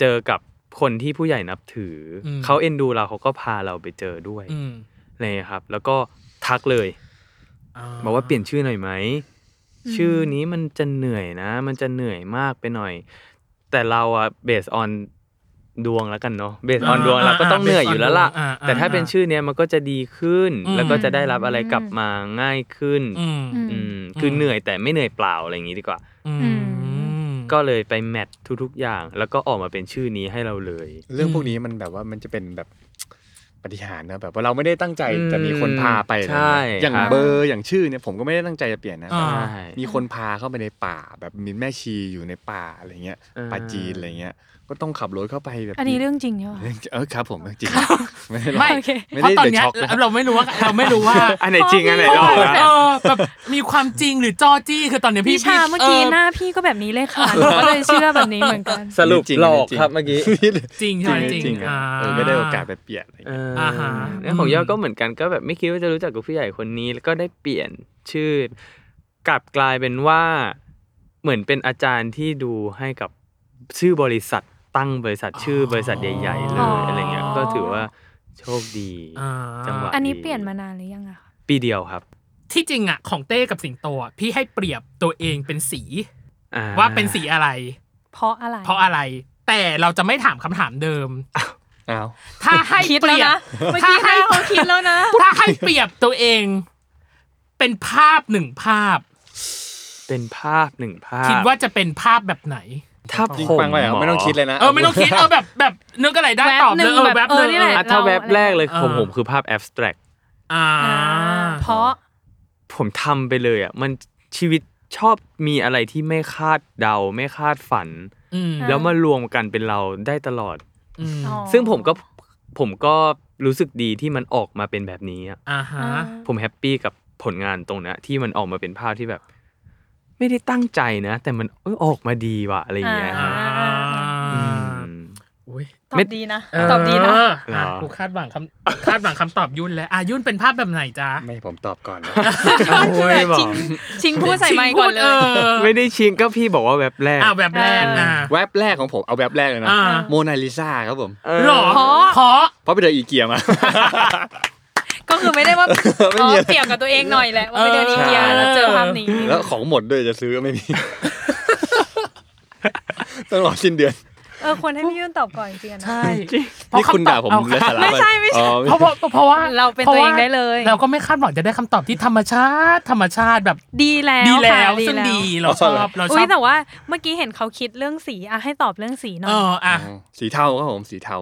[SPEAKER 4] เจอกับคนที่ผู้ใหญ่นับถืออ
[SPEAKER 3] ม
[SPEAKER 4] เขาเอ็นดูเราเขาก็พาเราไปเจอด้วย
[SPEAKER 3] อืม
[SPEAKER 4] อะไรอย่างเลยครับ แล้วก็ทักเลยบอกว่าเปลี่ยนชื่อหน่อยไหม
[SPEAKER 2] อืม
[SPEAKER 4] ชื่อนี้มันจะเหนื่อยนะ มันจะเหนื่อยมากไปหน่อย แต่เราอะเบสออนดวงแล้วกันเนาะเบสออนดวงเราก็ต้องเหนื่อยอยู่แล้วล่ะ
[SPEAKER 3] อ่าอ่า
[SPEAKER 4] แต่ถ้าเป็นชื่อเนี้ยมันก็จะดีขึ้น
[SPEAKER 3] อืม
[SPEAKER 4] แล้วก็จะได้รับอะไรกลับมาง่ายขึ้น
[SPEAKER 3] อืม
[SPEAKER 4] อื
[SPEAKER 2] ม
[SPEAKER 4] มคืออ
[SPEAKER 3] ม
[SPEAKER 4] เหนื่อยแต่ไม่เหนื่อยเปล่าอะไรอย่างงี้ดีกว่า
[SPEAKER 3] อื
[SPEAKER 2] อืม
[SPEAKER 3] ม
[SPEAKER 4] ก็เลยไปแมททุกๆอย่าง แล้วก็ออกมาเป็นชื่อนี้ให้เราเลย
[SPEAKER 6] เรื่อง
[SPEAKER 3] อืม
[SPEAKER 6] พวกนี้มันแบบว่ามันจะเป็นแบบ ปฏิหารย์นะแบบว่าเราไม่ได้ตั้งใจจะมีคนพาไป
[SPEAKER 4] ใช่
[SPEAKER 6] อะไรเงี้ยอย่าง
[SPEAKER 4] ครับ
[SPEAKER 6] เบอร์อย่างชื่อเนี่ยผมก็ไม่ได้ตั้งใจจะเปลี่ยนนะ
[SPEAKER 3] อ่า
[SPEAKER 6] แต่ว่า
[SPEAKER 4] ใช่
[SPEAKER 6] มีคนพาเข้าไปในป่า แบบมีแม่ชีอยู่ในป่าอะไรเงี้ย
[SPEAKER 4] เออ
[SPEAKER 6] ป่าจีนอะไรเงี้ย ก็ต้องขับรถเข้าไปแบบ
[SPEAKER 2] อันนี้เรื่องจริงใช่ไหม
[SPEAKER 6] เออครับ ผมเรื่องจริงไม่ได้หรอก
[SPEAKER 3] ไม่
[SPEAKER 2] โอเค
[SPEAKER 6] ไม่
[SPEAKER 3] เพราะ
[SPEAKER 6] ได้
[SPEAKER 3] ตอน
[SPEAKER 6] เดือด
[SPEAKER 3] เนี้ย
[SPEAKER 6] ช็อกนะครับ
[SPEAKER 3] เราไม่รู้ว่าเราไม่รู้ว่า
[SPEAKER 4] อันไหนจริงอันไหนหลอกนะ
[SPEAKER 3] เออแบบมีความจริงหรือจอจี้คือตอนเนี้ยพี่
[SPEAKER 2] พี่ชาเมื่อกี้หน้าพี่ก็แบบนี้เลยค่ะหนูก็เลยเชื่อแบบนี้เหมือนกัน
[SPEAKER 4] สรุป
[SPEAKER 6] จริงๆ
[SPEAKER 4] หลอก
[SPEAKER 6] จ
[SPEAKER 4] ครับเ
[SPEAKER 6] ริงๆ
[SPEAKER 4] มื่อกี้
[SPEAKER 3] จริงใช่ไหม
[SPEAKER 6] จ
[SPEAKER 3] จ
[SPEAKER 6] ริง
[SPEAKER 3] ริ
[SPEAKER 6] จริง
[SPEAKER 3] ง
[SPEAKER 6] ๆอะ
[SPEAKER 3] อ่า
[SPEAKER 6] เออก็ได้โอกาสไปเปลี่ยนอะไรเงี้ย
[SPEAKER 4] อ่า
[SPEAKER 3] ฮะ
[SPEAKER 4] เรื่องของ
[SPEAKER 3] อืม
[SPEAKER 4] ยอดก็เหมือนกันก็แบบไม่คิดว่าจะรู้จักกับผู้ใหญ่คนนี้ แล้วก็ได้เปลี่ยนชื่อ กลับกลายเป็นว่าเหมือนเป็นอาจารย์ที่ดูให้กับชื่อบริษัทตั้งบริษัทชื่อบริษัทใหญ่ ๆ เล
[SPEAKER 2] อ๋อ
[SPEAKER 4] ยอะไรเงี้ยก็ถือว่าโชคดี
[SPEAKER 3] อ่า
[SPEAKER 4] จังหวะ
[SPEAKER 2] อันนี้เปลี่ยนมานานหรือยังอะคะ
[SPEAKER 4] ปีเดียวครับ
[SPEAKER 3] ที่จริงอ่ะของเต้กับสิงโตอะพี่ให้เปรียบตัวเองเป็นสี
[SPEAKER 4] อ่
[SPEAKER 3] ว่าเป็นสีอะไร
[SPEAKER 2] เพราะอะไร
[SPEAKER 3] เพราะอะไร แต่เราจะไม่ถามคำถามเดิม
[SPEAKER 6] อ้าว
[SPEAKER 3] ถ้าให้
[SPEAKER 2] คิด
[SPEAKER 3] เป
[SPEAKER 2] แล้ว
[SPEAKER 3] รียบ
[SPEAKER 2] นะเมื่อ
[SPEAKER 3] ถ้า
[SPEAKER 2] กี้ห
[SPEAKER 3] ให้
[SPEAKER 2] น้าเขาคิดแล้วนะ
[SPEAKER 3] ถ้าให้เปรียบตัวเอง เป็นภาพหนึ่งภาพ
[SPEAKER 4] เป็นภาพหนึ่งภาพ
[SPEAKER 3] คิดว่าจะเป็นภาพแบบไหน
[SPEAKER 4] ถ้า
[SPEAKER 6] จริง
[SPEAKER 4] ผม
[SPEAKER 6] ปังไปเหรอไม่ต้องคิดเลยนะ
[SPEAKER 3] เออไม่ต้องคิดเออแบบแบบนึกอะไรได้
[SPEAKER 2] แวบ
[SPEAKER 3] ตอบเล
[SPEAKER 2] หนึ่
[SPEAKER 3] ย
[SPEAKER 2] ง
[SPEAKER 3] เออ
[SPEAKER 2] แบบ
[SPEAKER 3] แบบ
[SPEAKER 2] เออนี่
[SPEAKER 3] นี่
[SPEAKER 2] แหละ
[SPEAKER 3] แหละ
[SPEAKER 4] อ่ะถ้าแวบแรกเลย
[SPEAKER 3] เออ
[SPEAKER 4] ผมผมคือภาพแอบสแตรก
[SPEAKER 3] อ่า
[SPEAKER 2] เพราะ
[SPEAKER 4] ผมทำไปเลยอ่ะมันชีวิตชอบมีอะไรที่ไม่คาดเดาไม่คาดฝัน
[SPEAKER 3] อืม
[SPEAKER 2] า
[SPEAKER 4] แล้วมารวมกันเป็นเราได้ตลอด
[SPEAKER 3] อืม
[SPEAKER 2] อ๋อ
[SPEAKER 4] ซึ่งผมก็ผมก็รู้สึกดีที่มันออกมาเป็นแบบนี้อะ
[SPEAKER 3] อ่าฮะ
[SPEAKER 2] อ่า
[SPEAKER 4] ผมแฮปปี้กับผลงานตรงเนี้ยที่มันออกมาเป็นภาพที่แบบ ไม่ได้ตั้งใจนะ แต่มันเอ้ยออกมาดีว่ะอะไรอย่างเงี้ย
[SPEAKER 3] อ่า
[SPEAKER 4] อืม
[SPEAKER 3] อุ้ย
[SPEAKER 2] ตอ
[SPEAKER 4] ไม่
[SPEAKER 2] บดีนะ ตอบดีนะ
[SPEAKER 3] เ
[SPEAKER 4] เหรอ
[SPEAKER 3] อ่กูคาดหวังคำคาดหวังคำตอบยุ่นแล้วอ่ะยุ่นเป็นภาพแบบไหนจ๊ะ
[SPEAKER 6] ไม่ผมตอบก่อนนะ
[SPEAKER 4] โอ้ยบอก
[SPEAKER 5] ชิงพูดใส่ไมค์ก่อนเล
[SPEAKER 3] ชิง
[SPEAKER 5] ย
[SPEAKER 3] พูดเออ
[SPEAKER 4] ไม่ได้ชิงก็พี่บอกว่าแบบแรก
[SPEAKER 3] อ่ะแบบแรกอ่ะ
[SPEAKER 6] แว็บแรกของผมเอาแว็บแรกเลยนะ
[SPEAKER 3] อ่า
[SPEAKER 6] โมนาลิซาครับผม
[SPEAKER 4] เออ
[SPEAKER 3] หรอเพราะ
[SPEAKER 6] เพราะไปเดินอีเกียมา
[SPEAKER 5] ก็คือไม่ได้ว่า
[SPEAKER 6] ไม่มีอะไร
[SPEAKER 5] เปรียบกับตัวเองหน่อยแหละว่าไปเดิน
[SPEAKER 3] เออ
[SPEAKER 5] อีเกียแล้วเจอภาพนี้
[SPEAKER 6] แล้วของหมดด้วยจะซื้อก็ ไม่มี ต้องรอสิ้นเดือน
[SPEAKER 2] เออควรให้พี่ยุ่นตอบก่อนจริงๆนะ
[SPEAKER 3] ใช่เพราะ
[SPEAKER 6] นี่คุณด่าผม
[SPEAKER 3] ำตอ
[SPEAKER 6] เลยสาระ
[SPEAKER 5] ไม่ใช่ไม่ใช่
[SPEAKER 6] อ๋อ
[SPEAKER 3] เพราะเพราะเพราะว่า
[SPEAKER 5] เราเป็นตัวเองได้เลย
[SPEAKER 3] เราก็ไม่คาดหวังจะได้คำตอบที่ธรรมชาติธรรมชาติแบบ
[SPEAKER 2] ดีแล้ว
[SPEAKER 3] ดี
[SPEAKER 2] ค่ะ
[SPEAKER 3] แล้วซึ่งดีเราชอบเราช
[SPEAKER 2] อุ้
[SPEAKER 3] อย บ
[SPEAKER 2] แต่ว่าเมื่อกี้เห็นเขาคิดเรื่องสีอะให้ตอบเรื่องสีหน่
[SPEAKER 3] เอ
[SPEAKER 2] อย
[SPEAKER 3] ออ่ะ
[SPEAKER 6] สีเทาครับผมสีเทา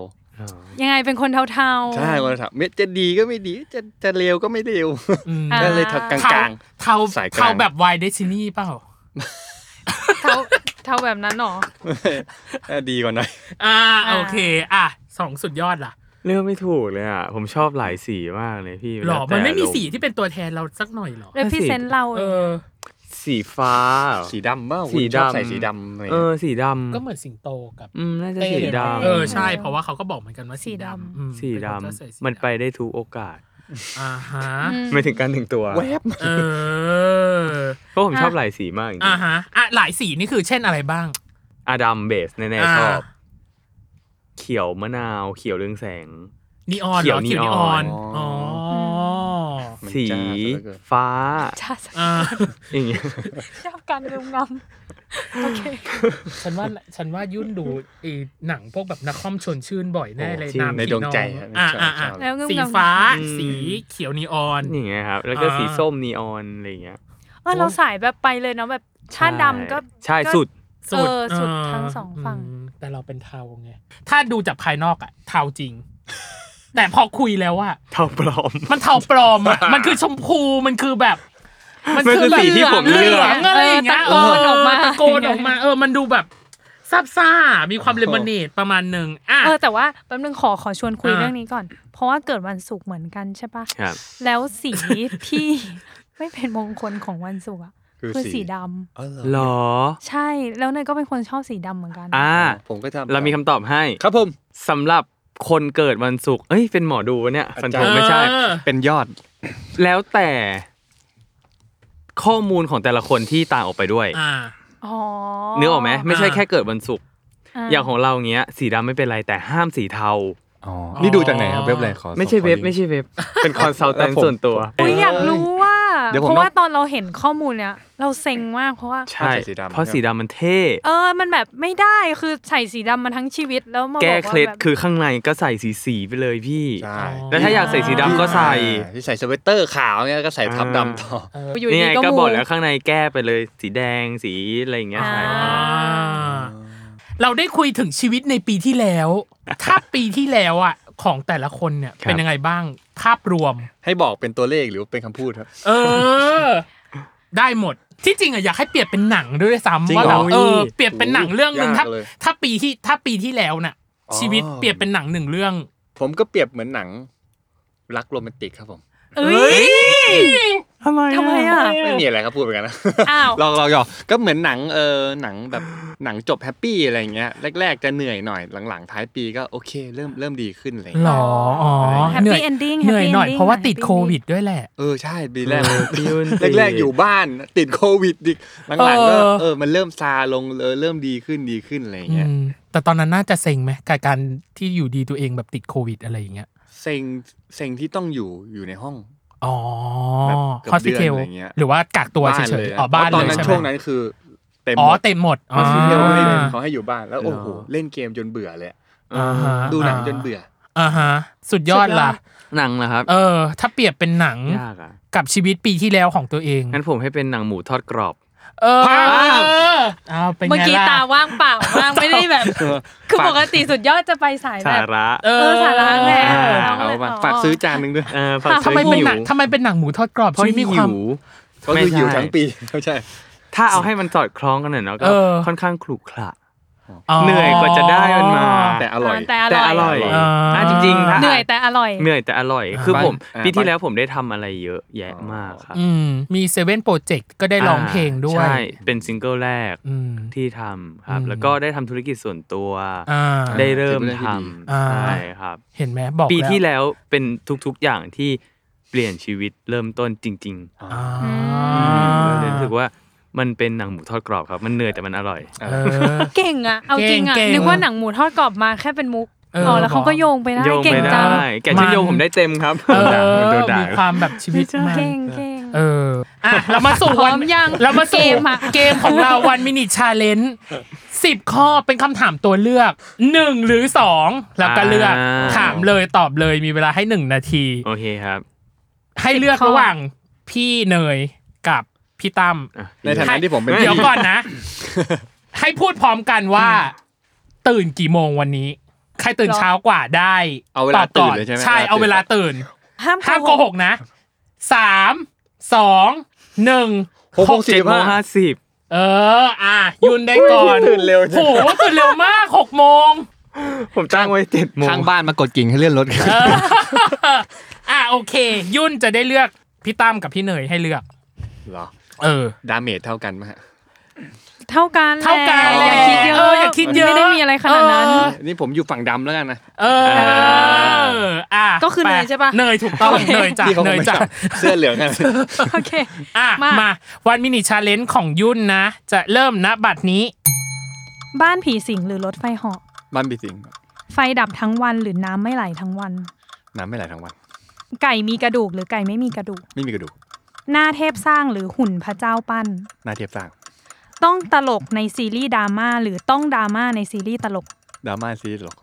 [SPEAKER 2] ยังไงเป็นคนเทาๆ
[SPEAKER 6] ใช่คนถามเม็ดจะดีก็ไม่ดี จะจะเร็วก็ไม่เร็ว
[SPEAKER 3] อืม
[SPEAKER 6] ก็เลยเทาก
[SPEAKER 3] เทา
[SPEAKER 6] ลาง
[SPEAKER 3] เทา
[SPEAKER 6] สายกลาง
[SPEAKER 3] เทาแบบวายเดซินี่เปล่า
[SPEAKER 2] เทาเทาแบบนั้นหรอ
[SPEAKER 6] ๆ เออดีกว่าหน่อย
[SPEAKER 3] อ่า
[SPEAKER 2] อ่า
[SPEAKER 3] โอเค อ่ะสองสุดยอดล่ะ
[SPEAKER 4] เลือกไม่ถูกเลยอ่ะผมชอบหลายสีมากเลยพี่
[SPEAKER 3] หรอ
[SPEAKER 4] แล้วแต่
[SPEAKER 3] มันไม่มี
[SPEAKER 4] อารณ์
[SPEAKER 3] สีที่เป็นตัวแทนเราสักหน่อยหรอ
[SPEAKER 2] represent เรา
[SPEAKER 3] เอ
[SPEAKER 2] เอง
[SPEAKER 3] อ
[SPEAKER 4] สีฟ้า
[SPEAKER 6] สีดำเปล่าคุณ
[SPEAKER 4] สี
[SPEAKER 6] ชอบ
[SPEAKER 4] ดำ
[SPEAKER 6] ใส่สีดำอะไร
[SPEAKER 4] เอ
[SPEAKER 6] เงี้ย
[SPEAKER 4] อสีดำ
[SPEAKER 3] ก็เหมือนสิงโตกับ
[SPEAKER 4] อืมน่าจะ
[SPEAKER 3] เต้
[SPEAKER 4] สีดำ
[SPEAKER 3] เออใช่ เพราะว่าเขาก็บอกเหมือนกันว่าสีดำอืม
[SPEAKER 4] สี
[SPEAKER 3] เป็นคนชอบ
[SPEAKER 4] ดำ
[SPEAKER 3] ใส่สี
[SPEAKER 4] มันไปได้ทุกโอกาส
[SPEAKER 3] อ่าฮะ
[SPEAKER 4] ไม่ถึงการถึงตัว
[SPEAKER 6] แวบ
[SPEAKER 3] เออ
[SPEAKER 4] เพราะผมชอบหลายสีมากจริง
[SPEAKER 3] อ่าฮะอ่ะหลายสีนี่คือเช่นอะไรบ้าง
[SPEAKER 4] อาดัมเบสแน่
[SPEAKER 3] อ่า
[SPEAKER 4] ๆชอบ เขียวมะนาว เขียวเรืองแสง
[SPEAKER 3] นีออน
[SPEAKER 4] เขี
[SPEAKER 3] เหร
[SPEAKER 4] ยว
[SPEAKER 3] อเขียวนีออน
[SPEAKER 4] นีออน
[SPEAKER 3] อ๋อ
[SPEAKER 6] มัน
[SPEAKER 4] สี
[SPEAKER 6] จ้าซะเหลือเกิน
[SPEAKER 4] ฟ้า
[SPEAKER 2] ชา
[SPEAKER 3] อ่า
[SPEAKER 4] อย่างเงี้ย
[SPEAKER 2] ชอบการรุมงำโอเค
[SPEAKER 3] ฉันว่าฉันว่ายุ่นดูไอ้หนังพวกแบบนักคอมชวนชื่นบ่อยแน่เลย
[SPEAKER 6] จริง
[SPEAKER 3] นาม
[SPEAKER 6] ใน
[SPEAKER 3] ผี
[SPEAKER 6] ดวงใจ
[SPEAKER 3] น้
[SPEAKER 6] อะ
[SPEAKER 3] ออ่าอ่าอ่า
[SPEAKER 6] ชอบๆ
[SPEAKER 2] แล้วก็
[SPEAKER 3] สีฟ้า สีเขียวนีออน
[SPEAKER 4] อย่างเงี้ยครับ แล้วก็สี
[SPEAKER 3] อ่า
[SPEAKER 4] ส้มนีออนอะไรอย่างเงี้ย
[SPEAKER 2] เออเราสายแบบไปเลยเนาะแบบชาติดำก็
[SPEAKER 4] ใช่
[SPEAKER 2] ก็
[SPEAKER 4] สุด
[SPEAKER 2] เออสุดทั้งสองฝั่ง
[SPEAKER 3] มแต่เราเป็นเทาไง ถ้าดูจากภายนอกอะเทาจริง แต่พอคุยแล้วอะ
[SPEAKER 4] เท่าปลอม
[SPEAKER 3] มันเทาปลอมอะ มันคือชมพูมันคือแบบ มัน
[SPEAKER 4] มันคือสีที่ผมเลือก
[SPEAKER 3] หงอะไรอย่างเงี้ย
[SPEAKER 2] เออตะโกนออกมา
[SPEAKER 3] เตะโกนออกมา เออมันดูแบบซาบซ่ามีความเลมอนเนดประมาณหนึ่งอ่ะ
[SPEAKER 2] เออแต่ว่าแป๊บนึงขอขอชวนคุย
[SPEAKER 3] อ่า
[SPEAKER 2] เรื่องนี้ก่อน เพราะว่าเกิดวันศุกร์เหมือนกันใช่ปะ
[SPEAKER 4] ครับ
[SPEAKER 2] แล้วสีที่ ไม่เป็นมงคลของวันศุกร์อะ
[SPEAKER 6] คือ
[SPEAKER 2] คือ
[SPEAKER 6] สี
[SPEAKER 2] สีดำ
[SPEAKER 6] อ๋อเหรอ
[SPEAKER 4] หรอ
[SPEAKER 2] ใช่แล้วเนยก็เป็นคนชอบสีดำเหมือนกัน
[SPEAKER 4] อ่า
[SPEAKER 6] ผมก็ทำ
[SPEAKER 4] เรามีคำตอบให้
[SPEAKER 6] ครับผม
[SPEAKER 4] สำหรับคนเกิดวันศุกร์ เอ้ย เป็นหมอดูวะเนี่ย ฟันธงไม่ใช่
[SPEAKER 3] เออ
[SPEAKER 6] เป็นยอด
[SPEAKER 4] แล้วแต่ข้อมูลของแต่ละคนที่ต่างออกไปด้วย
[SPEAKER 3] อ่า
[SPEAKER 2] อ๋อ
[SPEAKER 4] เนื้อออกไหมไม่ใช่แค่เกิดวันศุกร์
[SPEAKER 2] อ่า
[SPEAKER 4] อย่างของเราเงี้ย สีดำไม่เป็นไรแต่ห้ามสีเทา
[SPEAKER 6] อ๋อ
[SPEAKER 3] อ๋อ
[SPEAKER 6] นี่ดูจากไหนครับเว็บอะไรขอ
[SPEAKER 4] ไม่ใช่
[SPEAKER 6] ขอ
[SPEAKER 4] เว็บ
[SPEAKER 6] ลิงก์
[SPEAKER 4] ไม่ใช่เว็บ เป็นคอนซัลแทน
[SPEAKER 6] เออผม
[SPEAKER 4] ส่วนตัว
[SPEAKER 2] อุ้ยอยากรู้ว่า
[SPEAKER 6] เดี๋ยวผม
[SPEAKER 2] เพราะว่า
[SPEAKER 6] ต้อ
[SPEAKER 2] ตอ
[SPEAKER 6] ง
[SPEAKER 2] นเราเห็นข้อมูลเนี่ย เราเซ็งมากเพราะว่า
[SPEAKER 4] ใช่
[SPEAKER 6] ใส่สีดำ
[SPEAKER 4] เพราะสีดำมันเท่
[SPEAKER 2] เออมันแบบไม่ได้คือใส่สีดำมาทั้งชีวิตแล้วมาบ
[SPEAKER 4] แก้
[SPEAKER 2] อก
[SPEAKER 4] เค
[SPEAKER 2] ว่า
[SPEAKER 4] ล็ด
[SPEAKER 2] แบบ
[SPEAKER 4] คือข้างในก็ใส่สีสีๆไปเลยพี่
[SPEAKER 6] ใช่
[SPEAKER 4] แล้วถ้าอยากใส่สีดำก็ใส่
[SPEAKER 6] อ่าที่ใส่สเวตเตอร์ขาวเนี่ยแล้วก็ใส่ทับดำต่อ
[SPEAKER 2] อยู่ดี
[SPEAKER 4] นี่ไง
[SPEAKER 2] ก็
[SPEAKER 4] ก็
[SPEAKER 2] มู
[SPEAKER 4] บอกแล้วข้างในแก้ไปเลยสีแดงสีอะไรอย่างเงี้ย
[SPEAKER 2] อ่า
[SPEAKER 4] ใช่
[SPEAKER 3] เราได้คุยถึงชีวิตในปีที่แล้ว ถ้าปีที่แล้วอ่ะ ของแต่ละคนเนี่ย
[SPEAKER 4] ครับ
[SPEAKER 3] เป็นยังไงบ้างภาพรวม
[SPEAKER 6] ให้บอกเป็นตัวเลขหรือเป็นคำพูดครับ
[SPEAKER 3] เออ ได้หมดที่จริงอะอยากให้เปรียบเป็นหนังด้วย
[SPEAKER 6] จริ
[SPEAKER 3] ซ้ำ
[SPEAKER 6] ง
[SPEAKER 3] ว่าแบบ
[SPEAKER 6] เหรอ
[SPEAKER 3] เออเปรียบเป็นหนังเรื่องหนึ่ง
[SPEAKER 6] ยาก
[SPEAKER 3] ถ้า
[SPEAKER 6] เลย
[SPEAKER 3] ถ้าปีที่ถ้าปีที่แล้วน่ะ
[SPEAKER 6] อ๋อ
[SPEAKER 3] ชีวิตเปรียบเป็นหนังหนึ่งเรื่อง
[SPEAKER 6] ผมก็เปรียบเหมือนหนังรักโรแมนติกครับผม
[SPEAKER 3] เอ้ย
[SPEAKER 4] ทำไม
[SPEAKER 5] ทำไมอ่ะ
[SPEAKER 6] ไม่มีอะไรครับพูดไปกันนะ
[SPEAKER 5] อ้าว
[SPEAKER 6] ลองลองลองก็เหมือนหนังเออหนังแบบหนังจบแฮปปี้อะไรอย่างเงี้ยแรก ๆ จะเหนื่อยหน่อยหลังๆ ท้ายปีก็โอเค เริ่มเริ่มดีขึ้นอะไรอย่าง
[SPEAKER 3] หร
[SPEAKER 6] เงี้ย
[SPEAKER 3] ออ๋อ
[SPEAKER 2] Happy
[SPEAKER 3] เหนื่อย
[SPEAKER 2] ending
[SPEAKER 3] เหนื่อย
[SPEAKER 2] happy
[SPEAKER 3] หน่อย
[SPEAKER 2] ending
[SPEAKER 3] เพราะว่า
[SPEAKER 2] หน่อย
[SPEAKER 3] ติด
[SPEAKER 2] happy
[SPEAKER 3] โควิดด้วยแหละ
[SPEAKER 6] เออใช่ปีแรกเลย
[SPEAKER 4] พี่น
[SPEAKER 6] แรกๆอยู่บ้านติดโควิดดิหลังๆก็
[SPEAKER 3] เออ
[SPEAKER 6] เออมันเริ่มซาลงเออเริ่มดีขึ้นดีขึ้นอะไรอย่างเงี้ย
[SPEAKER 3] อืมแต่ตอนนั้นน่าจะเซ็งไหมกับการที่อยู่ดีตัวเองแบบติดโควิดอะไรอย่างเงี้ย
[SPEAKER 6] เซ็งเซ็งที่ต้องอยู่อยู่ในห้อง
[SPEAKER 3] อ๋อ
[SPEAKER 6] แบบเกื
[SPEAKER 3] ฮอ
[SPEAKER 6] อ
[SPEAKER 3] ส
[SPEAKER 6] บ
[SPEAKER 3] พิ
[SPEAKER 6] เดือ
[SPEAKER 3] ท
[SPEAKER 6] น
[SPEAKER 3] ล
[SPEAKER 6] อะไรอย่างเงี้ย
[SPEAKER 3] หรือว่ากักตัวเฉย
[SPEAKER 6] ะ
[SPEAKER 3] ๆอ๋อบ้าน
[SPEAKER 6] พระตอ
[SPEAKER 3] เล
[SPEAKER 6] น
[SPEAKER 3] ย
[SPEAKER 6] นั้น
[SPEAKER 3] ใช่
[SPEAKER 6] ช่วง
[SPEAKER 3] ไหม
[SPEAKER 6] นั้นคือเต็ม
[SPEAKER 3] อ๋อ
[SPEAKER 6] หมด
[SPEAKER 3] เต็มหมด
[SPEAKER 6] คอนซีเทลไม่ได้เล่น
[SPEAKER 3] อ่า
[SPEAKER 6] เขาให้อยู่บ้านแล้วโอ้โห
[SPEAKER 4] เหรอ
[SPEAKER 6] เล่นเกมจนเบื่อเลยอะ
[SPEAKER 3] อ่าฮะ
[SPEAKER 6] ดูหนัง
[SPEAKER 3] อ่า
[SPEAKER 6] จนเบื่อ
[SPEAKER 3] อ่าฮะสุดยอดล่ะ
[SPEAKER 4] หนังนะครับ
[SPEAKER 3] เออ ถ้าเปรียบเป็นหนัง
[SPEAKER 4] ยากอ่ะ
[SPEAKER 3] กับชีวิตปีที่แล้วของตัวเอง
[SPEAKER 4] งั้นผมให้เป็นหนังหมูทอดกรอบ
[SPEAKER 3] เออ
[SPEAKER 4] ภาพ
[SPEAKER 3] เอาเป็นไง
[SPEAKER 5] เมื่อกี้
[SPEAKER 3] ล่ะ
[SPEAKER 5] ตาว่างเปล่ามากไม่ได้แบบ คือปกติสุดยอดจะไปสายแบ
[SPEAKER 4] สา
[SPEAKER 5] บ
[SPEAKER 4] ระ
[SPEAKER 3] เอ
[SPEAKER 5] เออสาระไง
[SPEAKER 4] เออ
[SPEAKER 5] น้ง
[SPEAKER 6] เอา
[SPEAKER 5] ลย
[SPEAKER 6] มา
[SPEAKER 5] อ๋อ
[SPEAKER 6] ฝากซื้อจานหนึ่งด้วย
[SPEAKER 4] เออฝั่ง
[SPEAKER 5] ค่ะ
[SPEAKER 3] ทำไมเป็น
[SPEAKER 4] หิว
[SPEAKER 3] หนังทำไมเป็นหนังหมูทอดกรอบ
[SPEAKER 4] เพราะ
[SPEAKER 3] ชีวิต
[SPEAKER 4] หิ
[SPEAKER 3] มีความ
[SPEAKER 4] ว
[SPEAKER 6] ก็คือหิว
[SPEAKER 4] ไม่ใช่
[SPEAKER 6] ทั้งปีไม่ใช่
[SPEAKER 4] ถ้าเอาให้มันสอดคล้องกันหน่อยเนาะก็
[SPEAKER 3] เออ
[SPEAKER 4] ค่อนข้างขลุขระ เหนื่อยกว่าจะได้มันมา
[SPEAKER 6] แต่อร่อย
[SPEAKER 5] แต่
[SPEAKER 4] แต่อ
[SPEAKER 5] อร่
[SPEAKER 4] ร่อ
[SPEAKER 5] อย ย
[SPEAKER 3] อ่า
[SPEAKER 4] อ่ะจริงๆถ้า
[SPEAKER 5] เหนื่อยแต่อร่อย
[SPEAKER 4] เหนื่อยแต่อร่อย คือผม
[SPEAKER 6] บ้าน
[SPEAKER 4] ปีที่
[SPEAKER 6] บ้าน
[SPEAKER 4] แล้วผมได้ทำอะไรเยอะแยะมากครับ
[SPEAKER 3] อืมมีเซเว่นโปรเจกต์ก็ได้ร้องเพลงด้วย
[SPEAKER 4] ใช่เป็นซิงเกิลแรก
[SPEAKER 3] อืม
[SPEAKER 4] ที่ทำครับ
[SPEAKER 3] อืม
[SPEAKER 4] แล้วก็ได้ทำธุรกิจส่วนตัว
[SPEAKER 3] อ่า
[SPEAKER 4] ได้เริ่ม
[SPEAKER 6] เป็นเรื่องที่
[SPEAKER 4] ท
[SPEAKER 6] ดี
[SPEAKER 3] อ่า
[SPEAKER 4] ำใช่ครับ
[SPEAKER 3] เห็นไหมบอก
[SPEAKER 4] ปีที่แล้วเป็นทุกๆอย่างที่เปลี่ยนชีวิตเริ่มต้นจริง
[SPEAKER 3] อ่า
[SPEAKER 4] ๆเลยรู้สึกว่ามันเป็นหนังหมูทอดกรอบครับ มันเหนื่อยแต่มันอร่อย
[SPEAKER 3] เออ
[SPEAKER 5] เก่งอะเอาจริงอะ
[SPEAKER 3] เก่งๆ
[SPEAKER 5] นึกว่าหนังหมูทอดกรอบมาแค่เป็นมุก
[SPEAKER 3] เออ
[SPEAKER 5] อ๋อแล้วเขาก็โยงไปได้
[SPEAKER 4] โยง
[SPEAKER 5] เก่
[SPEAKER 4] ไม่
[SPEAKER 5] งจั
[SPEAKER 4] ได้
[SPEAKER 5] ง
[SPEAKER 4] แกะ
[SPEAKER 3] มั
[SPEAKER 4] ชื่อ
[SPEAKER 3] น
[SPEAKER 4] โยงผมได้เต็มครับ
[SPEAKER 3] เออ
[SPEAKER 6] โดนด่า
[SPEAKER 3] มีความแบบชีวิตมัน
[SPEAKER 5] เก่งเก่ง
[SPEAKER 3] เอออ่ะเรามาสู่
[SPEAKER 5] พร้
[SPEAKER 3] วั
[SPEAKER 5] อม
[SPEAKER 3] น
[SPEAKER 5] ยัง
[SPEAKER 3] เรามาสู่
[SPEAKER 5] เกมอะ
[SPEAKER 3] เกมของเราวันมินิชาเลนจ์สิบข้อเป็นคำถามตัวเลือกหนึ่งหรือสองแล้วก็เลือก
[SPEAKER 4] อ่า
[SPEAKER 3] ถามเลยตอบเลยมีเวลาให้หนึ่งนาที
[SPEAKER 4] โอเคครับ
[SPEAKER 3] ให้เลือกระหว่างพี่เนยกับพี่ตั้ม
[SPEAKER 4] อ่ะ
[SPEAKER 6] ในฐานะที่ผมเป็น
[SPEAKER 3] เดี๋ยวก่อนนะ ให้พูดพร้อมกันว่า ตื่นกี่โมงวันนี้ ใครตื่นเช้ากว่าได้
[SPEAKER 6] เอาเวลา
[SPEAKER 3] บก่
[SPEAKER 6] ตื่นเลยใช่ไหม
[SPEAKER 3] ใช่เอาเวลาตื่น
[SPEAKER 5] ห้าม
[SPEAKER 3] ห้ามโกหกนะสามสองหนึ่ง
[SPEAKER 6] หกโมง
[SPEAKER 4] เจ็
[SPEAKER 6] สี่
[SPEAKER 4] ดโม
[SPEAKER 6] ห้าง
[SPEAKER 4] ห้าสิบ
[SPEAKER 3] เออ อ่ะยุนได้ก่อน
[SPEAKER 6] ตื่นเร็วจั
[SPEAKER 3] โห
[SPEAKER 6] ง
[SPEAKER 3] ตื่นเร็วมากหกโมง
[SPEAKER 4] ผมจ้างไว้เจ็ดโมง
[SPEAKER 6] ข้างบ้านมากดกิ่งให้เลื่อนรถครับ
[SPEAKER 3] เอออ่ะโอเค ยุนจะได้เลือกพี่ตั้มกับพี่เนยให้เลือก
[SPEAKER 6] เหรอ
[SPEAKER 3] เออ
[SPEAKER 6] ดาเมจเท่ากันไหมฮะ
[SPEAKER 5] เท่ากันแหละ
[SPEAKER 3] เท่ากัน
[SPEAKER 5] อ
[SPEAKER 3] แหละ
[SPEAKER 5] ย่าคิดเยอะ
[SPEAKER 3] เอออย่าคิดเยอะ
[SPEAKER 5] ไม่ได้มีอะไรขนาดนั้น
[SPEAKER 3] เออ
[SPEAKER 6] นี่ผมอยู่ฝั่งดำแล้วกันนะ
[SPEAKER 3] เออ อ่ะ
[SPEAKER 5] ก็คือเนยใช่ปะ
[SPEAKER 3] เนยถูกต้อง เนยจ้ะ
[SPEAKER 6] ที่เขา
[SPEAKER 3] เน
[SPEAKER 6] ไม่
[SPEAKER 3] ยจ้ะ
[SPEAKER 6] จับเสื้อเหลืองกัน
[SPEAKER 5] โอเค
[SPEAKER 3] อ่ะ
[SPEAKER 5] มา
[SPEAKER 3] มาวันมินิชาเลนจ์ของยุ่นนะ จะเริ่มนะบัดนี้
[SPEAKER 2] บ้านผีสิงหรือรถไฟเหาะ
[SPEAKER 6] บ้านปีสิง
[SPEAKER 2] ไฟดับทั้งวันหรือน้ำไม่ไหลทั้งวัน
[SPEAKER 6] น้ำไม่ไหลทั้งวัน
[SPEAKER 2] ไก่มีกระดูกหรือไก่ไม่มีกระดูก
[SPEAKER 6] ไม่มีกระดูก
[SPEAKER 2] หน้าเทพสร้างหรือหุ่นพระเจ้าปั้น
[SPEAKER 6] หน้าเทียบสร้าง
[SPEAKER 2] ต้องตลกในซีรีส์ดราม่าหรือต้องดราม่าในซีรีส์ตลก
[SPEAKER 6] ดราม่าซีรีส์หรอก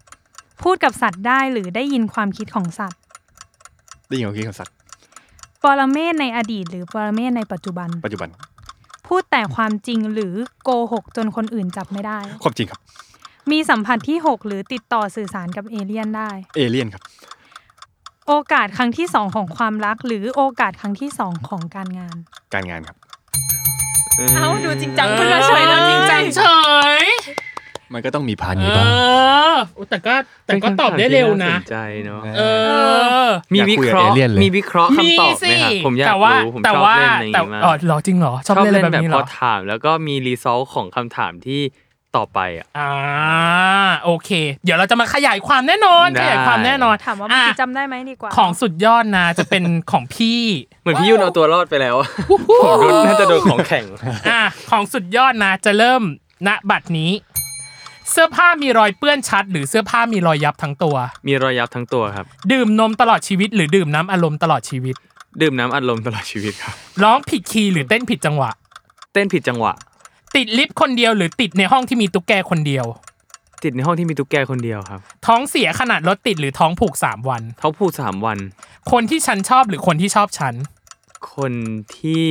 [SPEAKER 2] พูดกับสัตว์ได้หรือได้ยินความคิดของสัตว์
[SPEAKER 6] ได้ยินของคิดของสัตว์
[SPEAKER 2] ปรเมศในอดีต หรือปรเมศในปัจจุบัน
[SPEAKER 6] ปัจจุบัน
[SPEAKER 2] พูดแต่ความจริงหรือโกหกจนคนอื่นจับไม่ได้
[SPEAKER 6] ความจริงครับ
[SPEAKER 2] มีสัมผัสที่ 6 หรือติดต่อสื่อสารกับเอเลี่ยนได้
[SPEAKER 6] เอเลี่ยนครับ
[SPEAKER 2] โอกาสครั้งที่ 2 ของความรัก หรือโอกาสครั้งที่ 2 ของการงาน
[SPEAKER 6] การงานครับ
[SPEAKER 5] เอ้าดูจริงจังขึ้นมาเฉยแล้วจริงจัง
[SPEAKER 3] เฉย
[SPEAKER 6] มันก็ต้องมีพาร์ท
[SPEAKER 3] เอ
[SPEAKER 6] นี้บ้าง
[SPEAKER 3] ออุ๊ยแต่ก็แต่ก็ตอบได้เร็วนะ
[SPEAKER 4] ป็คำถามที่าสใจเนาะ
[SPEAKER 3] เออ
[SPEAKER 4] มีวิเคราะ
[SPEAKER 6] อยากคุยกับเอ
[SPEAKER 4] ห์
[SPEAKER 6] เลี่ยนเลย
[SPEAKER 4] มีวิเคราะห์คำตอบไหม
[SPEAKER 3] สิ
[SPEAKER 4] ครับผมอยาก
[SPEAKER 3] แต่ว่า
[SPEAKER 4] รู้ผม
[SPEAKER 3] แต่
[SPEAKER 4] ชอบ
[SPEAKER 3] ว่า
[SPEAKER 4] เล่นอะไรอย่าง
[SPEAKER 3] แต่
[SPEAKER 4] งี้มาก
[SPEAKER 3] อ๋อเหรอจริงเหรอ ชอบเล่นอะไรแบบนี้เห
[SPEAKER 4] พ
[SPEAKER 3] ร
[SPEAKER 4] อ
[SPEAKER 3] อ
[SPEAKER 4] ถาม แล้วก็มีรีซอลของคำถามที่ต่อไปอ่ะ
[SPEAKER 3] อ่าโอเค เดี๋ยวเราจะมาขยายความแน่นอน
[SPEAKER 4] ได้
[SPEAKER 3] ขยายความแน่นอน
[SPEAKER 2] ถามว่ามัน
[SPEAKER 3] อ่ะ
[SPEAKER 2] จำได้ไหมดีกว่า
[SPEAKER 3] ของสุดยอดนะจะเป็นของพี่
[SPEAKER 4] เหมือนพี่ยุ่นเอาตัวรอดไปแล้วอะผมโดนน่าจะโดนของแข็ง
[SPEAKER 3] อ่ะของสุดยอดนะ จะเริ่มณบัดนี้ เสื้อผ้ามีรอยเปื้อนชัด หรือเสื้อผ้ามีรอยยับทั้งตัว
[SPEAKER 4] มีรอยยับทั้งตัวครับ
[SPEAKER 3] ดื่มนมตลอดชีวิต หรือดื่มน้ำอารมณ์ตลอดชีวิต
[SPEAKER 4] ดื่มน้ำอัดลมตลอดชีวิตครับ
[SPEAKER 3] ร้องผิดคีย์หรือเต้นผิดจังหวะ
[SPEAKER 4] เต้นผิดจังหวะ
[SPEAKER 3] ติดลิฟต์คนเดียวหรือติดในห้องที่มีตุ๊กแกคนเดียว
[SPEAKER 4] ติดในห้องที่มีตุ๊กแกคนเดียวครับ
[SPEAKER 3] ท้องเสียขนาดรถติดหรือท้องผูกสามวัน
[SPEAKER 4] เขาพูดสามวัน
[SPEAKER 3] คนที่ฉันชอบหรือคนที่ชอบฉัน
[SPEAKER 4] คนที่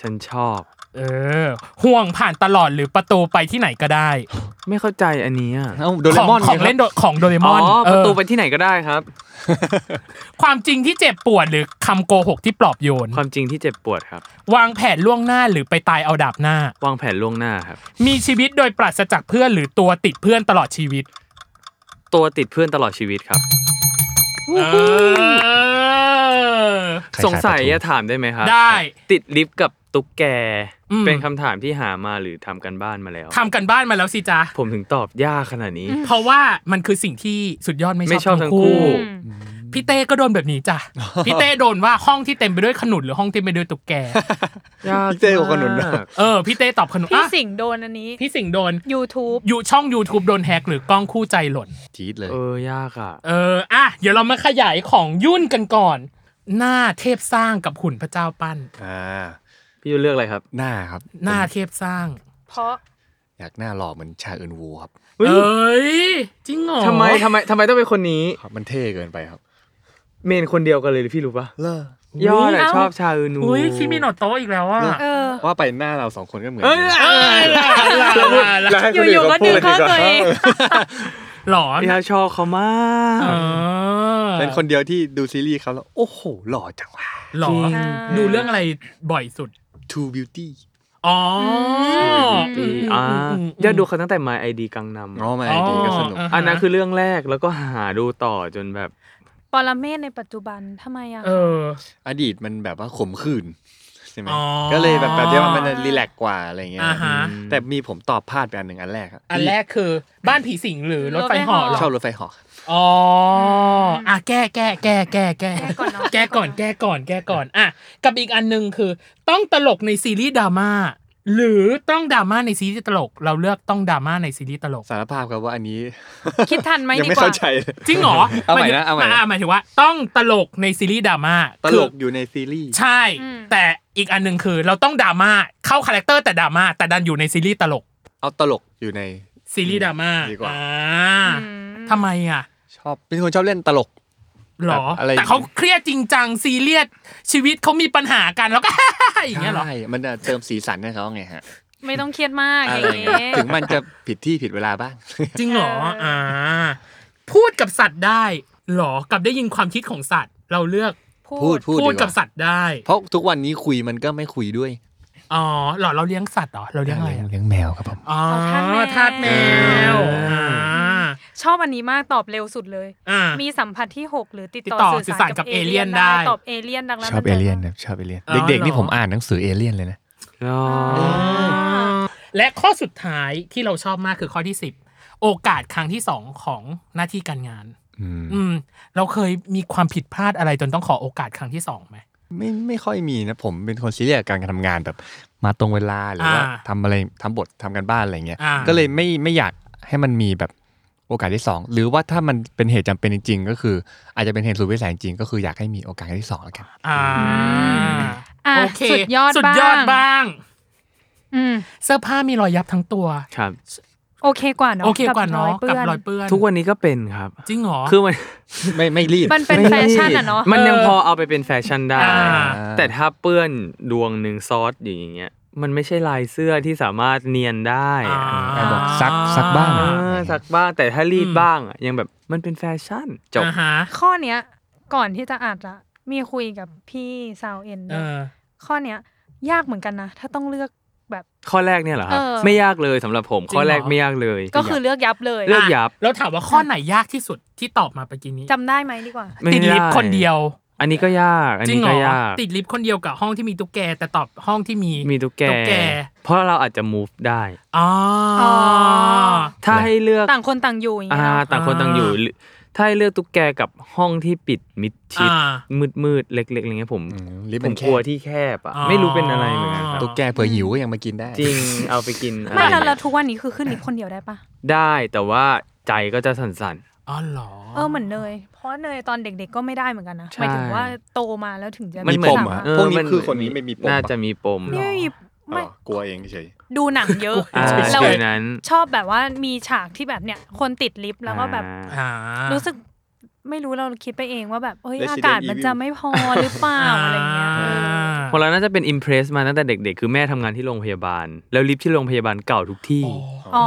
[SPEAKER 4] ฉันชอบ
[SPEAKER 3] เ เออ ห่วงผ่านตลอดหรือประตูไปที่ไหนก็ได้
[SPEAKER 4] ไม่เข้าใจอันเนี้ย
[SPEAKER 6] เอ้าโด
[SPEAKER 3] ข
[SPEAKER 6] เร
[SPEAKER 3] อง
[SPEAKER 6] มอน
[SPEAKER 3] ของเล่นโดของโดเรม
[SPEAKER 4] อ๋
[SPEAKER 3] อน
[SPEAKER 4] อ
[SPEAKER 3] เอ
[SPEAKER 4] ประ
[SPEAKER 3] อ
[SPEAKER 4] ตูไปที่ไหนก็ได้ครับ
[SPEAKER 3] ความจริงที่เจ็บปวดหรือคำโกหกที่ปลอบโยน
[SPEAKER 4] ความจริงที่เจ็บปวดครับ
[SPEAKER 3] วางแผนล่วงหน้าหรือไปตายเอาดาบหน้า
[SPEAKER 4] วางแผนล่วงหน้าครับ
[SPEAKER 3] มีชีวิตโดยปราศจากเพื่อนหรือตัวติดเพื่อนตลอดชีวิต
[SPEAKER 4] ตัวติดเพื่อนตลอดชีวิตครับ
[SPEAKER 3] เออ
[SPEAKER 6] ครับ
[SPEAKER 4] สงสัยอะถามได้ไหมครับ
[SPEAKER 3] ได้
[SPEAKER 4] ติดลิฟต์กับตุ๊กแก
[SPEAKER 3] อืม
[SPEAKER 4] เป็นคำถามที่หามาหรือทำกันบ้านมาแล้ว
[SPEAKER 3] ทำกันบ้านมาแล้วสิจ๊ะ
[SPEAKER 4] ผมถึงตอบยากขนาด นี้
[SPEAKER 3] เพราะว่ามันคือสิ่งที่สุดยอดไม่
[SPEAKER 4] ไม่
[SPEAKER 3] ช
[SPEAKER 4] ช
[SPEAKER 3] อ
[SPEAKER 4] อ
[SPEAKER 3] บบ ทั้
[SPEAKER 4] ทั้
[SPEAKER 3] ง
[SPEAKER 4] ง
[SPEAKER 3] คู่
[SPEAKER 4] คู่
[SPEAKER 3] พี่เต้ก็โดนแบบนี้จ้ะ พี่เต้โดนว่าห้องที่เต็มไปด้วยขนุนหรือห้องเต็มไปด้วยตุ๊กแก
[SPEAKER 4] ยาก
[SPEAKER 6] พี่เต้กับขนุนด้วย
[SPEAKER 4] มาก
[SPEAKER 3] เออ พี่เต้ตอบขนุน
[SPEAKER 5] พี่
[SPEAKER 3] อ่ะ
[SPEAKER 5] สิงห์โดนอันนี้
[SPEAKER 3] พี่สิงห์โดน
[SPEAKER 5] YouTube
[SPEAKER 3] อยู่ช่อง YouTube โดนแฮกหรือกล้องคู่ใจหล่น
[SPEAKER 6] จี๊ดเลย
[SPEAKER 4] เออยากอ่ะ
[SPEAKER 3] เออ อ่ะ เดี๋ยวเรามาขยายของยุ่นกันก่อน หน้าเทพสร้างกับหุ่นพระเจ้าปั้น
[SPEAKER 6] อ่า
[SPEAKER 4] พี่ยูเลือกอะไรครับ
[SPEAKER 6] หน้าครับ
[SPEAKER 3] หน้าเทพสร้าง
[SPEAKER 5] เพราะ
[SPEAKER 6] อยากหน้าหล่อเหมือนชาเอินวูครับ
[SPEAKER 4] เฮ้ย
[SPEAKER 3] เอ้ย จริงเหรอ
[SPEAKER 4] ทำไมทำไมทำไมต้องเป็นคนนี้
[SPEAKER 6] ครับ มันเท่เกินไปครับ
[SPEAKER 4] เมนคนเดียวกันเลยพี่รู้ปะ
[SPEAKER 6] เลอย
[SPEAKER 4] อดอะชอบชาอืนู
[SPEAKER 3] อุ้ยคิมิโนโตะอีกแล้วอ่ะ
[SPEAKER 5] เออ
[SPEAKER 6] ว่าไปหน้าเราสองคนก็เหมือน
[SPEAKER 4] เอ้ย
[SPEAKER 6] กัน
[SPEAKER 3] เอ้ยล่ะล่ะล่ะล่ะ
[SPEAKER 5] อยู่ๆก็ดึงเข้าตัวเอง
[SPEAKER 3] หลอน
[SPEAKER 4] พี่อาชอบเขามาก
[SPEAKER 3] เออ
[SPEAKER 6] เป็นคนเดียวที่ดูซีรีส์เขาแล้ว โอ้โห หล่อจังวะ
[SPEAKER 3] หลอ
[SPEAKER 5] อ่า
[SPEAKER 3] ดูเรื่องอะไรบ่อยสุด
[SPEAKER 6] Two Beauty
[SPEAKER 3] อ๋ออ
[SPEAKER 4] ดีอ่า
[SPEAKER 3] อืม
[SPEAKER 4] อยากดูเขาตั้งแต่ My ID กังนำ
[SPEAKER 6] อ๋อมาไอดีก็สนุก
[SPEAKER 3] อ๋อ
[SPEAKER 4] อันนั้นคือเรื่องแรกแล้วก็หาดูต่อจนแบบ
[SPEAKER 5] ปรเมศในปัจจุบันทำไมอ่ะ
[SPEAKER 3] เออ
[SPEAKER 6] อดีตมันแบบว่าขมขื่น ใช่ไหม
[SPEAKER 3] อ๋อ
[SPEAKER 6] ก็เลยแบบแบบเดียวมันจะรีแลกซ์กว่าอะไรเงี้ย
[SPEAKER 3] อ่าฮะ
[SPEAKER 6] อืมแต่มีผมตอบพลาดไปอันหนึ่งอันแรกะ
[SPEAKER 3] อันแรกคือบ้านผีสิงหรือรถไฟเหอเหร
[SPEAKER 6] ที่ชอ
[SPEAKER 3] อบ
[SPEAKER 6] รถไฟเหอก
[SPEAKER 3] อ๋ออ่ะแก้แก้แก้แก้แก้
[SPEAKER 5] แก้ก่อนเนอะ
[SPEAKER 3] แก้ก่อนแก้ก่อนแก้ก่อนอ่ะกับอีกอันหนึ่งคือ ต้องตลกในซีรีส์ดราม่าหรือต้องดราม่าในซีรีส์ตลก เราเลือกต้องดราม่าในซีรีส์ตลก
[SPEAKER 6] สารภาพครับว่าอันนี้
[SPEAKER 5] คิดทันไหม
[SPEAKER 6] ยัง
[SPEAKER 5] ดี
[SPEAKER 6] ไม่
[SPEAKER 5] กว่า
[SPEAKER 6] เข้าใจเลย
[SPEAKER 3] จริงเหรอ
[SPEAKER 6] เอาใหม่นะเอาใหม่นะ
[SPEAKER 3] หมายถึงว่า ต้องตลกในซีรีส์ดราม่า
[SPEAKER 6] ต
[SPEAKER 3] คื
[SPEAKER 6] ล
[SPEAKER 3] อ
[SPEAKER 6] กอยู่ในซีรีส์
[SPEAKER 3] ใช่
[SPEAKER 5] อืม
[SPEAKER 3] แต่อีกอันหนึ่งคือเราต้องดราม่าเข้าคาแรคเตอร์แต่ดราม่าแต่ดันอยู่ในซีรีส์ตลก
[SPEAKER 6] เอาตลกอยู่ใน
[SPEAKER 3] ซีรีส์ดราม่า
[SPEAKER 6] ดีกว่า
[SPEAKER 3] อ่
[SPEAKER 5] อื
[SPEAKER 3] าม ทำไมอ่ะ
[SPEAKER 6] ชอบเป็นคนชอบเล่นตลก
[SPEAKER 3] หรอ
[SPEAKER 6] แบบอะไร
[SPEAKER 3] แต่เขาเครียดจริงจังซีเรียสชีวิตเขามีปัญหากันแล้วก็ อย่างเงี้ยเหรอ
[SPEAKER 6] ใช่มันจะเติมสีสันให้เขาไงฮะ
[SPEAKER 5] ไม่ต้องเครียดมาก
[SPEAKER 6] อะ
[SPEAKER 5] อ
[SPEAKER 6] ไร
[SPEAKER 5] ย่าง
[SPEAKER 6] เงี้
[SPEAKER 5] เงี้
[SPEAKER 6] ย
[SPEAKER 5] ย
[SPEAKER 6] ถึงมันจะผิดที่ผิดเวลาบ้าง
[SPEAKER 3] จริงเหรอ
[SPEAKER 5] เอออ่
[SPEAKER 3] อ่าพูดกับสัตว์ได้หรอกับได้ยินความคิดของสัตว์ เราเลือก
[SPEAKER 6] พูดพูด
[SPEAKER 3] พูด
[SPEAKER 6] ดี
[SPEAKER 3] กับสัตว์ได้
[SPEAKER 6] เพราะทุกวันนี้คุยมันก็ไม่คุยด้วย
[SPEAKER 3] อ๋อหรอเราเลี้ยงสัตว์เหรอเราเลี้ยงอะไรอะ
[SPEAKER 6] เลี้ยงแมวครับผม
[SPEAKER 3] อ๋อ
[SPEAKER 5] เอา
[SPEAKER 3] ทา
[SPEAKER 5] ทา
[SPEAKER 3] ส
[SPEAKER 5] ส
[SPEAKER 3] แม
[SPEAKER 5] แม
[SPEAKER 3] ว
[SPEAKER 6] ว
[SPEAKER 3] อ่า
[SPEAKER 5] ชอบอันนี้มากตอบเร็วสุดเลย
[SPEAKER 3] อ่า
[SPEAKER 5] มีสัมผัสที่ 6 หรือติด
[SPEAKER 3] ติ
[SPEAKER 5] ต่
[SPEAKER 3] ดต่อ
[SPEAKER 5] อ
[SPEAKER 3] สื่
[SPEAKER 5] สื่
[SPEAKER 3] อ
[SPEAKER 5] อ
[SPEAKER 3] สา
[SPEAKER 5] สาร ร
[SPEAKER 3] กั
[SPEAKER 5] กั
[SPEAKER 3] บบ เอ
[SPEAKER 5] เอ
[SPEAKER 3] เลี่
[SPEAKER 5] เลี่
[SPEAKER 3] ย
[SPEAKER 5] ย
[SPEAKER 3] น
[SPEAKER 5] น
[SPEAKER 3] ได้
[SPEAKER 5] ได้ ตอบเอเลี่ยนดังนั้น
[SPEAKER 6] ชอ
[SPEAKER 5] มั
[SPEAKER 6] บเอ
[SPEAKER 5] จะ
[SPEAKER 6] เลี่ยนครับชอบเอเลี่ยน
[SPEAKER 3] อ๋อ
[SPEAKER 6] เด็กๆนี่
[SPEAKER 3] เหรอ
[SPEAKER 6] ผมอ่านหนังสือเอเลี่ยนเลยนะ
[SPEAKER 4] อ๋อ
[SPEAKER 3] และข้อสุดท้ายที่เราชอบมากคือข้อที่ 10 โอกาสครั้งที่ 2 ของหน้าที่การงาน
[SPEAKER 6] อืม
[SPEAKER 3] อืม เราเคยมีความผิดพลาดอะไรจนต้องขอโอกาสครั้งที่ 2ไหม
[SPEAKER 6] ไม่ไม่ค่อยมีนะผมเป็นคนซีเรียสกับการทำงานแบบ มาตรงเวลาหรือว่า
[SPEAKER 3] อ่า
[SPEAKER 6] ทำอะไรทำบททำกันบ้านอะไรเงี้ย
[SPEAKER 3] อ่า
[SPEAKER 6] ก็เลยไม่ไม่อยากให้มันมีแบบโอกาสที่สองหรือว่าถ้ามันเป็นเหตุจำเป็นจริง ๆ ก็คือ อาจจะเป็นเหตุสุดวิสัยจริงๆก็คืออยากให้มีโอกาสที่สองแล้วกัน
[SPEAKER 3] อ่า
[SPEAKER 5] อ่ะ
[SPEAKER 3] โอเค
[SPEAKER 5] สุดยอด
[SPEAKER 3] สุดยอดบ้าง
[SPEAKER 5] อืม
[SPEAKER 3] เสื้อผ้ามีรอยยับทั้งตัว
[SPEAKER 4] ครับ
[SPEAKER 5] โอเคกว่าเนาะ
[SPEAKER 3] โอเคกว่าเนาะ
[SPEAKER 5] บ
[SPEAKER 3] กับร
[SPEAKER 5] ร
[SPEAKER 3] อยเปื้อน
[SPEAKER 4] ทุกวันนี้ก็เป็นครับ
[SPEAKER 3] จริงเหรอ
[SPEAKER 4] คือมัน
[SPEAKER 6] ไม่ไม่รีบ
[SPEAKER 5] มันเป็น
[SPEAKER 4] ไม่
[SPEAKER 5] แฟชั่นอ่ะเนาะ
[SPEAKER 4] มันยัง
[SPEAKER 3] เออ
[SPEAKER 4] พอเอาไปเป็นแฟชั่นได้
[SPEAKER 3] อ่า
[SPEAKER 4] แต่ถ้าเปื้อนดวงหนึ่งซอสอย่างเงี้ย มันไม่ใช่ลายเสื้อที่สามารถเนียนได้อะ
[SPEAKER 6] แต่บอกซักซักบ้าง
[SPEAKER 4] เอ
[SPEAKER 6] นะ
[SPEAKER 4] อสักบ้างแต่ถ้ารีดบ้างอะยังแบบมันเป็นแฟชั่นจบ
[SPEAKER 3] อ่าฮะ
[SPEAKER 5] ข้อเนี้ย ก่อนที่จะอัดอะมีคุยกับพี่ซาวเอ็น
[SPEAKER 3] เอ
[SPEAKER 5] ด้วย
[SPEAKER 3] อ
[SPEAKER 5] ข้อเนี้ย ยากเหมือนกันนะ ถ้าต้องเลือกแบบ
[SPEAKER 4] ข้อแรกเนี่ยเหรอครับ
[SPEAKER 5] เออ
[SPEAKER 4] ไม่ยากเลยสำหรับผม
[SPEAKER 3] จริงเหรอ
[SPEAKER 4] ข้อแรกไม่ยากเลย
[SPEAKER 5] ก็คือเลือกยับเลย
[SPEAKER 4] เลือกยับ
[SPEAKER 3] แล้วถามว่าข้อไหนยากที่สุดที่ตอบมาเมื่อกี้นี้
[SPEAKER 5] จำได้ไหมดีกว่า
[SPEAKER 4] ไม่
[SPEAKER 3] ติดลิฟต์
[SPEAKER 4] ยาก
[SPEAKER 3] คนเดียว
[SPEAKER 4] อันนี้ก็ยาก อัน
[SPEAKER 3] จริง
[SPEAKER 4] นี้
[SPEAKER 3] เหรอย
[SPEAKER 4] ก็าก
[SPEAKER 3] ติดลิฟต์คนเดียวกับห้องที่มีตุ๊กแก แต่ตอบห้องที่มี
[SPEAKER 4] มีตุ๊กแก
[SPEAKER 3] ตุ๊กแก
[SPEAKER 4] เพราะเราอาจจะ move ได้
[SPEAKER 3] อ๋ออ
[SPEAKER 5] อ
[SPEAKER 4] ถ้าให้เลือก
[SPEAKER 5] ต่างคนต่างอยู่อย่าง
[SPEAKER 4] อ่า
[SPEAKER 5] เงี้ยเนาะ
[SPEAKER 4] ต่างคนต่างอยู่หรือถ้าให้เลือกตุ๊กแกกับห้องที่ปิดมิดชิด
[SPEAKER 3] อ่า
[SPEAKER 4] มืดๆเล็กๆอะไรเงี้ยผม
[SPEAKER 6] อืมลิฟต์
[SPEAKER 4] ผ
[SPEAKER 6] มั
[SPEAKER 4] ม
[SPEAKER 6] นแค
[SPEAKER 4] กลัว
[SPEAKER 6] บ
[SPEAKER 4] ที่แคบอ่ะ
[SPEAKER 3] อ๋อ
[SPEAKER 4] ไม่รู้เป็นอะไรเหมือนกันครับ
[SPEAKER 6] ตุ๊กแกเผื่อหิวก็ยังมากินได้
[SPEAKER 4] จริงเอาไปกินอะไร
[SPEAKER 5] ไม่แล้ว
[SPEAKER 4] เงี้
[SPEAKER 5] เรา
[SPEAKER 4] ย
[SPEAKER 5] ทุกวันนี้คือขึ้นลิฟต์คนเดียวได้ปะ
[SPEAKER 4] ได้แต่ว่าใจก็จะสั่น
[SPEAKER 3] อ๋อเหรอ
[SPEAKER 5] เออเหมือนเนยเพราะเนยตอนเด็กๆก็ไม่ได้เหมือนกันนะ
[SPEAKER 4] ใช่
[SPEAKER 5] หมายถึงว่าโตมาแล้วถึงจะ
[SPEAKER 4] ๆ มัน
[SPEAKER 6] มี
[SPEAKER 4] เหมือ
[SPEAKER 6] ป
[SPEAKER 4] น
[SPEAKER 6] ม
[SPEAKER 5] ไสาาร
[SPEAKER 6] อ่ะ
[SPEAKER 5] ถ
[SPEAKER 4] เออ
[SPEAKER 6] พวกนี้
[SPEAKER 4] มัน
[SPEAKER 6] คือคนนี้ไม่มีปม
[SPEAKER 4] น่า
[SPEAKER 6] น่า
[SPEAKER 4] จะมีปม
[SPEAKER 5] นี่ไม่มีไม่
[SPEAKER 6] กลัวเองเฉย
[SPEAKER 5] ดูหนังเยอะ
[SPEAKER 4] อ่า
[SPEAKER 3] ใช่
[SPEAKER 5] เรา
[SPEAKER 4] คือนั้น
[SPEAKER 5] ชอบแบบว่ามีฉากที่แบบเนี่ยคนติดลิฟต์แล้วก็แบบ
[SPEAKER 4] อ่า
[SPEAKER 3] อ่า
[SPEAKER 5] รู้สึกไม่รู้เราคิดไปเองว่าแบบเอ้ย
[SPEAKER 6] Resident
[SPEAKER 5] อากาศมันจะ
[SPEAKER 6] Evil
[SPEAKER 5] ไม่พอหรือเปล่าอะไรเงี้ย
[SPEAKER 3] อ่า
[SPEAKER 4] เพราะเราน่าจะเป็นอิมเพรสมาตั้งแต่เด็กๆ คือแม่ทำงานที่โรงพยาบาล แล้วลิฟต์ที่โรงพยาบาลเก่าทุกที่
[SPEAKER 2] อ๋อ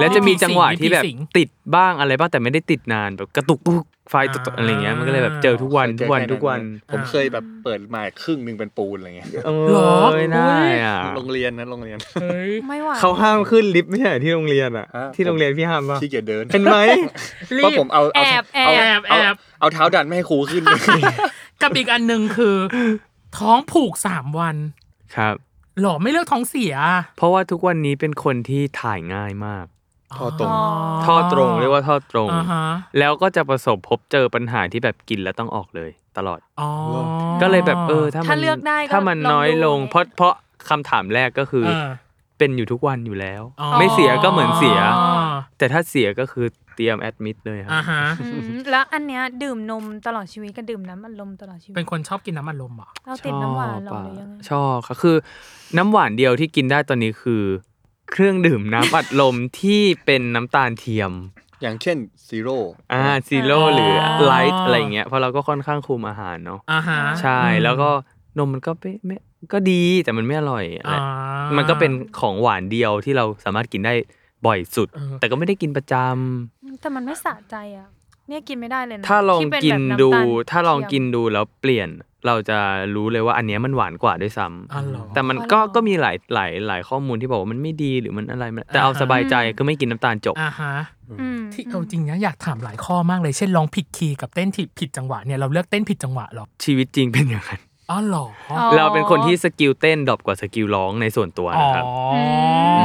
[SPEAKER 4] แล้วจะมีจังหวะที่แบบ
[SPEAKER 3] ลิฟต์ผีสิง
[SPEAKER 4] ติดบ้างอะไรบ้างแต่ไม่ได้ติดนานแบบกระตุกตุกไฟตุกๆอะไรเงี้ยมันก็เลยแบบเจอทุกวันทุกวันทุกวัน
[SPEAKER 6] ผมเคยแบบเปิดมาครึ่งหนึ่งเป็นปูนอะไรเงี้ย
[SPEAKER 4] เอ
[SPEAKER 3] หรอ
[SPEAKER 4] อไม่ได้อ่ะ
[SPEAKER 6] โรงเรียนนะโรงเรียน
[SPEAKER 3] เฮ้ย
[SPEAKER 2] ไม่ไหว
[SPEAKER 4] เขาห้ามขึ้นลิฟต์ไม่ใช่เหรอที่โรงเรียนอ่ะ
[SPEAKER 6] ฮะ
[SPEAKER 4] ที่โรงเรียนพี่ห้ามป่ะ
[SPEAKER 6] ขี้เกียจเดิน
[SPEAKER 4] เป็นไหม
[SPEAKER 6] เพราะผมเอา
[SPEAKER 2] แอ
[SPEAKER 6] เอา
[SPEAKER 2] บแอ
[SPEAKER 3] แอ
[SPEAKER 2] บบ
[SPEAKER 3] แอบ
[SPEAKER 6] เอาเท้าดันไม่ให้ครูขึ้น
[SPEAKER 3] กับอีกอันหนึ่งคือ ท้องผูกสามวัน
[SPEAKER 4] ครับ
[SPEAKER 3] หรอไม่เลือกท้องเสีย
[SPEAKER 4] เพราะว่าทุกวันนี้เป็นคนที่ถ่ายง่ายมาก
[SPEAKER 6] ท่อตรง
[SPEAKER 4] ท่อตรงเรียกว่าท่อตรง
[SPEAKER 3] อ่าฮะ
[SPEAKER 4] แล้วก็จะประสบพบเจอปัญหาที่แบบกินแล้วต้องออกเลย ตลอด
[SPEAKER 3] อ๋อ
[SPEAKER 4] ก็เลยแบบเออถ้า
[SPEAKER 2] ถ้า
[SPEAKER 4] มัน
[SPEAKER 2] เลือกได้ก็
[SPEAKER 4] ถ้ามัน
[SPEAKER 2] ลองดู
[SPEAKER 4] น้อยลง เพราะเพราะคำถามแรกก็คือ เป็นอยู่ทุกวันอยู่แล้ว
[SPEAKER 3] อ๋อ
[SPEAKER 4] ไม่เสียก็เหมือนเสีย
[SPEAKER 3] อ๋อ
[SPEAKER 4] แต่ถ้าเสียก็คือเตรียมแอดมิดเลยครั
[SPEAKER 3] อ่า
[SPEAKER 4] บ
[SPEAKER 3] ฮะ
[SPEAKER 2] อืมแล้วอันเนี้ยดื่มนมตลอดชีวิตกับดื่มน้ำอัดลมตลอดชีวิต
[SPEAKER 3] เป็นคนชอบกินน้ำอัดลมเหรอ
[SPEAKER 2] เราติดน้ำหวานเหรอหรือยังไง
[SPEAKER 4] ชอบค่ะคือ น้ำหวานเดียวที่กินได้ตอนนี้คือ เครื่องดื่มน้ำอัดลม ที่เป็นน้ำตาลเทียม
[SPEAKER 6] อย่างเช่นซีโร่
[SPEAKER 4] อ่าซีโร่หรือไลท์อะไรอย่างเงี้ยเพราะเราก็ค่อนข้างคุมอาหารเนาะ
[SPEAKER 3] อ่าฮะ
[SPEAKER 4] ใช่แล้วก็นมมันก็ไม่ไม่ก็ดีแต่มันไม่อร่อยอะไร
[SPEAKER 3] อ่า
[SPEAKER 4] มันก็เป็นของหวานเดียวที่เราสามารถกินได้บ่อยสุด
[SPEAKER 3] เออ
[SPEAKER 4] แต่ก็ไม่ได้กินประจำ
[SPEAKER 2] แต่มันไม่สะใจอ่ะ เนี่ยกินไม่ได้เลยนะ
[SPEAKER 4] ถ้าลอง
[SPEAKER 2] ที่เป็น
[SPEAKER 4] กิ
[SPEAKER 2] แบ
[SPEAKER 4] น
[SPEAKER 2] บำ
[SPEAKER 4] ดู
[SPEAKER 2] ตล
[SPEAKER 4] ถ้าลองกิน
[SPEAKER 2] เทียม
[SPEAKER 4] ดูแล้วเปลี่ยน เราจะรู้เลยว่าอันเนี้ยมันหวานกว่าด้วยซ้
[SPEAKER 3] อ๋อเหรอ
[SPEAKER 4] ำแต่มัน
[SPEAKER 2] อ๋อเหรอ
[SPEAKER 4] ก็ก็มีหลายหลายหลายข้อมูลที่บอกว่ามันไม่ดีหรือมันอะไรมันแต่เอา
[SPEAKER 3] อ่าฮะ
[SPEAKER 4] สบายใจคือไม่กินน้ำตาลจบ
[SPEAKER 3] อ่าฮะ
[SPEAKER 2] อืม
[SPEAKER 3] ที่เอาจริงนะอยากถามหลายข้อมากเลยเช่นลองผิดคีย์กับเต้นผิดผิดจังหวะเนี่ยเราเลือกเต้นผิดจังหวะเหรอ
[SPEAKER 4] ชีวิตจริงเป็นอย่างนั้น
[SPEAKER 3] อ๋อเหรอ
[SPEAKER 2] อ๋อ
[SPEAKER 4] เราเป็นคนที่สกิลเต้นดรอปกว่าสกิลร้องในส่วนตัว
[SPEAKER 3] อ๋อ
[SPEAKER 4] นะครับ
[SPEAKER 3] อ
[SPEAKER 4] ม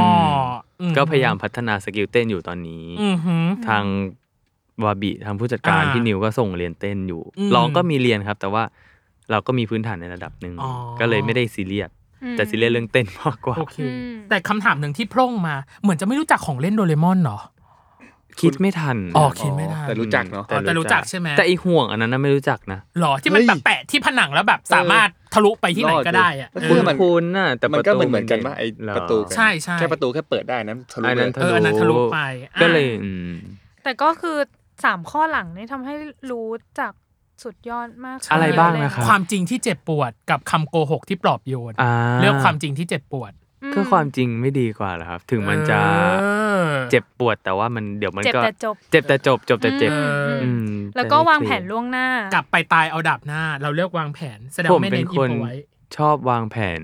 [SPEAKER 3] อื
[SPEAKER 4] ก็พยายามพัฒนาสกิลเต้นอยู่ตอนนี้
[SPEAKER 3] อือหือ
[SPEAKER 4] ทางวาบิทางผู้จัดการ
[SPEAKER 3] อ่า
[SPEAKER 4] พี่นิวก็ส่งเรียนเต้นอยู่
[SPEAKER 3] อืม
[SPEAKER 4] ร้องก็มีเรียนครับ แต่ว่าเราก็มีพื้นฐานในระดับหนึ่ง
[SPEAKER 3] อ๋อ
[SPEAKER 4] ก็เลยไม่ได้ซีเรียสแต่ซีเรียสเรื่องเต้นมากกว่า
[SPEAKER 3] โอเค
[SPEAKER 2] อืม
[SPEAKER 3] แต่คำถามหนึ่งที่โพร่งมา เหมือนจะไม่รู้จักของเล่นโดเรมอนเหรอ
[SPEAKER 4] คิดไม่ทัน
[SPEAKER 3] อ๋อคิดไม่ทัน
[SPEAKER 6] แต่รู้จักเนอะ
[SPEAKER 3] อ๋อแต่รู้จักใช่ไหม
[SPEAKER 4] แต่อีห่วงอันนั้นน่ะไม่รู้จักนะ
[SPEAKER 3] หรอที่มัน
[SPEAKER 6] เฮ้ย
[SPEAKER 3] แบบแปะที่ผนังแล้วแบบสามารถทะลุไปที่ไหนก็ได้อะ
[SPEAKER 6] รอด
[SPEAKER 3] เอ
[SPEAKER 6] ดิ
[SPEAKER 3] อ
[SPEAKER 6] มัน
[SPEAKER 4] คุณน่ะแต่
[SPEAKER 6] มัน
[SPEAKER 4] ประ
[SPEAKER 6] ก็
[SPEAKER 4] ตู
[SPEAKER 6] เหมือนเหมือนกันว่าไอ้
[SPEAKER 4] เหอ
[SPEAKER 6] ประตู
[SPEAKER 3] ใช่ใช่
[SPEAKER 6] แค่ประตูแค่เปิดได้นะทะลุ
[SPEAKER 4] อัน
[SPEAKER 6] เล
[SPEAKER 4] นั้น
[SPEAKER 6] ย
[SPEAKER 4] ทะ
[SPEAKER 3] เอ
[SPEAKER 4] ลุ
[SPEAKER 3] ออันนั้นทะลุไปอ่ะ
[SPEAKER 4] ก็เลยอืม
[SPEAKER 2] แต่ก็คือสามข้อหลังเนี่ยทำให้รู้จักสุดยอดมากขึ้น
[SPEAKER 4] อะไร
[SPEAKER 2] เย
[SPEAKER 4] บ้าง
[SPEAKER 2] เลย
[SPEAKER 4] นะครั
[SPEAKER 3] ความจริงที่เจ็บปวดกับคำโกหกที่ปลอบโยน
[SPEAKER 4] า
[SPEAKER 3] เลือกความจริงที่เจ็บปวด
[SPEAKER 2] อื
[SPEAKER 4] ก็ความจริงไม่ดีกว่าเหรอครับ ถึงมันจะ
[SPEAKER 3] เออ
[SPEAKER 4] เจ็บปวดแต่ว่ามันเดี๋ยวมัน
[SPEAKER 2] เจ็บ
[SPEAKER 4] ก็
[SPEAKER 2] แต่จบ
[SPEAKER 4] เจ็บแต่จบจบแต่เจ็บ
[SPEAKER 3] อื
[SPEAKER 2] อืม
[SPEAKER 4] อืม
[SPEAKER 2] แล้วก็
[SPEAKER 4] ต่ไม่
[SPEAKER 2] วาง
[SPEAKER 4] เคย
[SPEAKER 2] แผนล่วงหน้าก ก
[SPEAKER 3] ลับไปตายเอาดับหน้า เราเลือกวางแผน แสดง
[SPEAKER 4] ผม
[SPEAKER 3] ไม่
[SPEAKER 4] เป็
[SPEAKER 3] เน้
[SPEAKER 4] น
[SPEAKER 3] นอิ
[SPEAKER 4] คน
[SPEAKER 3] นไว้
[SPEAKER 4] ชอบวางแผน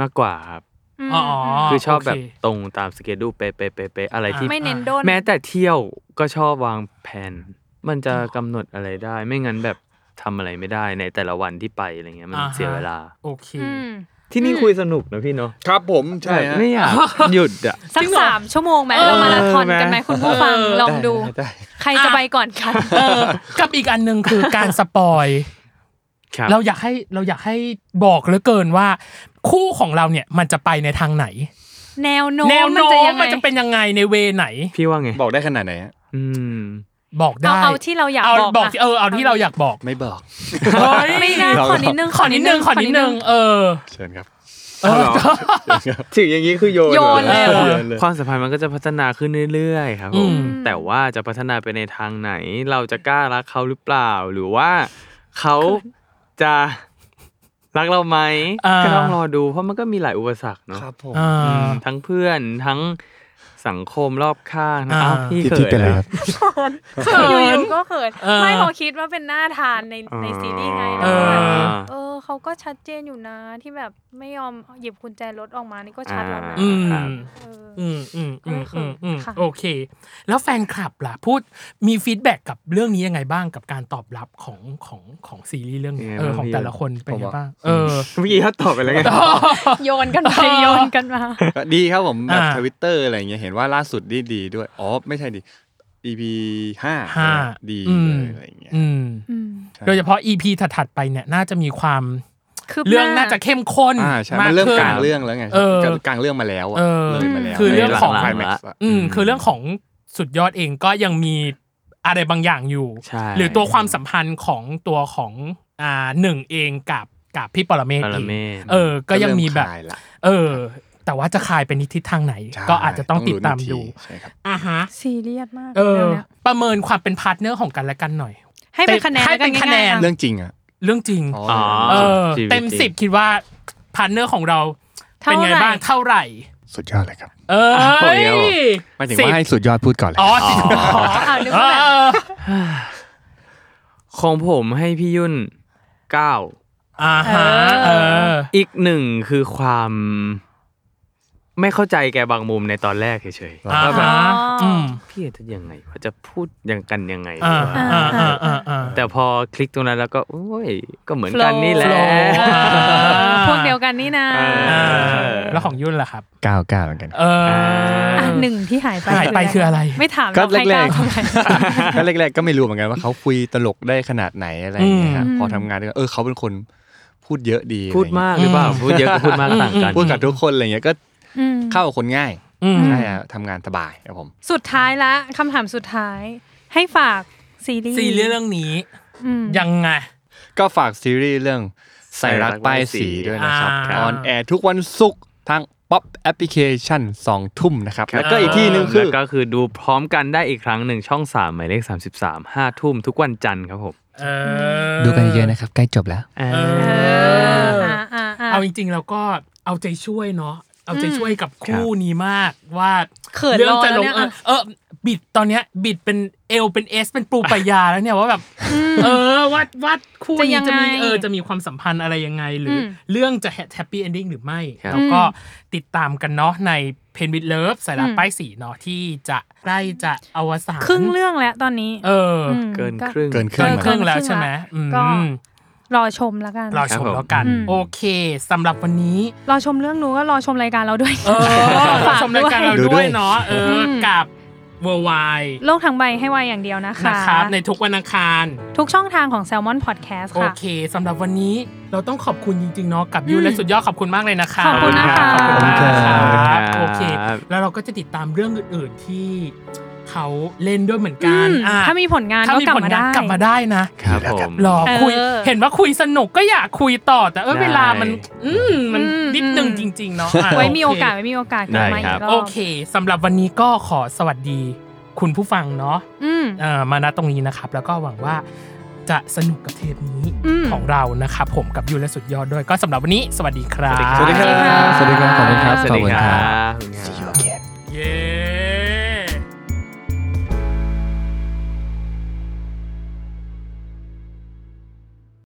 [SPEAKER 4] มากกว่าครับ
[SPEAKER 2] ม
[SPEAKER 3] อ๋ออ๋อ
[SPEAKER 4] คือชอบแบบ
[SPEAKER 3] โอเค
[SPEAKER 4] ตรงตามสเกจดูเป๊ะเป๊ะเป๊ะเป๊ะอะไรที่
[SPEAKER 2] ไม่เน้นโดน
[SPEAKER 4] แม้แต่เที่ยวก็ชอบวางแผน มันจะกำหนดอะไรได้ ไม่งั้นแบบทำอะไรไม่ได้ในแต่ละวันที่ไปอะไรเงี้ยมัน
[SPEAKER 3] อ่าฮะ
[SPEAKER 4] เสียเวลา
[SPEAKER 3] โอเค
[SPEAKER 2] อืม
[SPEAKER 4] ที่นี่คุยสนุกนะพี่เนาะ
[SPEAKER 6] ครับผมใช่ฮะ
[SPEAKER 4] ไม่อยากหยุดอ่ะ
[SPEAKER 2] สั
[SPEAKER 3] จริ
[SPEAKER 2] ก
[SPEAKER 3] งเหรอ
[SPEAKER 2] สามชั่วโมงไหม
[SPEAKER 3] เออ
[SPEAKER 2] เรามาราธอนกันไหมคุณผู้ฟัง
[SPEAKER 3] เออ
[SPEAKER 2] ลองดู
[SPEAKER 6] ได้ได้
[SPEAKER 2] ใครจะไปก่อนกัน
[SPEAKER 3] เออกับอีกอันหนึ่งคือการสปอย
[SPEAKER 4] ครับ
[SPEAKER 3] เราอยากให้เราอยากให้บอกเหลือเกินว่า คู่ของเราเนี่ยมันจะไปในทางไหน
[SPEAKER 2] แนวโน้
[SPEAKER 3] แนว
[SPEAKER 2] มัน
[SPEAKER 3] โน้
[SPEAKER 2] จะ
[SPEAKER 3] ม
[SPEAKER 2] ยังไง
[SPEAKER 3] มันจะเป็นยังไงในเวไหน
[SPEAKER 4] พี่ว่าไง
[SPEAKER 6] บอกได้ขนาดไหนฮะ
[SPEAKER 4] อืม
[SPEAKER 3] บอก
[SPEAKER 2] เอา
[SPEAKER 3] ได้
[SPEAKER 2] เอาที่เราอยาก
[SPEAKER 3] เอา
[SPEAKER 2] บอก
[SPEAKER 3] บอก
[SPEAKER 2] อะ
[SPEAKER 3] ที่เออเอาที่เราอยากบอก
[SPEAKER 6] ไม่บอก
[SPEAKER 2] ไม่ได้
[SPEAKER 6] เรา
[SPEAKER 2] ขอนิดนึง
[SPEAKER 3] ขอนิดนึงขอนิดนึงเออ
[SPEAKER 6] เชิญครับ
[SPEAKER 3] เออ
[SPEAKER 4] ถึงอย่างนี้คือโยน
[SPEAKER 2] โยนเลย
[SPEAKER 3] เออ
[SPEAKER 4] ความสัมพันธ์มันก็จะพัฒนาขึ้นเรื่อยๆ ครับผ
[SPEAKER 3] อื
[SPEAKER 4] ม
[SPEAKER 3] ม
[SPEAKER 4] แต่ว่าจะพัฒนาไปในทางไหน เราจะกล้ารักเขาหรือเปล่า หรือว่าเขาจะรักเราไหม
[SPEAKER 3] อ่า
[SPEAKER 4] ก็ต้องรอดู เพราะมันก็มีหลายอุปสรรคเนาะ
[SPEAKER 6] ครับผม
[SPEAKER 3] อ่า
[SPEAKER 4] อืมทั้งเพื่อนทั้งสังคมรอบข้างนะ
[SPEAKER 3] อ่า
[SPEAKER 4] อ้าวพี่
[SPEAKER 6] พี่
[SPEAKER 4] เขิ
[SPEAKER 6] พี่เป็น
[SPEAKER 4] น
[SPEAKER 6] อะไร
[SPEAKER 4] แล้ว
[SPEAKER 6] ครับ
[SPEAKER 3] เขิ
[SPEAKER 2] อน ยู่ๆก็เขิน
[SPEAKER 3] เออ
[SPEAKER 2] ไม่พอคิดว่าเป็นหน้าทานในในซีรีส์ไง
[SPEAKER 4] เอ
[SPEAKER 2] แล้ว
[SPEAKER 4] อ
[SPEAKER 2] แบบเออเขาก็ชัดเจนอยู่นะที่แบบไม่ยอมหยิบกุญแจรถออกมานี่ก็ชัดแล้วนะ
[SPEAKER 4] อื
[SPEAKER 3] อืม
[SPEAKER 2] เออ
[SPEAKER 3] อืมอืมอืมอืมอืม
[SPEAKER 2] ค่ะ
[SPEAKER 3] โอเค แล้วแฟนคลับล่ะพูดมีฟีดแบ็กกับเรื่องนี้ยังไงบ้างกับการตอบรับของของของซีรีส์เรื่องนี้
[SPEAKER 4] ยังไง
[SPEAKER 3] เออ
[SPEAKER 4] บ้าง
[SPEAKER 3] ของ
[SPEAKER 4] พี่
[SPEAKER 3] แต่ละคนเป็นยังไงบ้างเออ
[SPEAKER 4] เมื่อกี้เขาตอบไปแล้วไง
[SPEAKER 2] โยนกันไปโยนกันมา
[SPEAKER 6] ก็ดีครับผมแบบ
[SPEAKER 3] อ่า
[SPEAKER 6] ทวิตเตอร์อะไรอย่างเงี้ยเห็นว่าล่าสุดดีดีด้วย อ๋อ ไม่ใช่ดิ EP ห้า
[SPEAKER 3] ห้า
[SPEAKER 6] ดี
[SPEAKER 3] อืม
[SPEAKER 6] เลยอะไรอย่างเงี้ย
[SPEAKER 3] อืมโดยเฉพาะ EP ถัดๆไปเนี่ยน่าจะมีความ
[SPEAKER 2] คืบห
[SPEAKER 3] เรื่องน่าจะเข้มข้น
[SPEAKER 6] อ่าใช่
[SPEAKER 3] มา
[SPEAKER 6] มั
[SPEAKER 3] ก
[SPEAKER 6] นเริ่ม
[SPEAKER 3] ขึ้น
[SPEAKER 6] กลางเรื่องแล้วไง
[SPEAKER 3] เออก
[SPEAKER 6] ลางเรื่องมาแล้วอะ
[SPEAKER 3] เออ
[SPEAKER 6] เลยมาแล้ว
[SPEAKER 3] คือเรื่องของ
[SPEAKER 6] ไคลแม็กซ์อะ
[SPEAKER 3] อืมคือเรื่องของสุดยอดเองก็ยังมีอะไรบางอย่างอยู่
[SPEAKER 4] ใช่
[SPEAKER 3] หรือตัวความสัมพันธ์ของตัวของอ่าหนึ่งเองกับกับพี่ปรเมศ
[SPEAKER 4] ปร
[SPEAKER 3] เอง
[SPEAKER 4] เมศ
[SPEAKER 3] เออ ก็ยังมีแบบ
[SPEAKER 6] เริ่คลายละ
[SPEAKER 3] เออ แต่ว่าจะคลายเป็นทิศทางไหน
[SPEAKER 6] ใช่
[SPEAKER 3] ก็อาจจะต้องติดตามดู
[SPEAKER 6] ต้องลุ้นอีกทีใช่ครับ
[SPEAKER 3] อ่ะฮะ
[SPEAKER 2] ซีเรียสมาก
[SPEAKER 3] เออ
[SPEAKER 2] รื่องเนี้ย
[SPEAKER 3] ประเมินความเป็นพาร์ทเนอร์ของกันและกันหน่อย
[SPEAKER 2] ให้เป็นคะแนน
[SPEAKER 3] ให้เป็น
[SPEAKER 2] กั
[SPEAKER 3] คะแนน
[SPEAKER 2] ง่ายๆ
[SPEAKER 6] เรื่องจริงอะ
[SPEAKER 3] เรื่องจริง
[SPEAKER 6] อ๋อ
[SPEAKER 3] เออ
[SPEAKER 4] ชีวิต
[SPEAKER 3] เต็ม
[SPEAKER 4] จริง
[SPEAKER 3] สิบคิดว่าพาร์ทเนอร์ของเรา เป็นไง
[SPEAKER 2] เท่าไหร่
[SPEAKER 3] บ้างเท่าไหร่
[SPEAKER 6] สุดยอดเลยครับ
[SPEAKER 3] เอ้ย
[SPEAKER 4] เอา
[SPEAKER 6] หมายถึงว่าให้สุดยอดพูดก่อนเลย
[SPEAKER 3] อ๋อสิบ
[SPEAKER 2] อ๋ออ่านึก
[SPEAKER 3] เอ
[SPEAKER 2] ว่าแบบ
[SPEAKER 3] อ
[SPEAKER 4] ของผมให้พี่ยุ่นเก้า
[SPEAKER 3] อ่าฮะเออ
[SPEAKER 4] อีกหนึ่งคือความ ไม่เข้าใจแกบางมุมในตอนแรกเฉย
[SPEAKER 6] เราก็แบบ
[SPEAKER 3] อ่า อืม
[SPEAKER 4] ๆพี่จะยังไงวะจะพูดยังกันยังไงวะ
[SPEAKER 3] อ่าอ่าอ่าอ่าอ่า
[SPEAKER 4] แต่พอคลิกตรงนั้นแล้วก็โอ้ยก็เหมือนกันนี่แหละ
[SPEAKER 3] flow อ่า
[SPEAKER 2] พวกเดียวกันนี่นะ
[SPEAKER 4] เออ
[SPEAKER 3] อ่าแล้วของยุ่นล่ะครับ
[SPEAKER 6] ก้าวก้าวเหมือนกัน
[SPEAKER 3] เอออ
[SPEAKER 2] อ่ะหนึ่งที่หายไป
[SPEAKER 3] หายไปคืออะไร
[SPEAKER 2] ไม่ถาม
[SPEAKER 6] ก็
[SPEAKER 2] เราใคร
[SPEAKER 6] แร
[SPEAKER 2] กล้าก
[SPEAKER 6] ๆ
[SPEAKER 2] เท่าไหร่
[SPEAKER 6] ก็แรกๆก็ไม่รู้เหมือนกันว่าเขาคุยตลกได้ขนาดไหนอะไรอย่างเงี้ยครับ
[SPEAKER 2] อืม
[SPEAKER 6] พอทำงานด้วยกันเออเขาเป็นคนพูดเยอะดี
[SPEAKER 4] พูดมากหรือเปล่าพูดเยอะก็พูดมากต่าง
[SPEAKER 6] อะ
[SPEAKER 4] กั
[SPEAKER 6] ไรอย่างเงี้
[SPEAKER 4] น
[SPEAKER 6] ยพูดกับทุกคนอะไรอย่างเงี้ยก็
[SPEAKER 2] อืม
[SPEAKER 6] เข้ากับคนง่าย
[SPEAKER 3] อืม
[SPEAKER 6] ใช่ฮะทำงานสบายครับผม
[SPEAKER 2] สุดท้ายละคำถามสุดท้าย ให้ฝากซีรีส์
[SPEAKER 3] ซีรีส์เรื่องนี้
[SPEAKER 2] อืม
[SPEAKER 3] ยังไง
[SPEAKER 6] ก็ฝากซีรีส์เรื่องใส่รักป้ายสีด้วยนะครับ
[SPEAKER 3] อ่า
[SPEAKER 6] ออนแอร์ทุกวันศุกร์ทางป๊อปแอปพลิเคชัน2 ทุ่มนะครับ แล้วก็อีกที่หนึ่งคือ
[SPEAKER 4] แล้วก็คือดูพร้อมกันได้อีกครั้งหนึ่งช่องสามหมายเลข33ห้าทุ่มทุกวันจันทร์ครับผม
[SPEAKER 3] เออ
[SPEAKER 6] ดูกันเยอะนะครับ ใกล้จบแล้ว
[SPEAKER 3] เออ
[SPEAKER 2] อ่าอ่าอ่า
[SPEAKER 3] เอาจริงๆเราก็เอาใจช่วยเนาะเอาใจช่วยกับคู่นี้มากว่า
[SPEAKER 2] เขิน
[SPEAKER 3] เรื่
[SPEAKER 2] รอ
[SPEAKER 3] จะ
[SPEAKER 2] แล้
[SPEAKER 3] ล
[SPEAKER 2] ว
[SPEAKER 3] ง
[SPEAKER 2] เนี่ย
[SPEAKER 3] เออเออบิดตอนเนี้ยบิดเป็นเอลเป็นเอสเป็นปูปายาแล้วเนี่ยว่าแบบเออว่าว่าคู่นี้
[SPEAKER 2] จะยั
[SPEAKER 3] จะ
[SPEAKER 2] ง
[SPEAKER 3] มี
[SPEAKER 2] ไง
[SPEAKER 3] เออจะมีความสัมพันธ์อะไรยังไง หรืออ
[SPEAKER 2] ม
[SPEAKER 3] เรื่องจะแฮปปี้เอนดิ้งหรือไม่
[SPEAKER 4] ครับ
[SPEAKER 3] แล้วก็
[SPEAKER 2] อื
[SPEAKER 3] ติดตามกันเนาะในเพนวิดเลิฟสายลับ
[SPEAKER 2] อืม
[SPEAKER 3] ป้ายสีเนาะที่จะใกล้จะอวสาน
[SPEAKER 2] ครึ่งเรื่องแล้วตอนนี้
[SPEAKER 3] เอออ
[SPEAKER 2] ม
[SPEAKER 4] เกินครึ่ง
[SPEAKER 6] เกินค
[SPEAKER 3] เกิ
[SPEAKER 6] รึ่ง
[SPEAKER 3] น
[SPEAKER 6] นะ
[SPEAKER 3] ครึ่งแล้วใช่ไหมอืม
[SPEAKER 2] ก็ รอชมแล้วกัน
[SPEAKER 3] เราชมแล้วกัน
[SPEAKER 2] อืม
[SPEAKER 3] โอเคสำหรับวันนี้
[SPEAKER 2] รอชมเรื่องนู้นก็รอชมรายการเราด้วย
[SPEAKER 3] เออ
[SPEAKER 2] ฝาก
[SPEAKER 3] ชมรายการ
[SPEAKER 2] ด้วย
[SPEAKER 3] เราด้วยเนาะเอออ
[SPEAKER 2] ม
[SPEAKER 3] กับเวอร์ไวน์
[SPEAKER 2] โลกทั้งใบให้ไวายอย่างเดียวนะคะ
[SPEAKER 3] นะครับในทุกวันอังคาร
[SPEAKER 2] ทุกช่องทางของ Salmon Podcast
[SPEAKER 3] โอ
[SPEAKER 2] ค่ะ
[SPEAKER 3] เคสำหรับวันนี้เราต้องขอบคุณจริง ๆ เนาะกับยู
[SPEAKER 2] อืม
[SPEAKER 3] และสุดยอดขอบคุณมากเลยนะคะ
[SPEAKER 2] ขอบคุณนะคะ
[SPEAKER 3] ขอบคุณมากครับ
[SPEAKER 4] ขอบคุณครับ
[SPEAKER 3] โอเค แล้วเราก็จะติดตามเรื่องอื่น ๆ ที่เขาเล่นด้วยเหมือนกั
[SPEAKER 2] อื
[SPEAKER 3] น
[SPEAKER 2] ม
[SPEAKER 3] อ่ะ
[SPEAKER 2] ถ้ามีผลงาน
[SPEAKER 3] ถ้า
[SPEAKER 2] ก็
[SPEAKER 3] มี
[SPEAKER 2] กลับ
[SPEAKER 3] ผ
[SPEAKER 2] มาง
[SPEAKER 3] ลา
[SPEAKER 2] ได้
[SPEAKER 3] นกลับมาได้นะครับ
[SPEAKER 4] ผม
[SPEAKER 3] หรอ
[SPEAKER 2] เออ
[SPEAKER 3] คุย เห็นว่าคุยสนุกก็อยากคุยต่อ แต่เออ
[SPEAKER 4] ได้
[SPEAKER 3] เวลามัน อืมมัน
[SPEAKER 2] อืม
[SPEAKER 3] นิดนึง
[SPEAKER 2] อืม
[SPEAKER 3] จริง ๆ เนาะะ
[SPEAKER 2] ไว้มีโอ
[SPEAKER 3] เค
[SPEAKER 2] กาสไว้มีโอกาสกลับมาอีกรอบ
[SPEAKER 3] โอเค สำหรับวันนี้ก็ขอสวัสดีคุณผู้ฟังเนาะ
[SPEAKER 2] อืม
[SPEAKER 3] เอ่อมาณตรงนี้นะครับ แล้วก็หวังว่าจะสนุกกับเทปนี้
[SPEAKER 2] อืม
[SPEAKER 3] ของเรานะครับ ผมกับยูและสุดยอดด้วย ก็สำหรับวันนี้ สวัสดีครับ
[SPEAKER 6] สวัสดีครับ สวัสดีครับ ขอบคุณครับ
[SPEAKER 4] สวัสดีครับ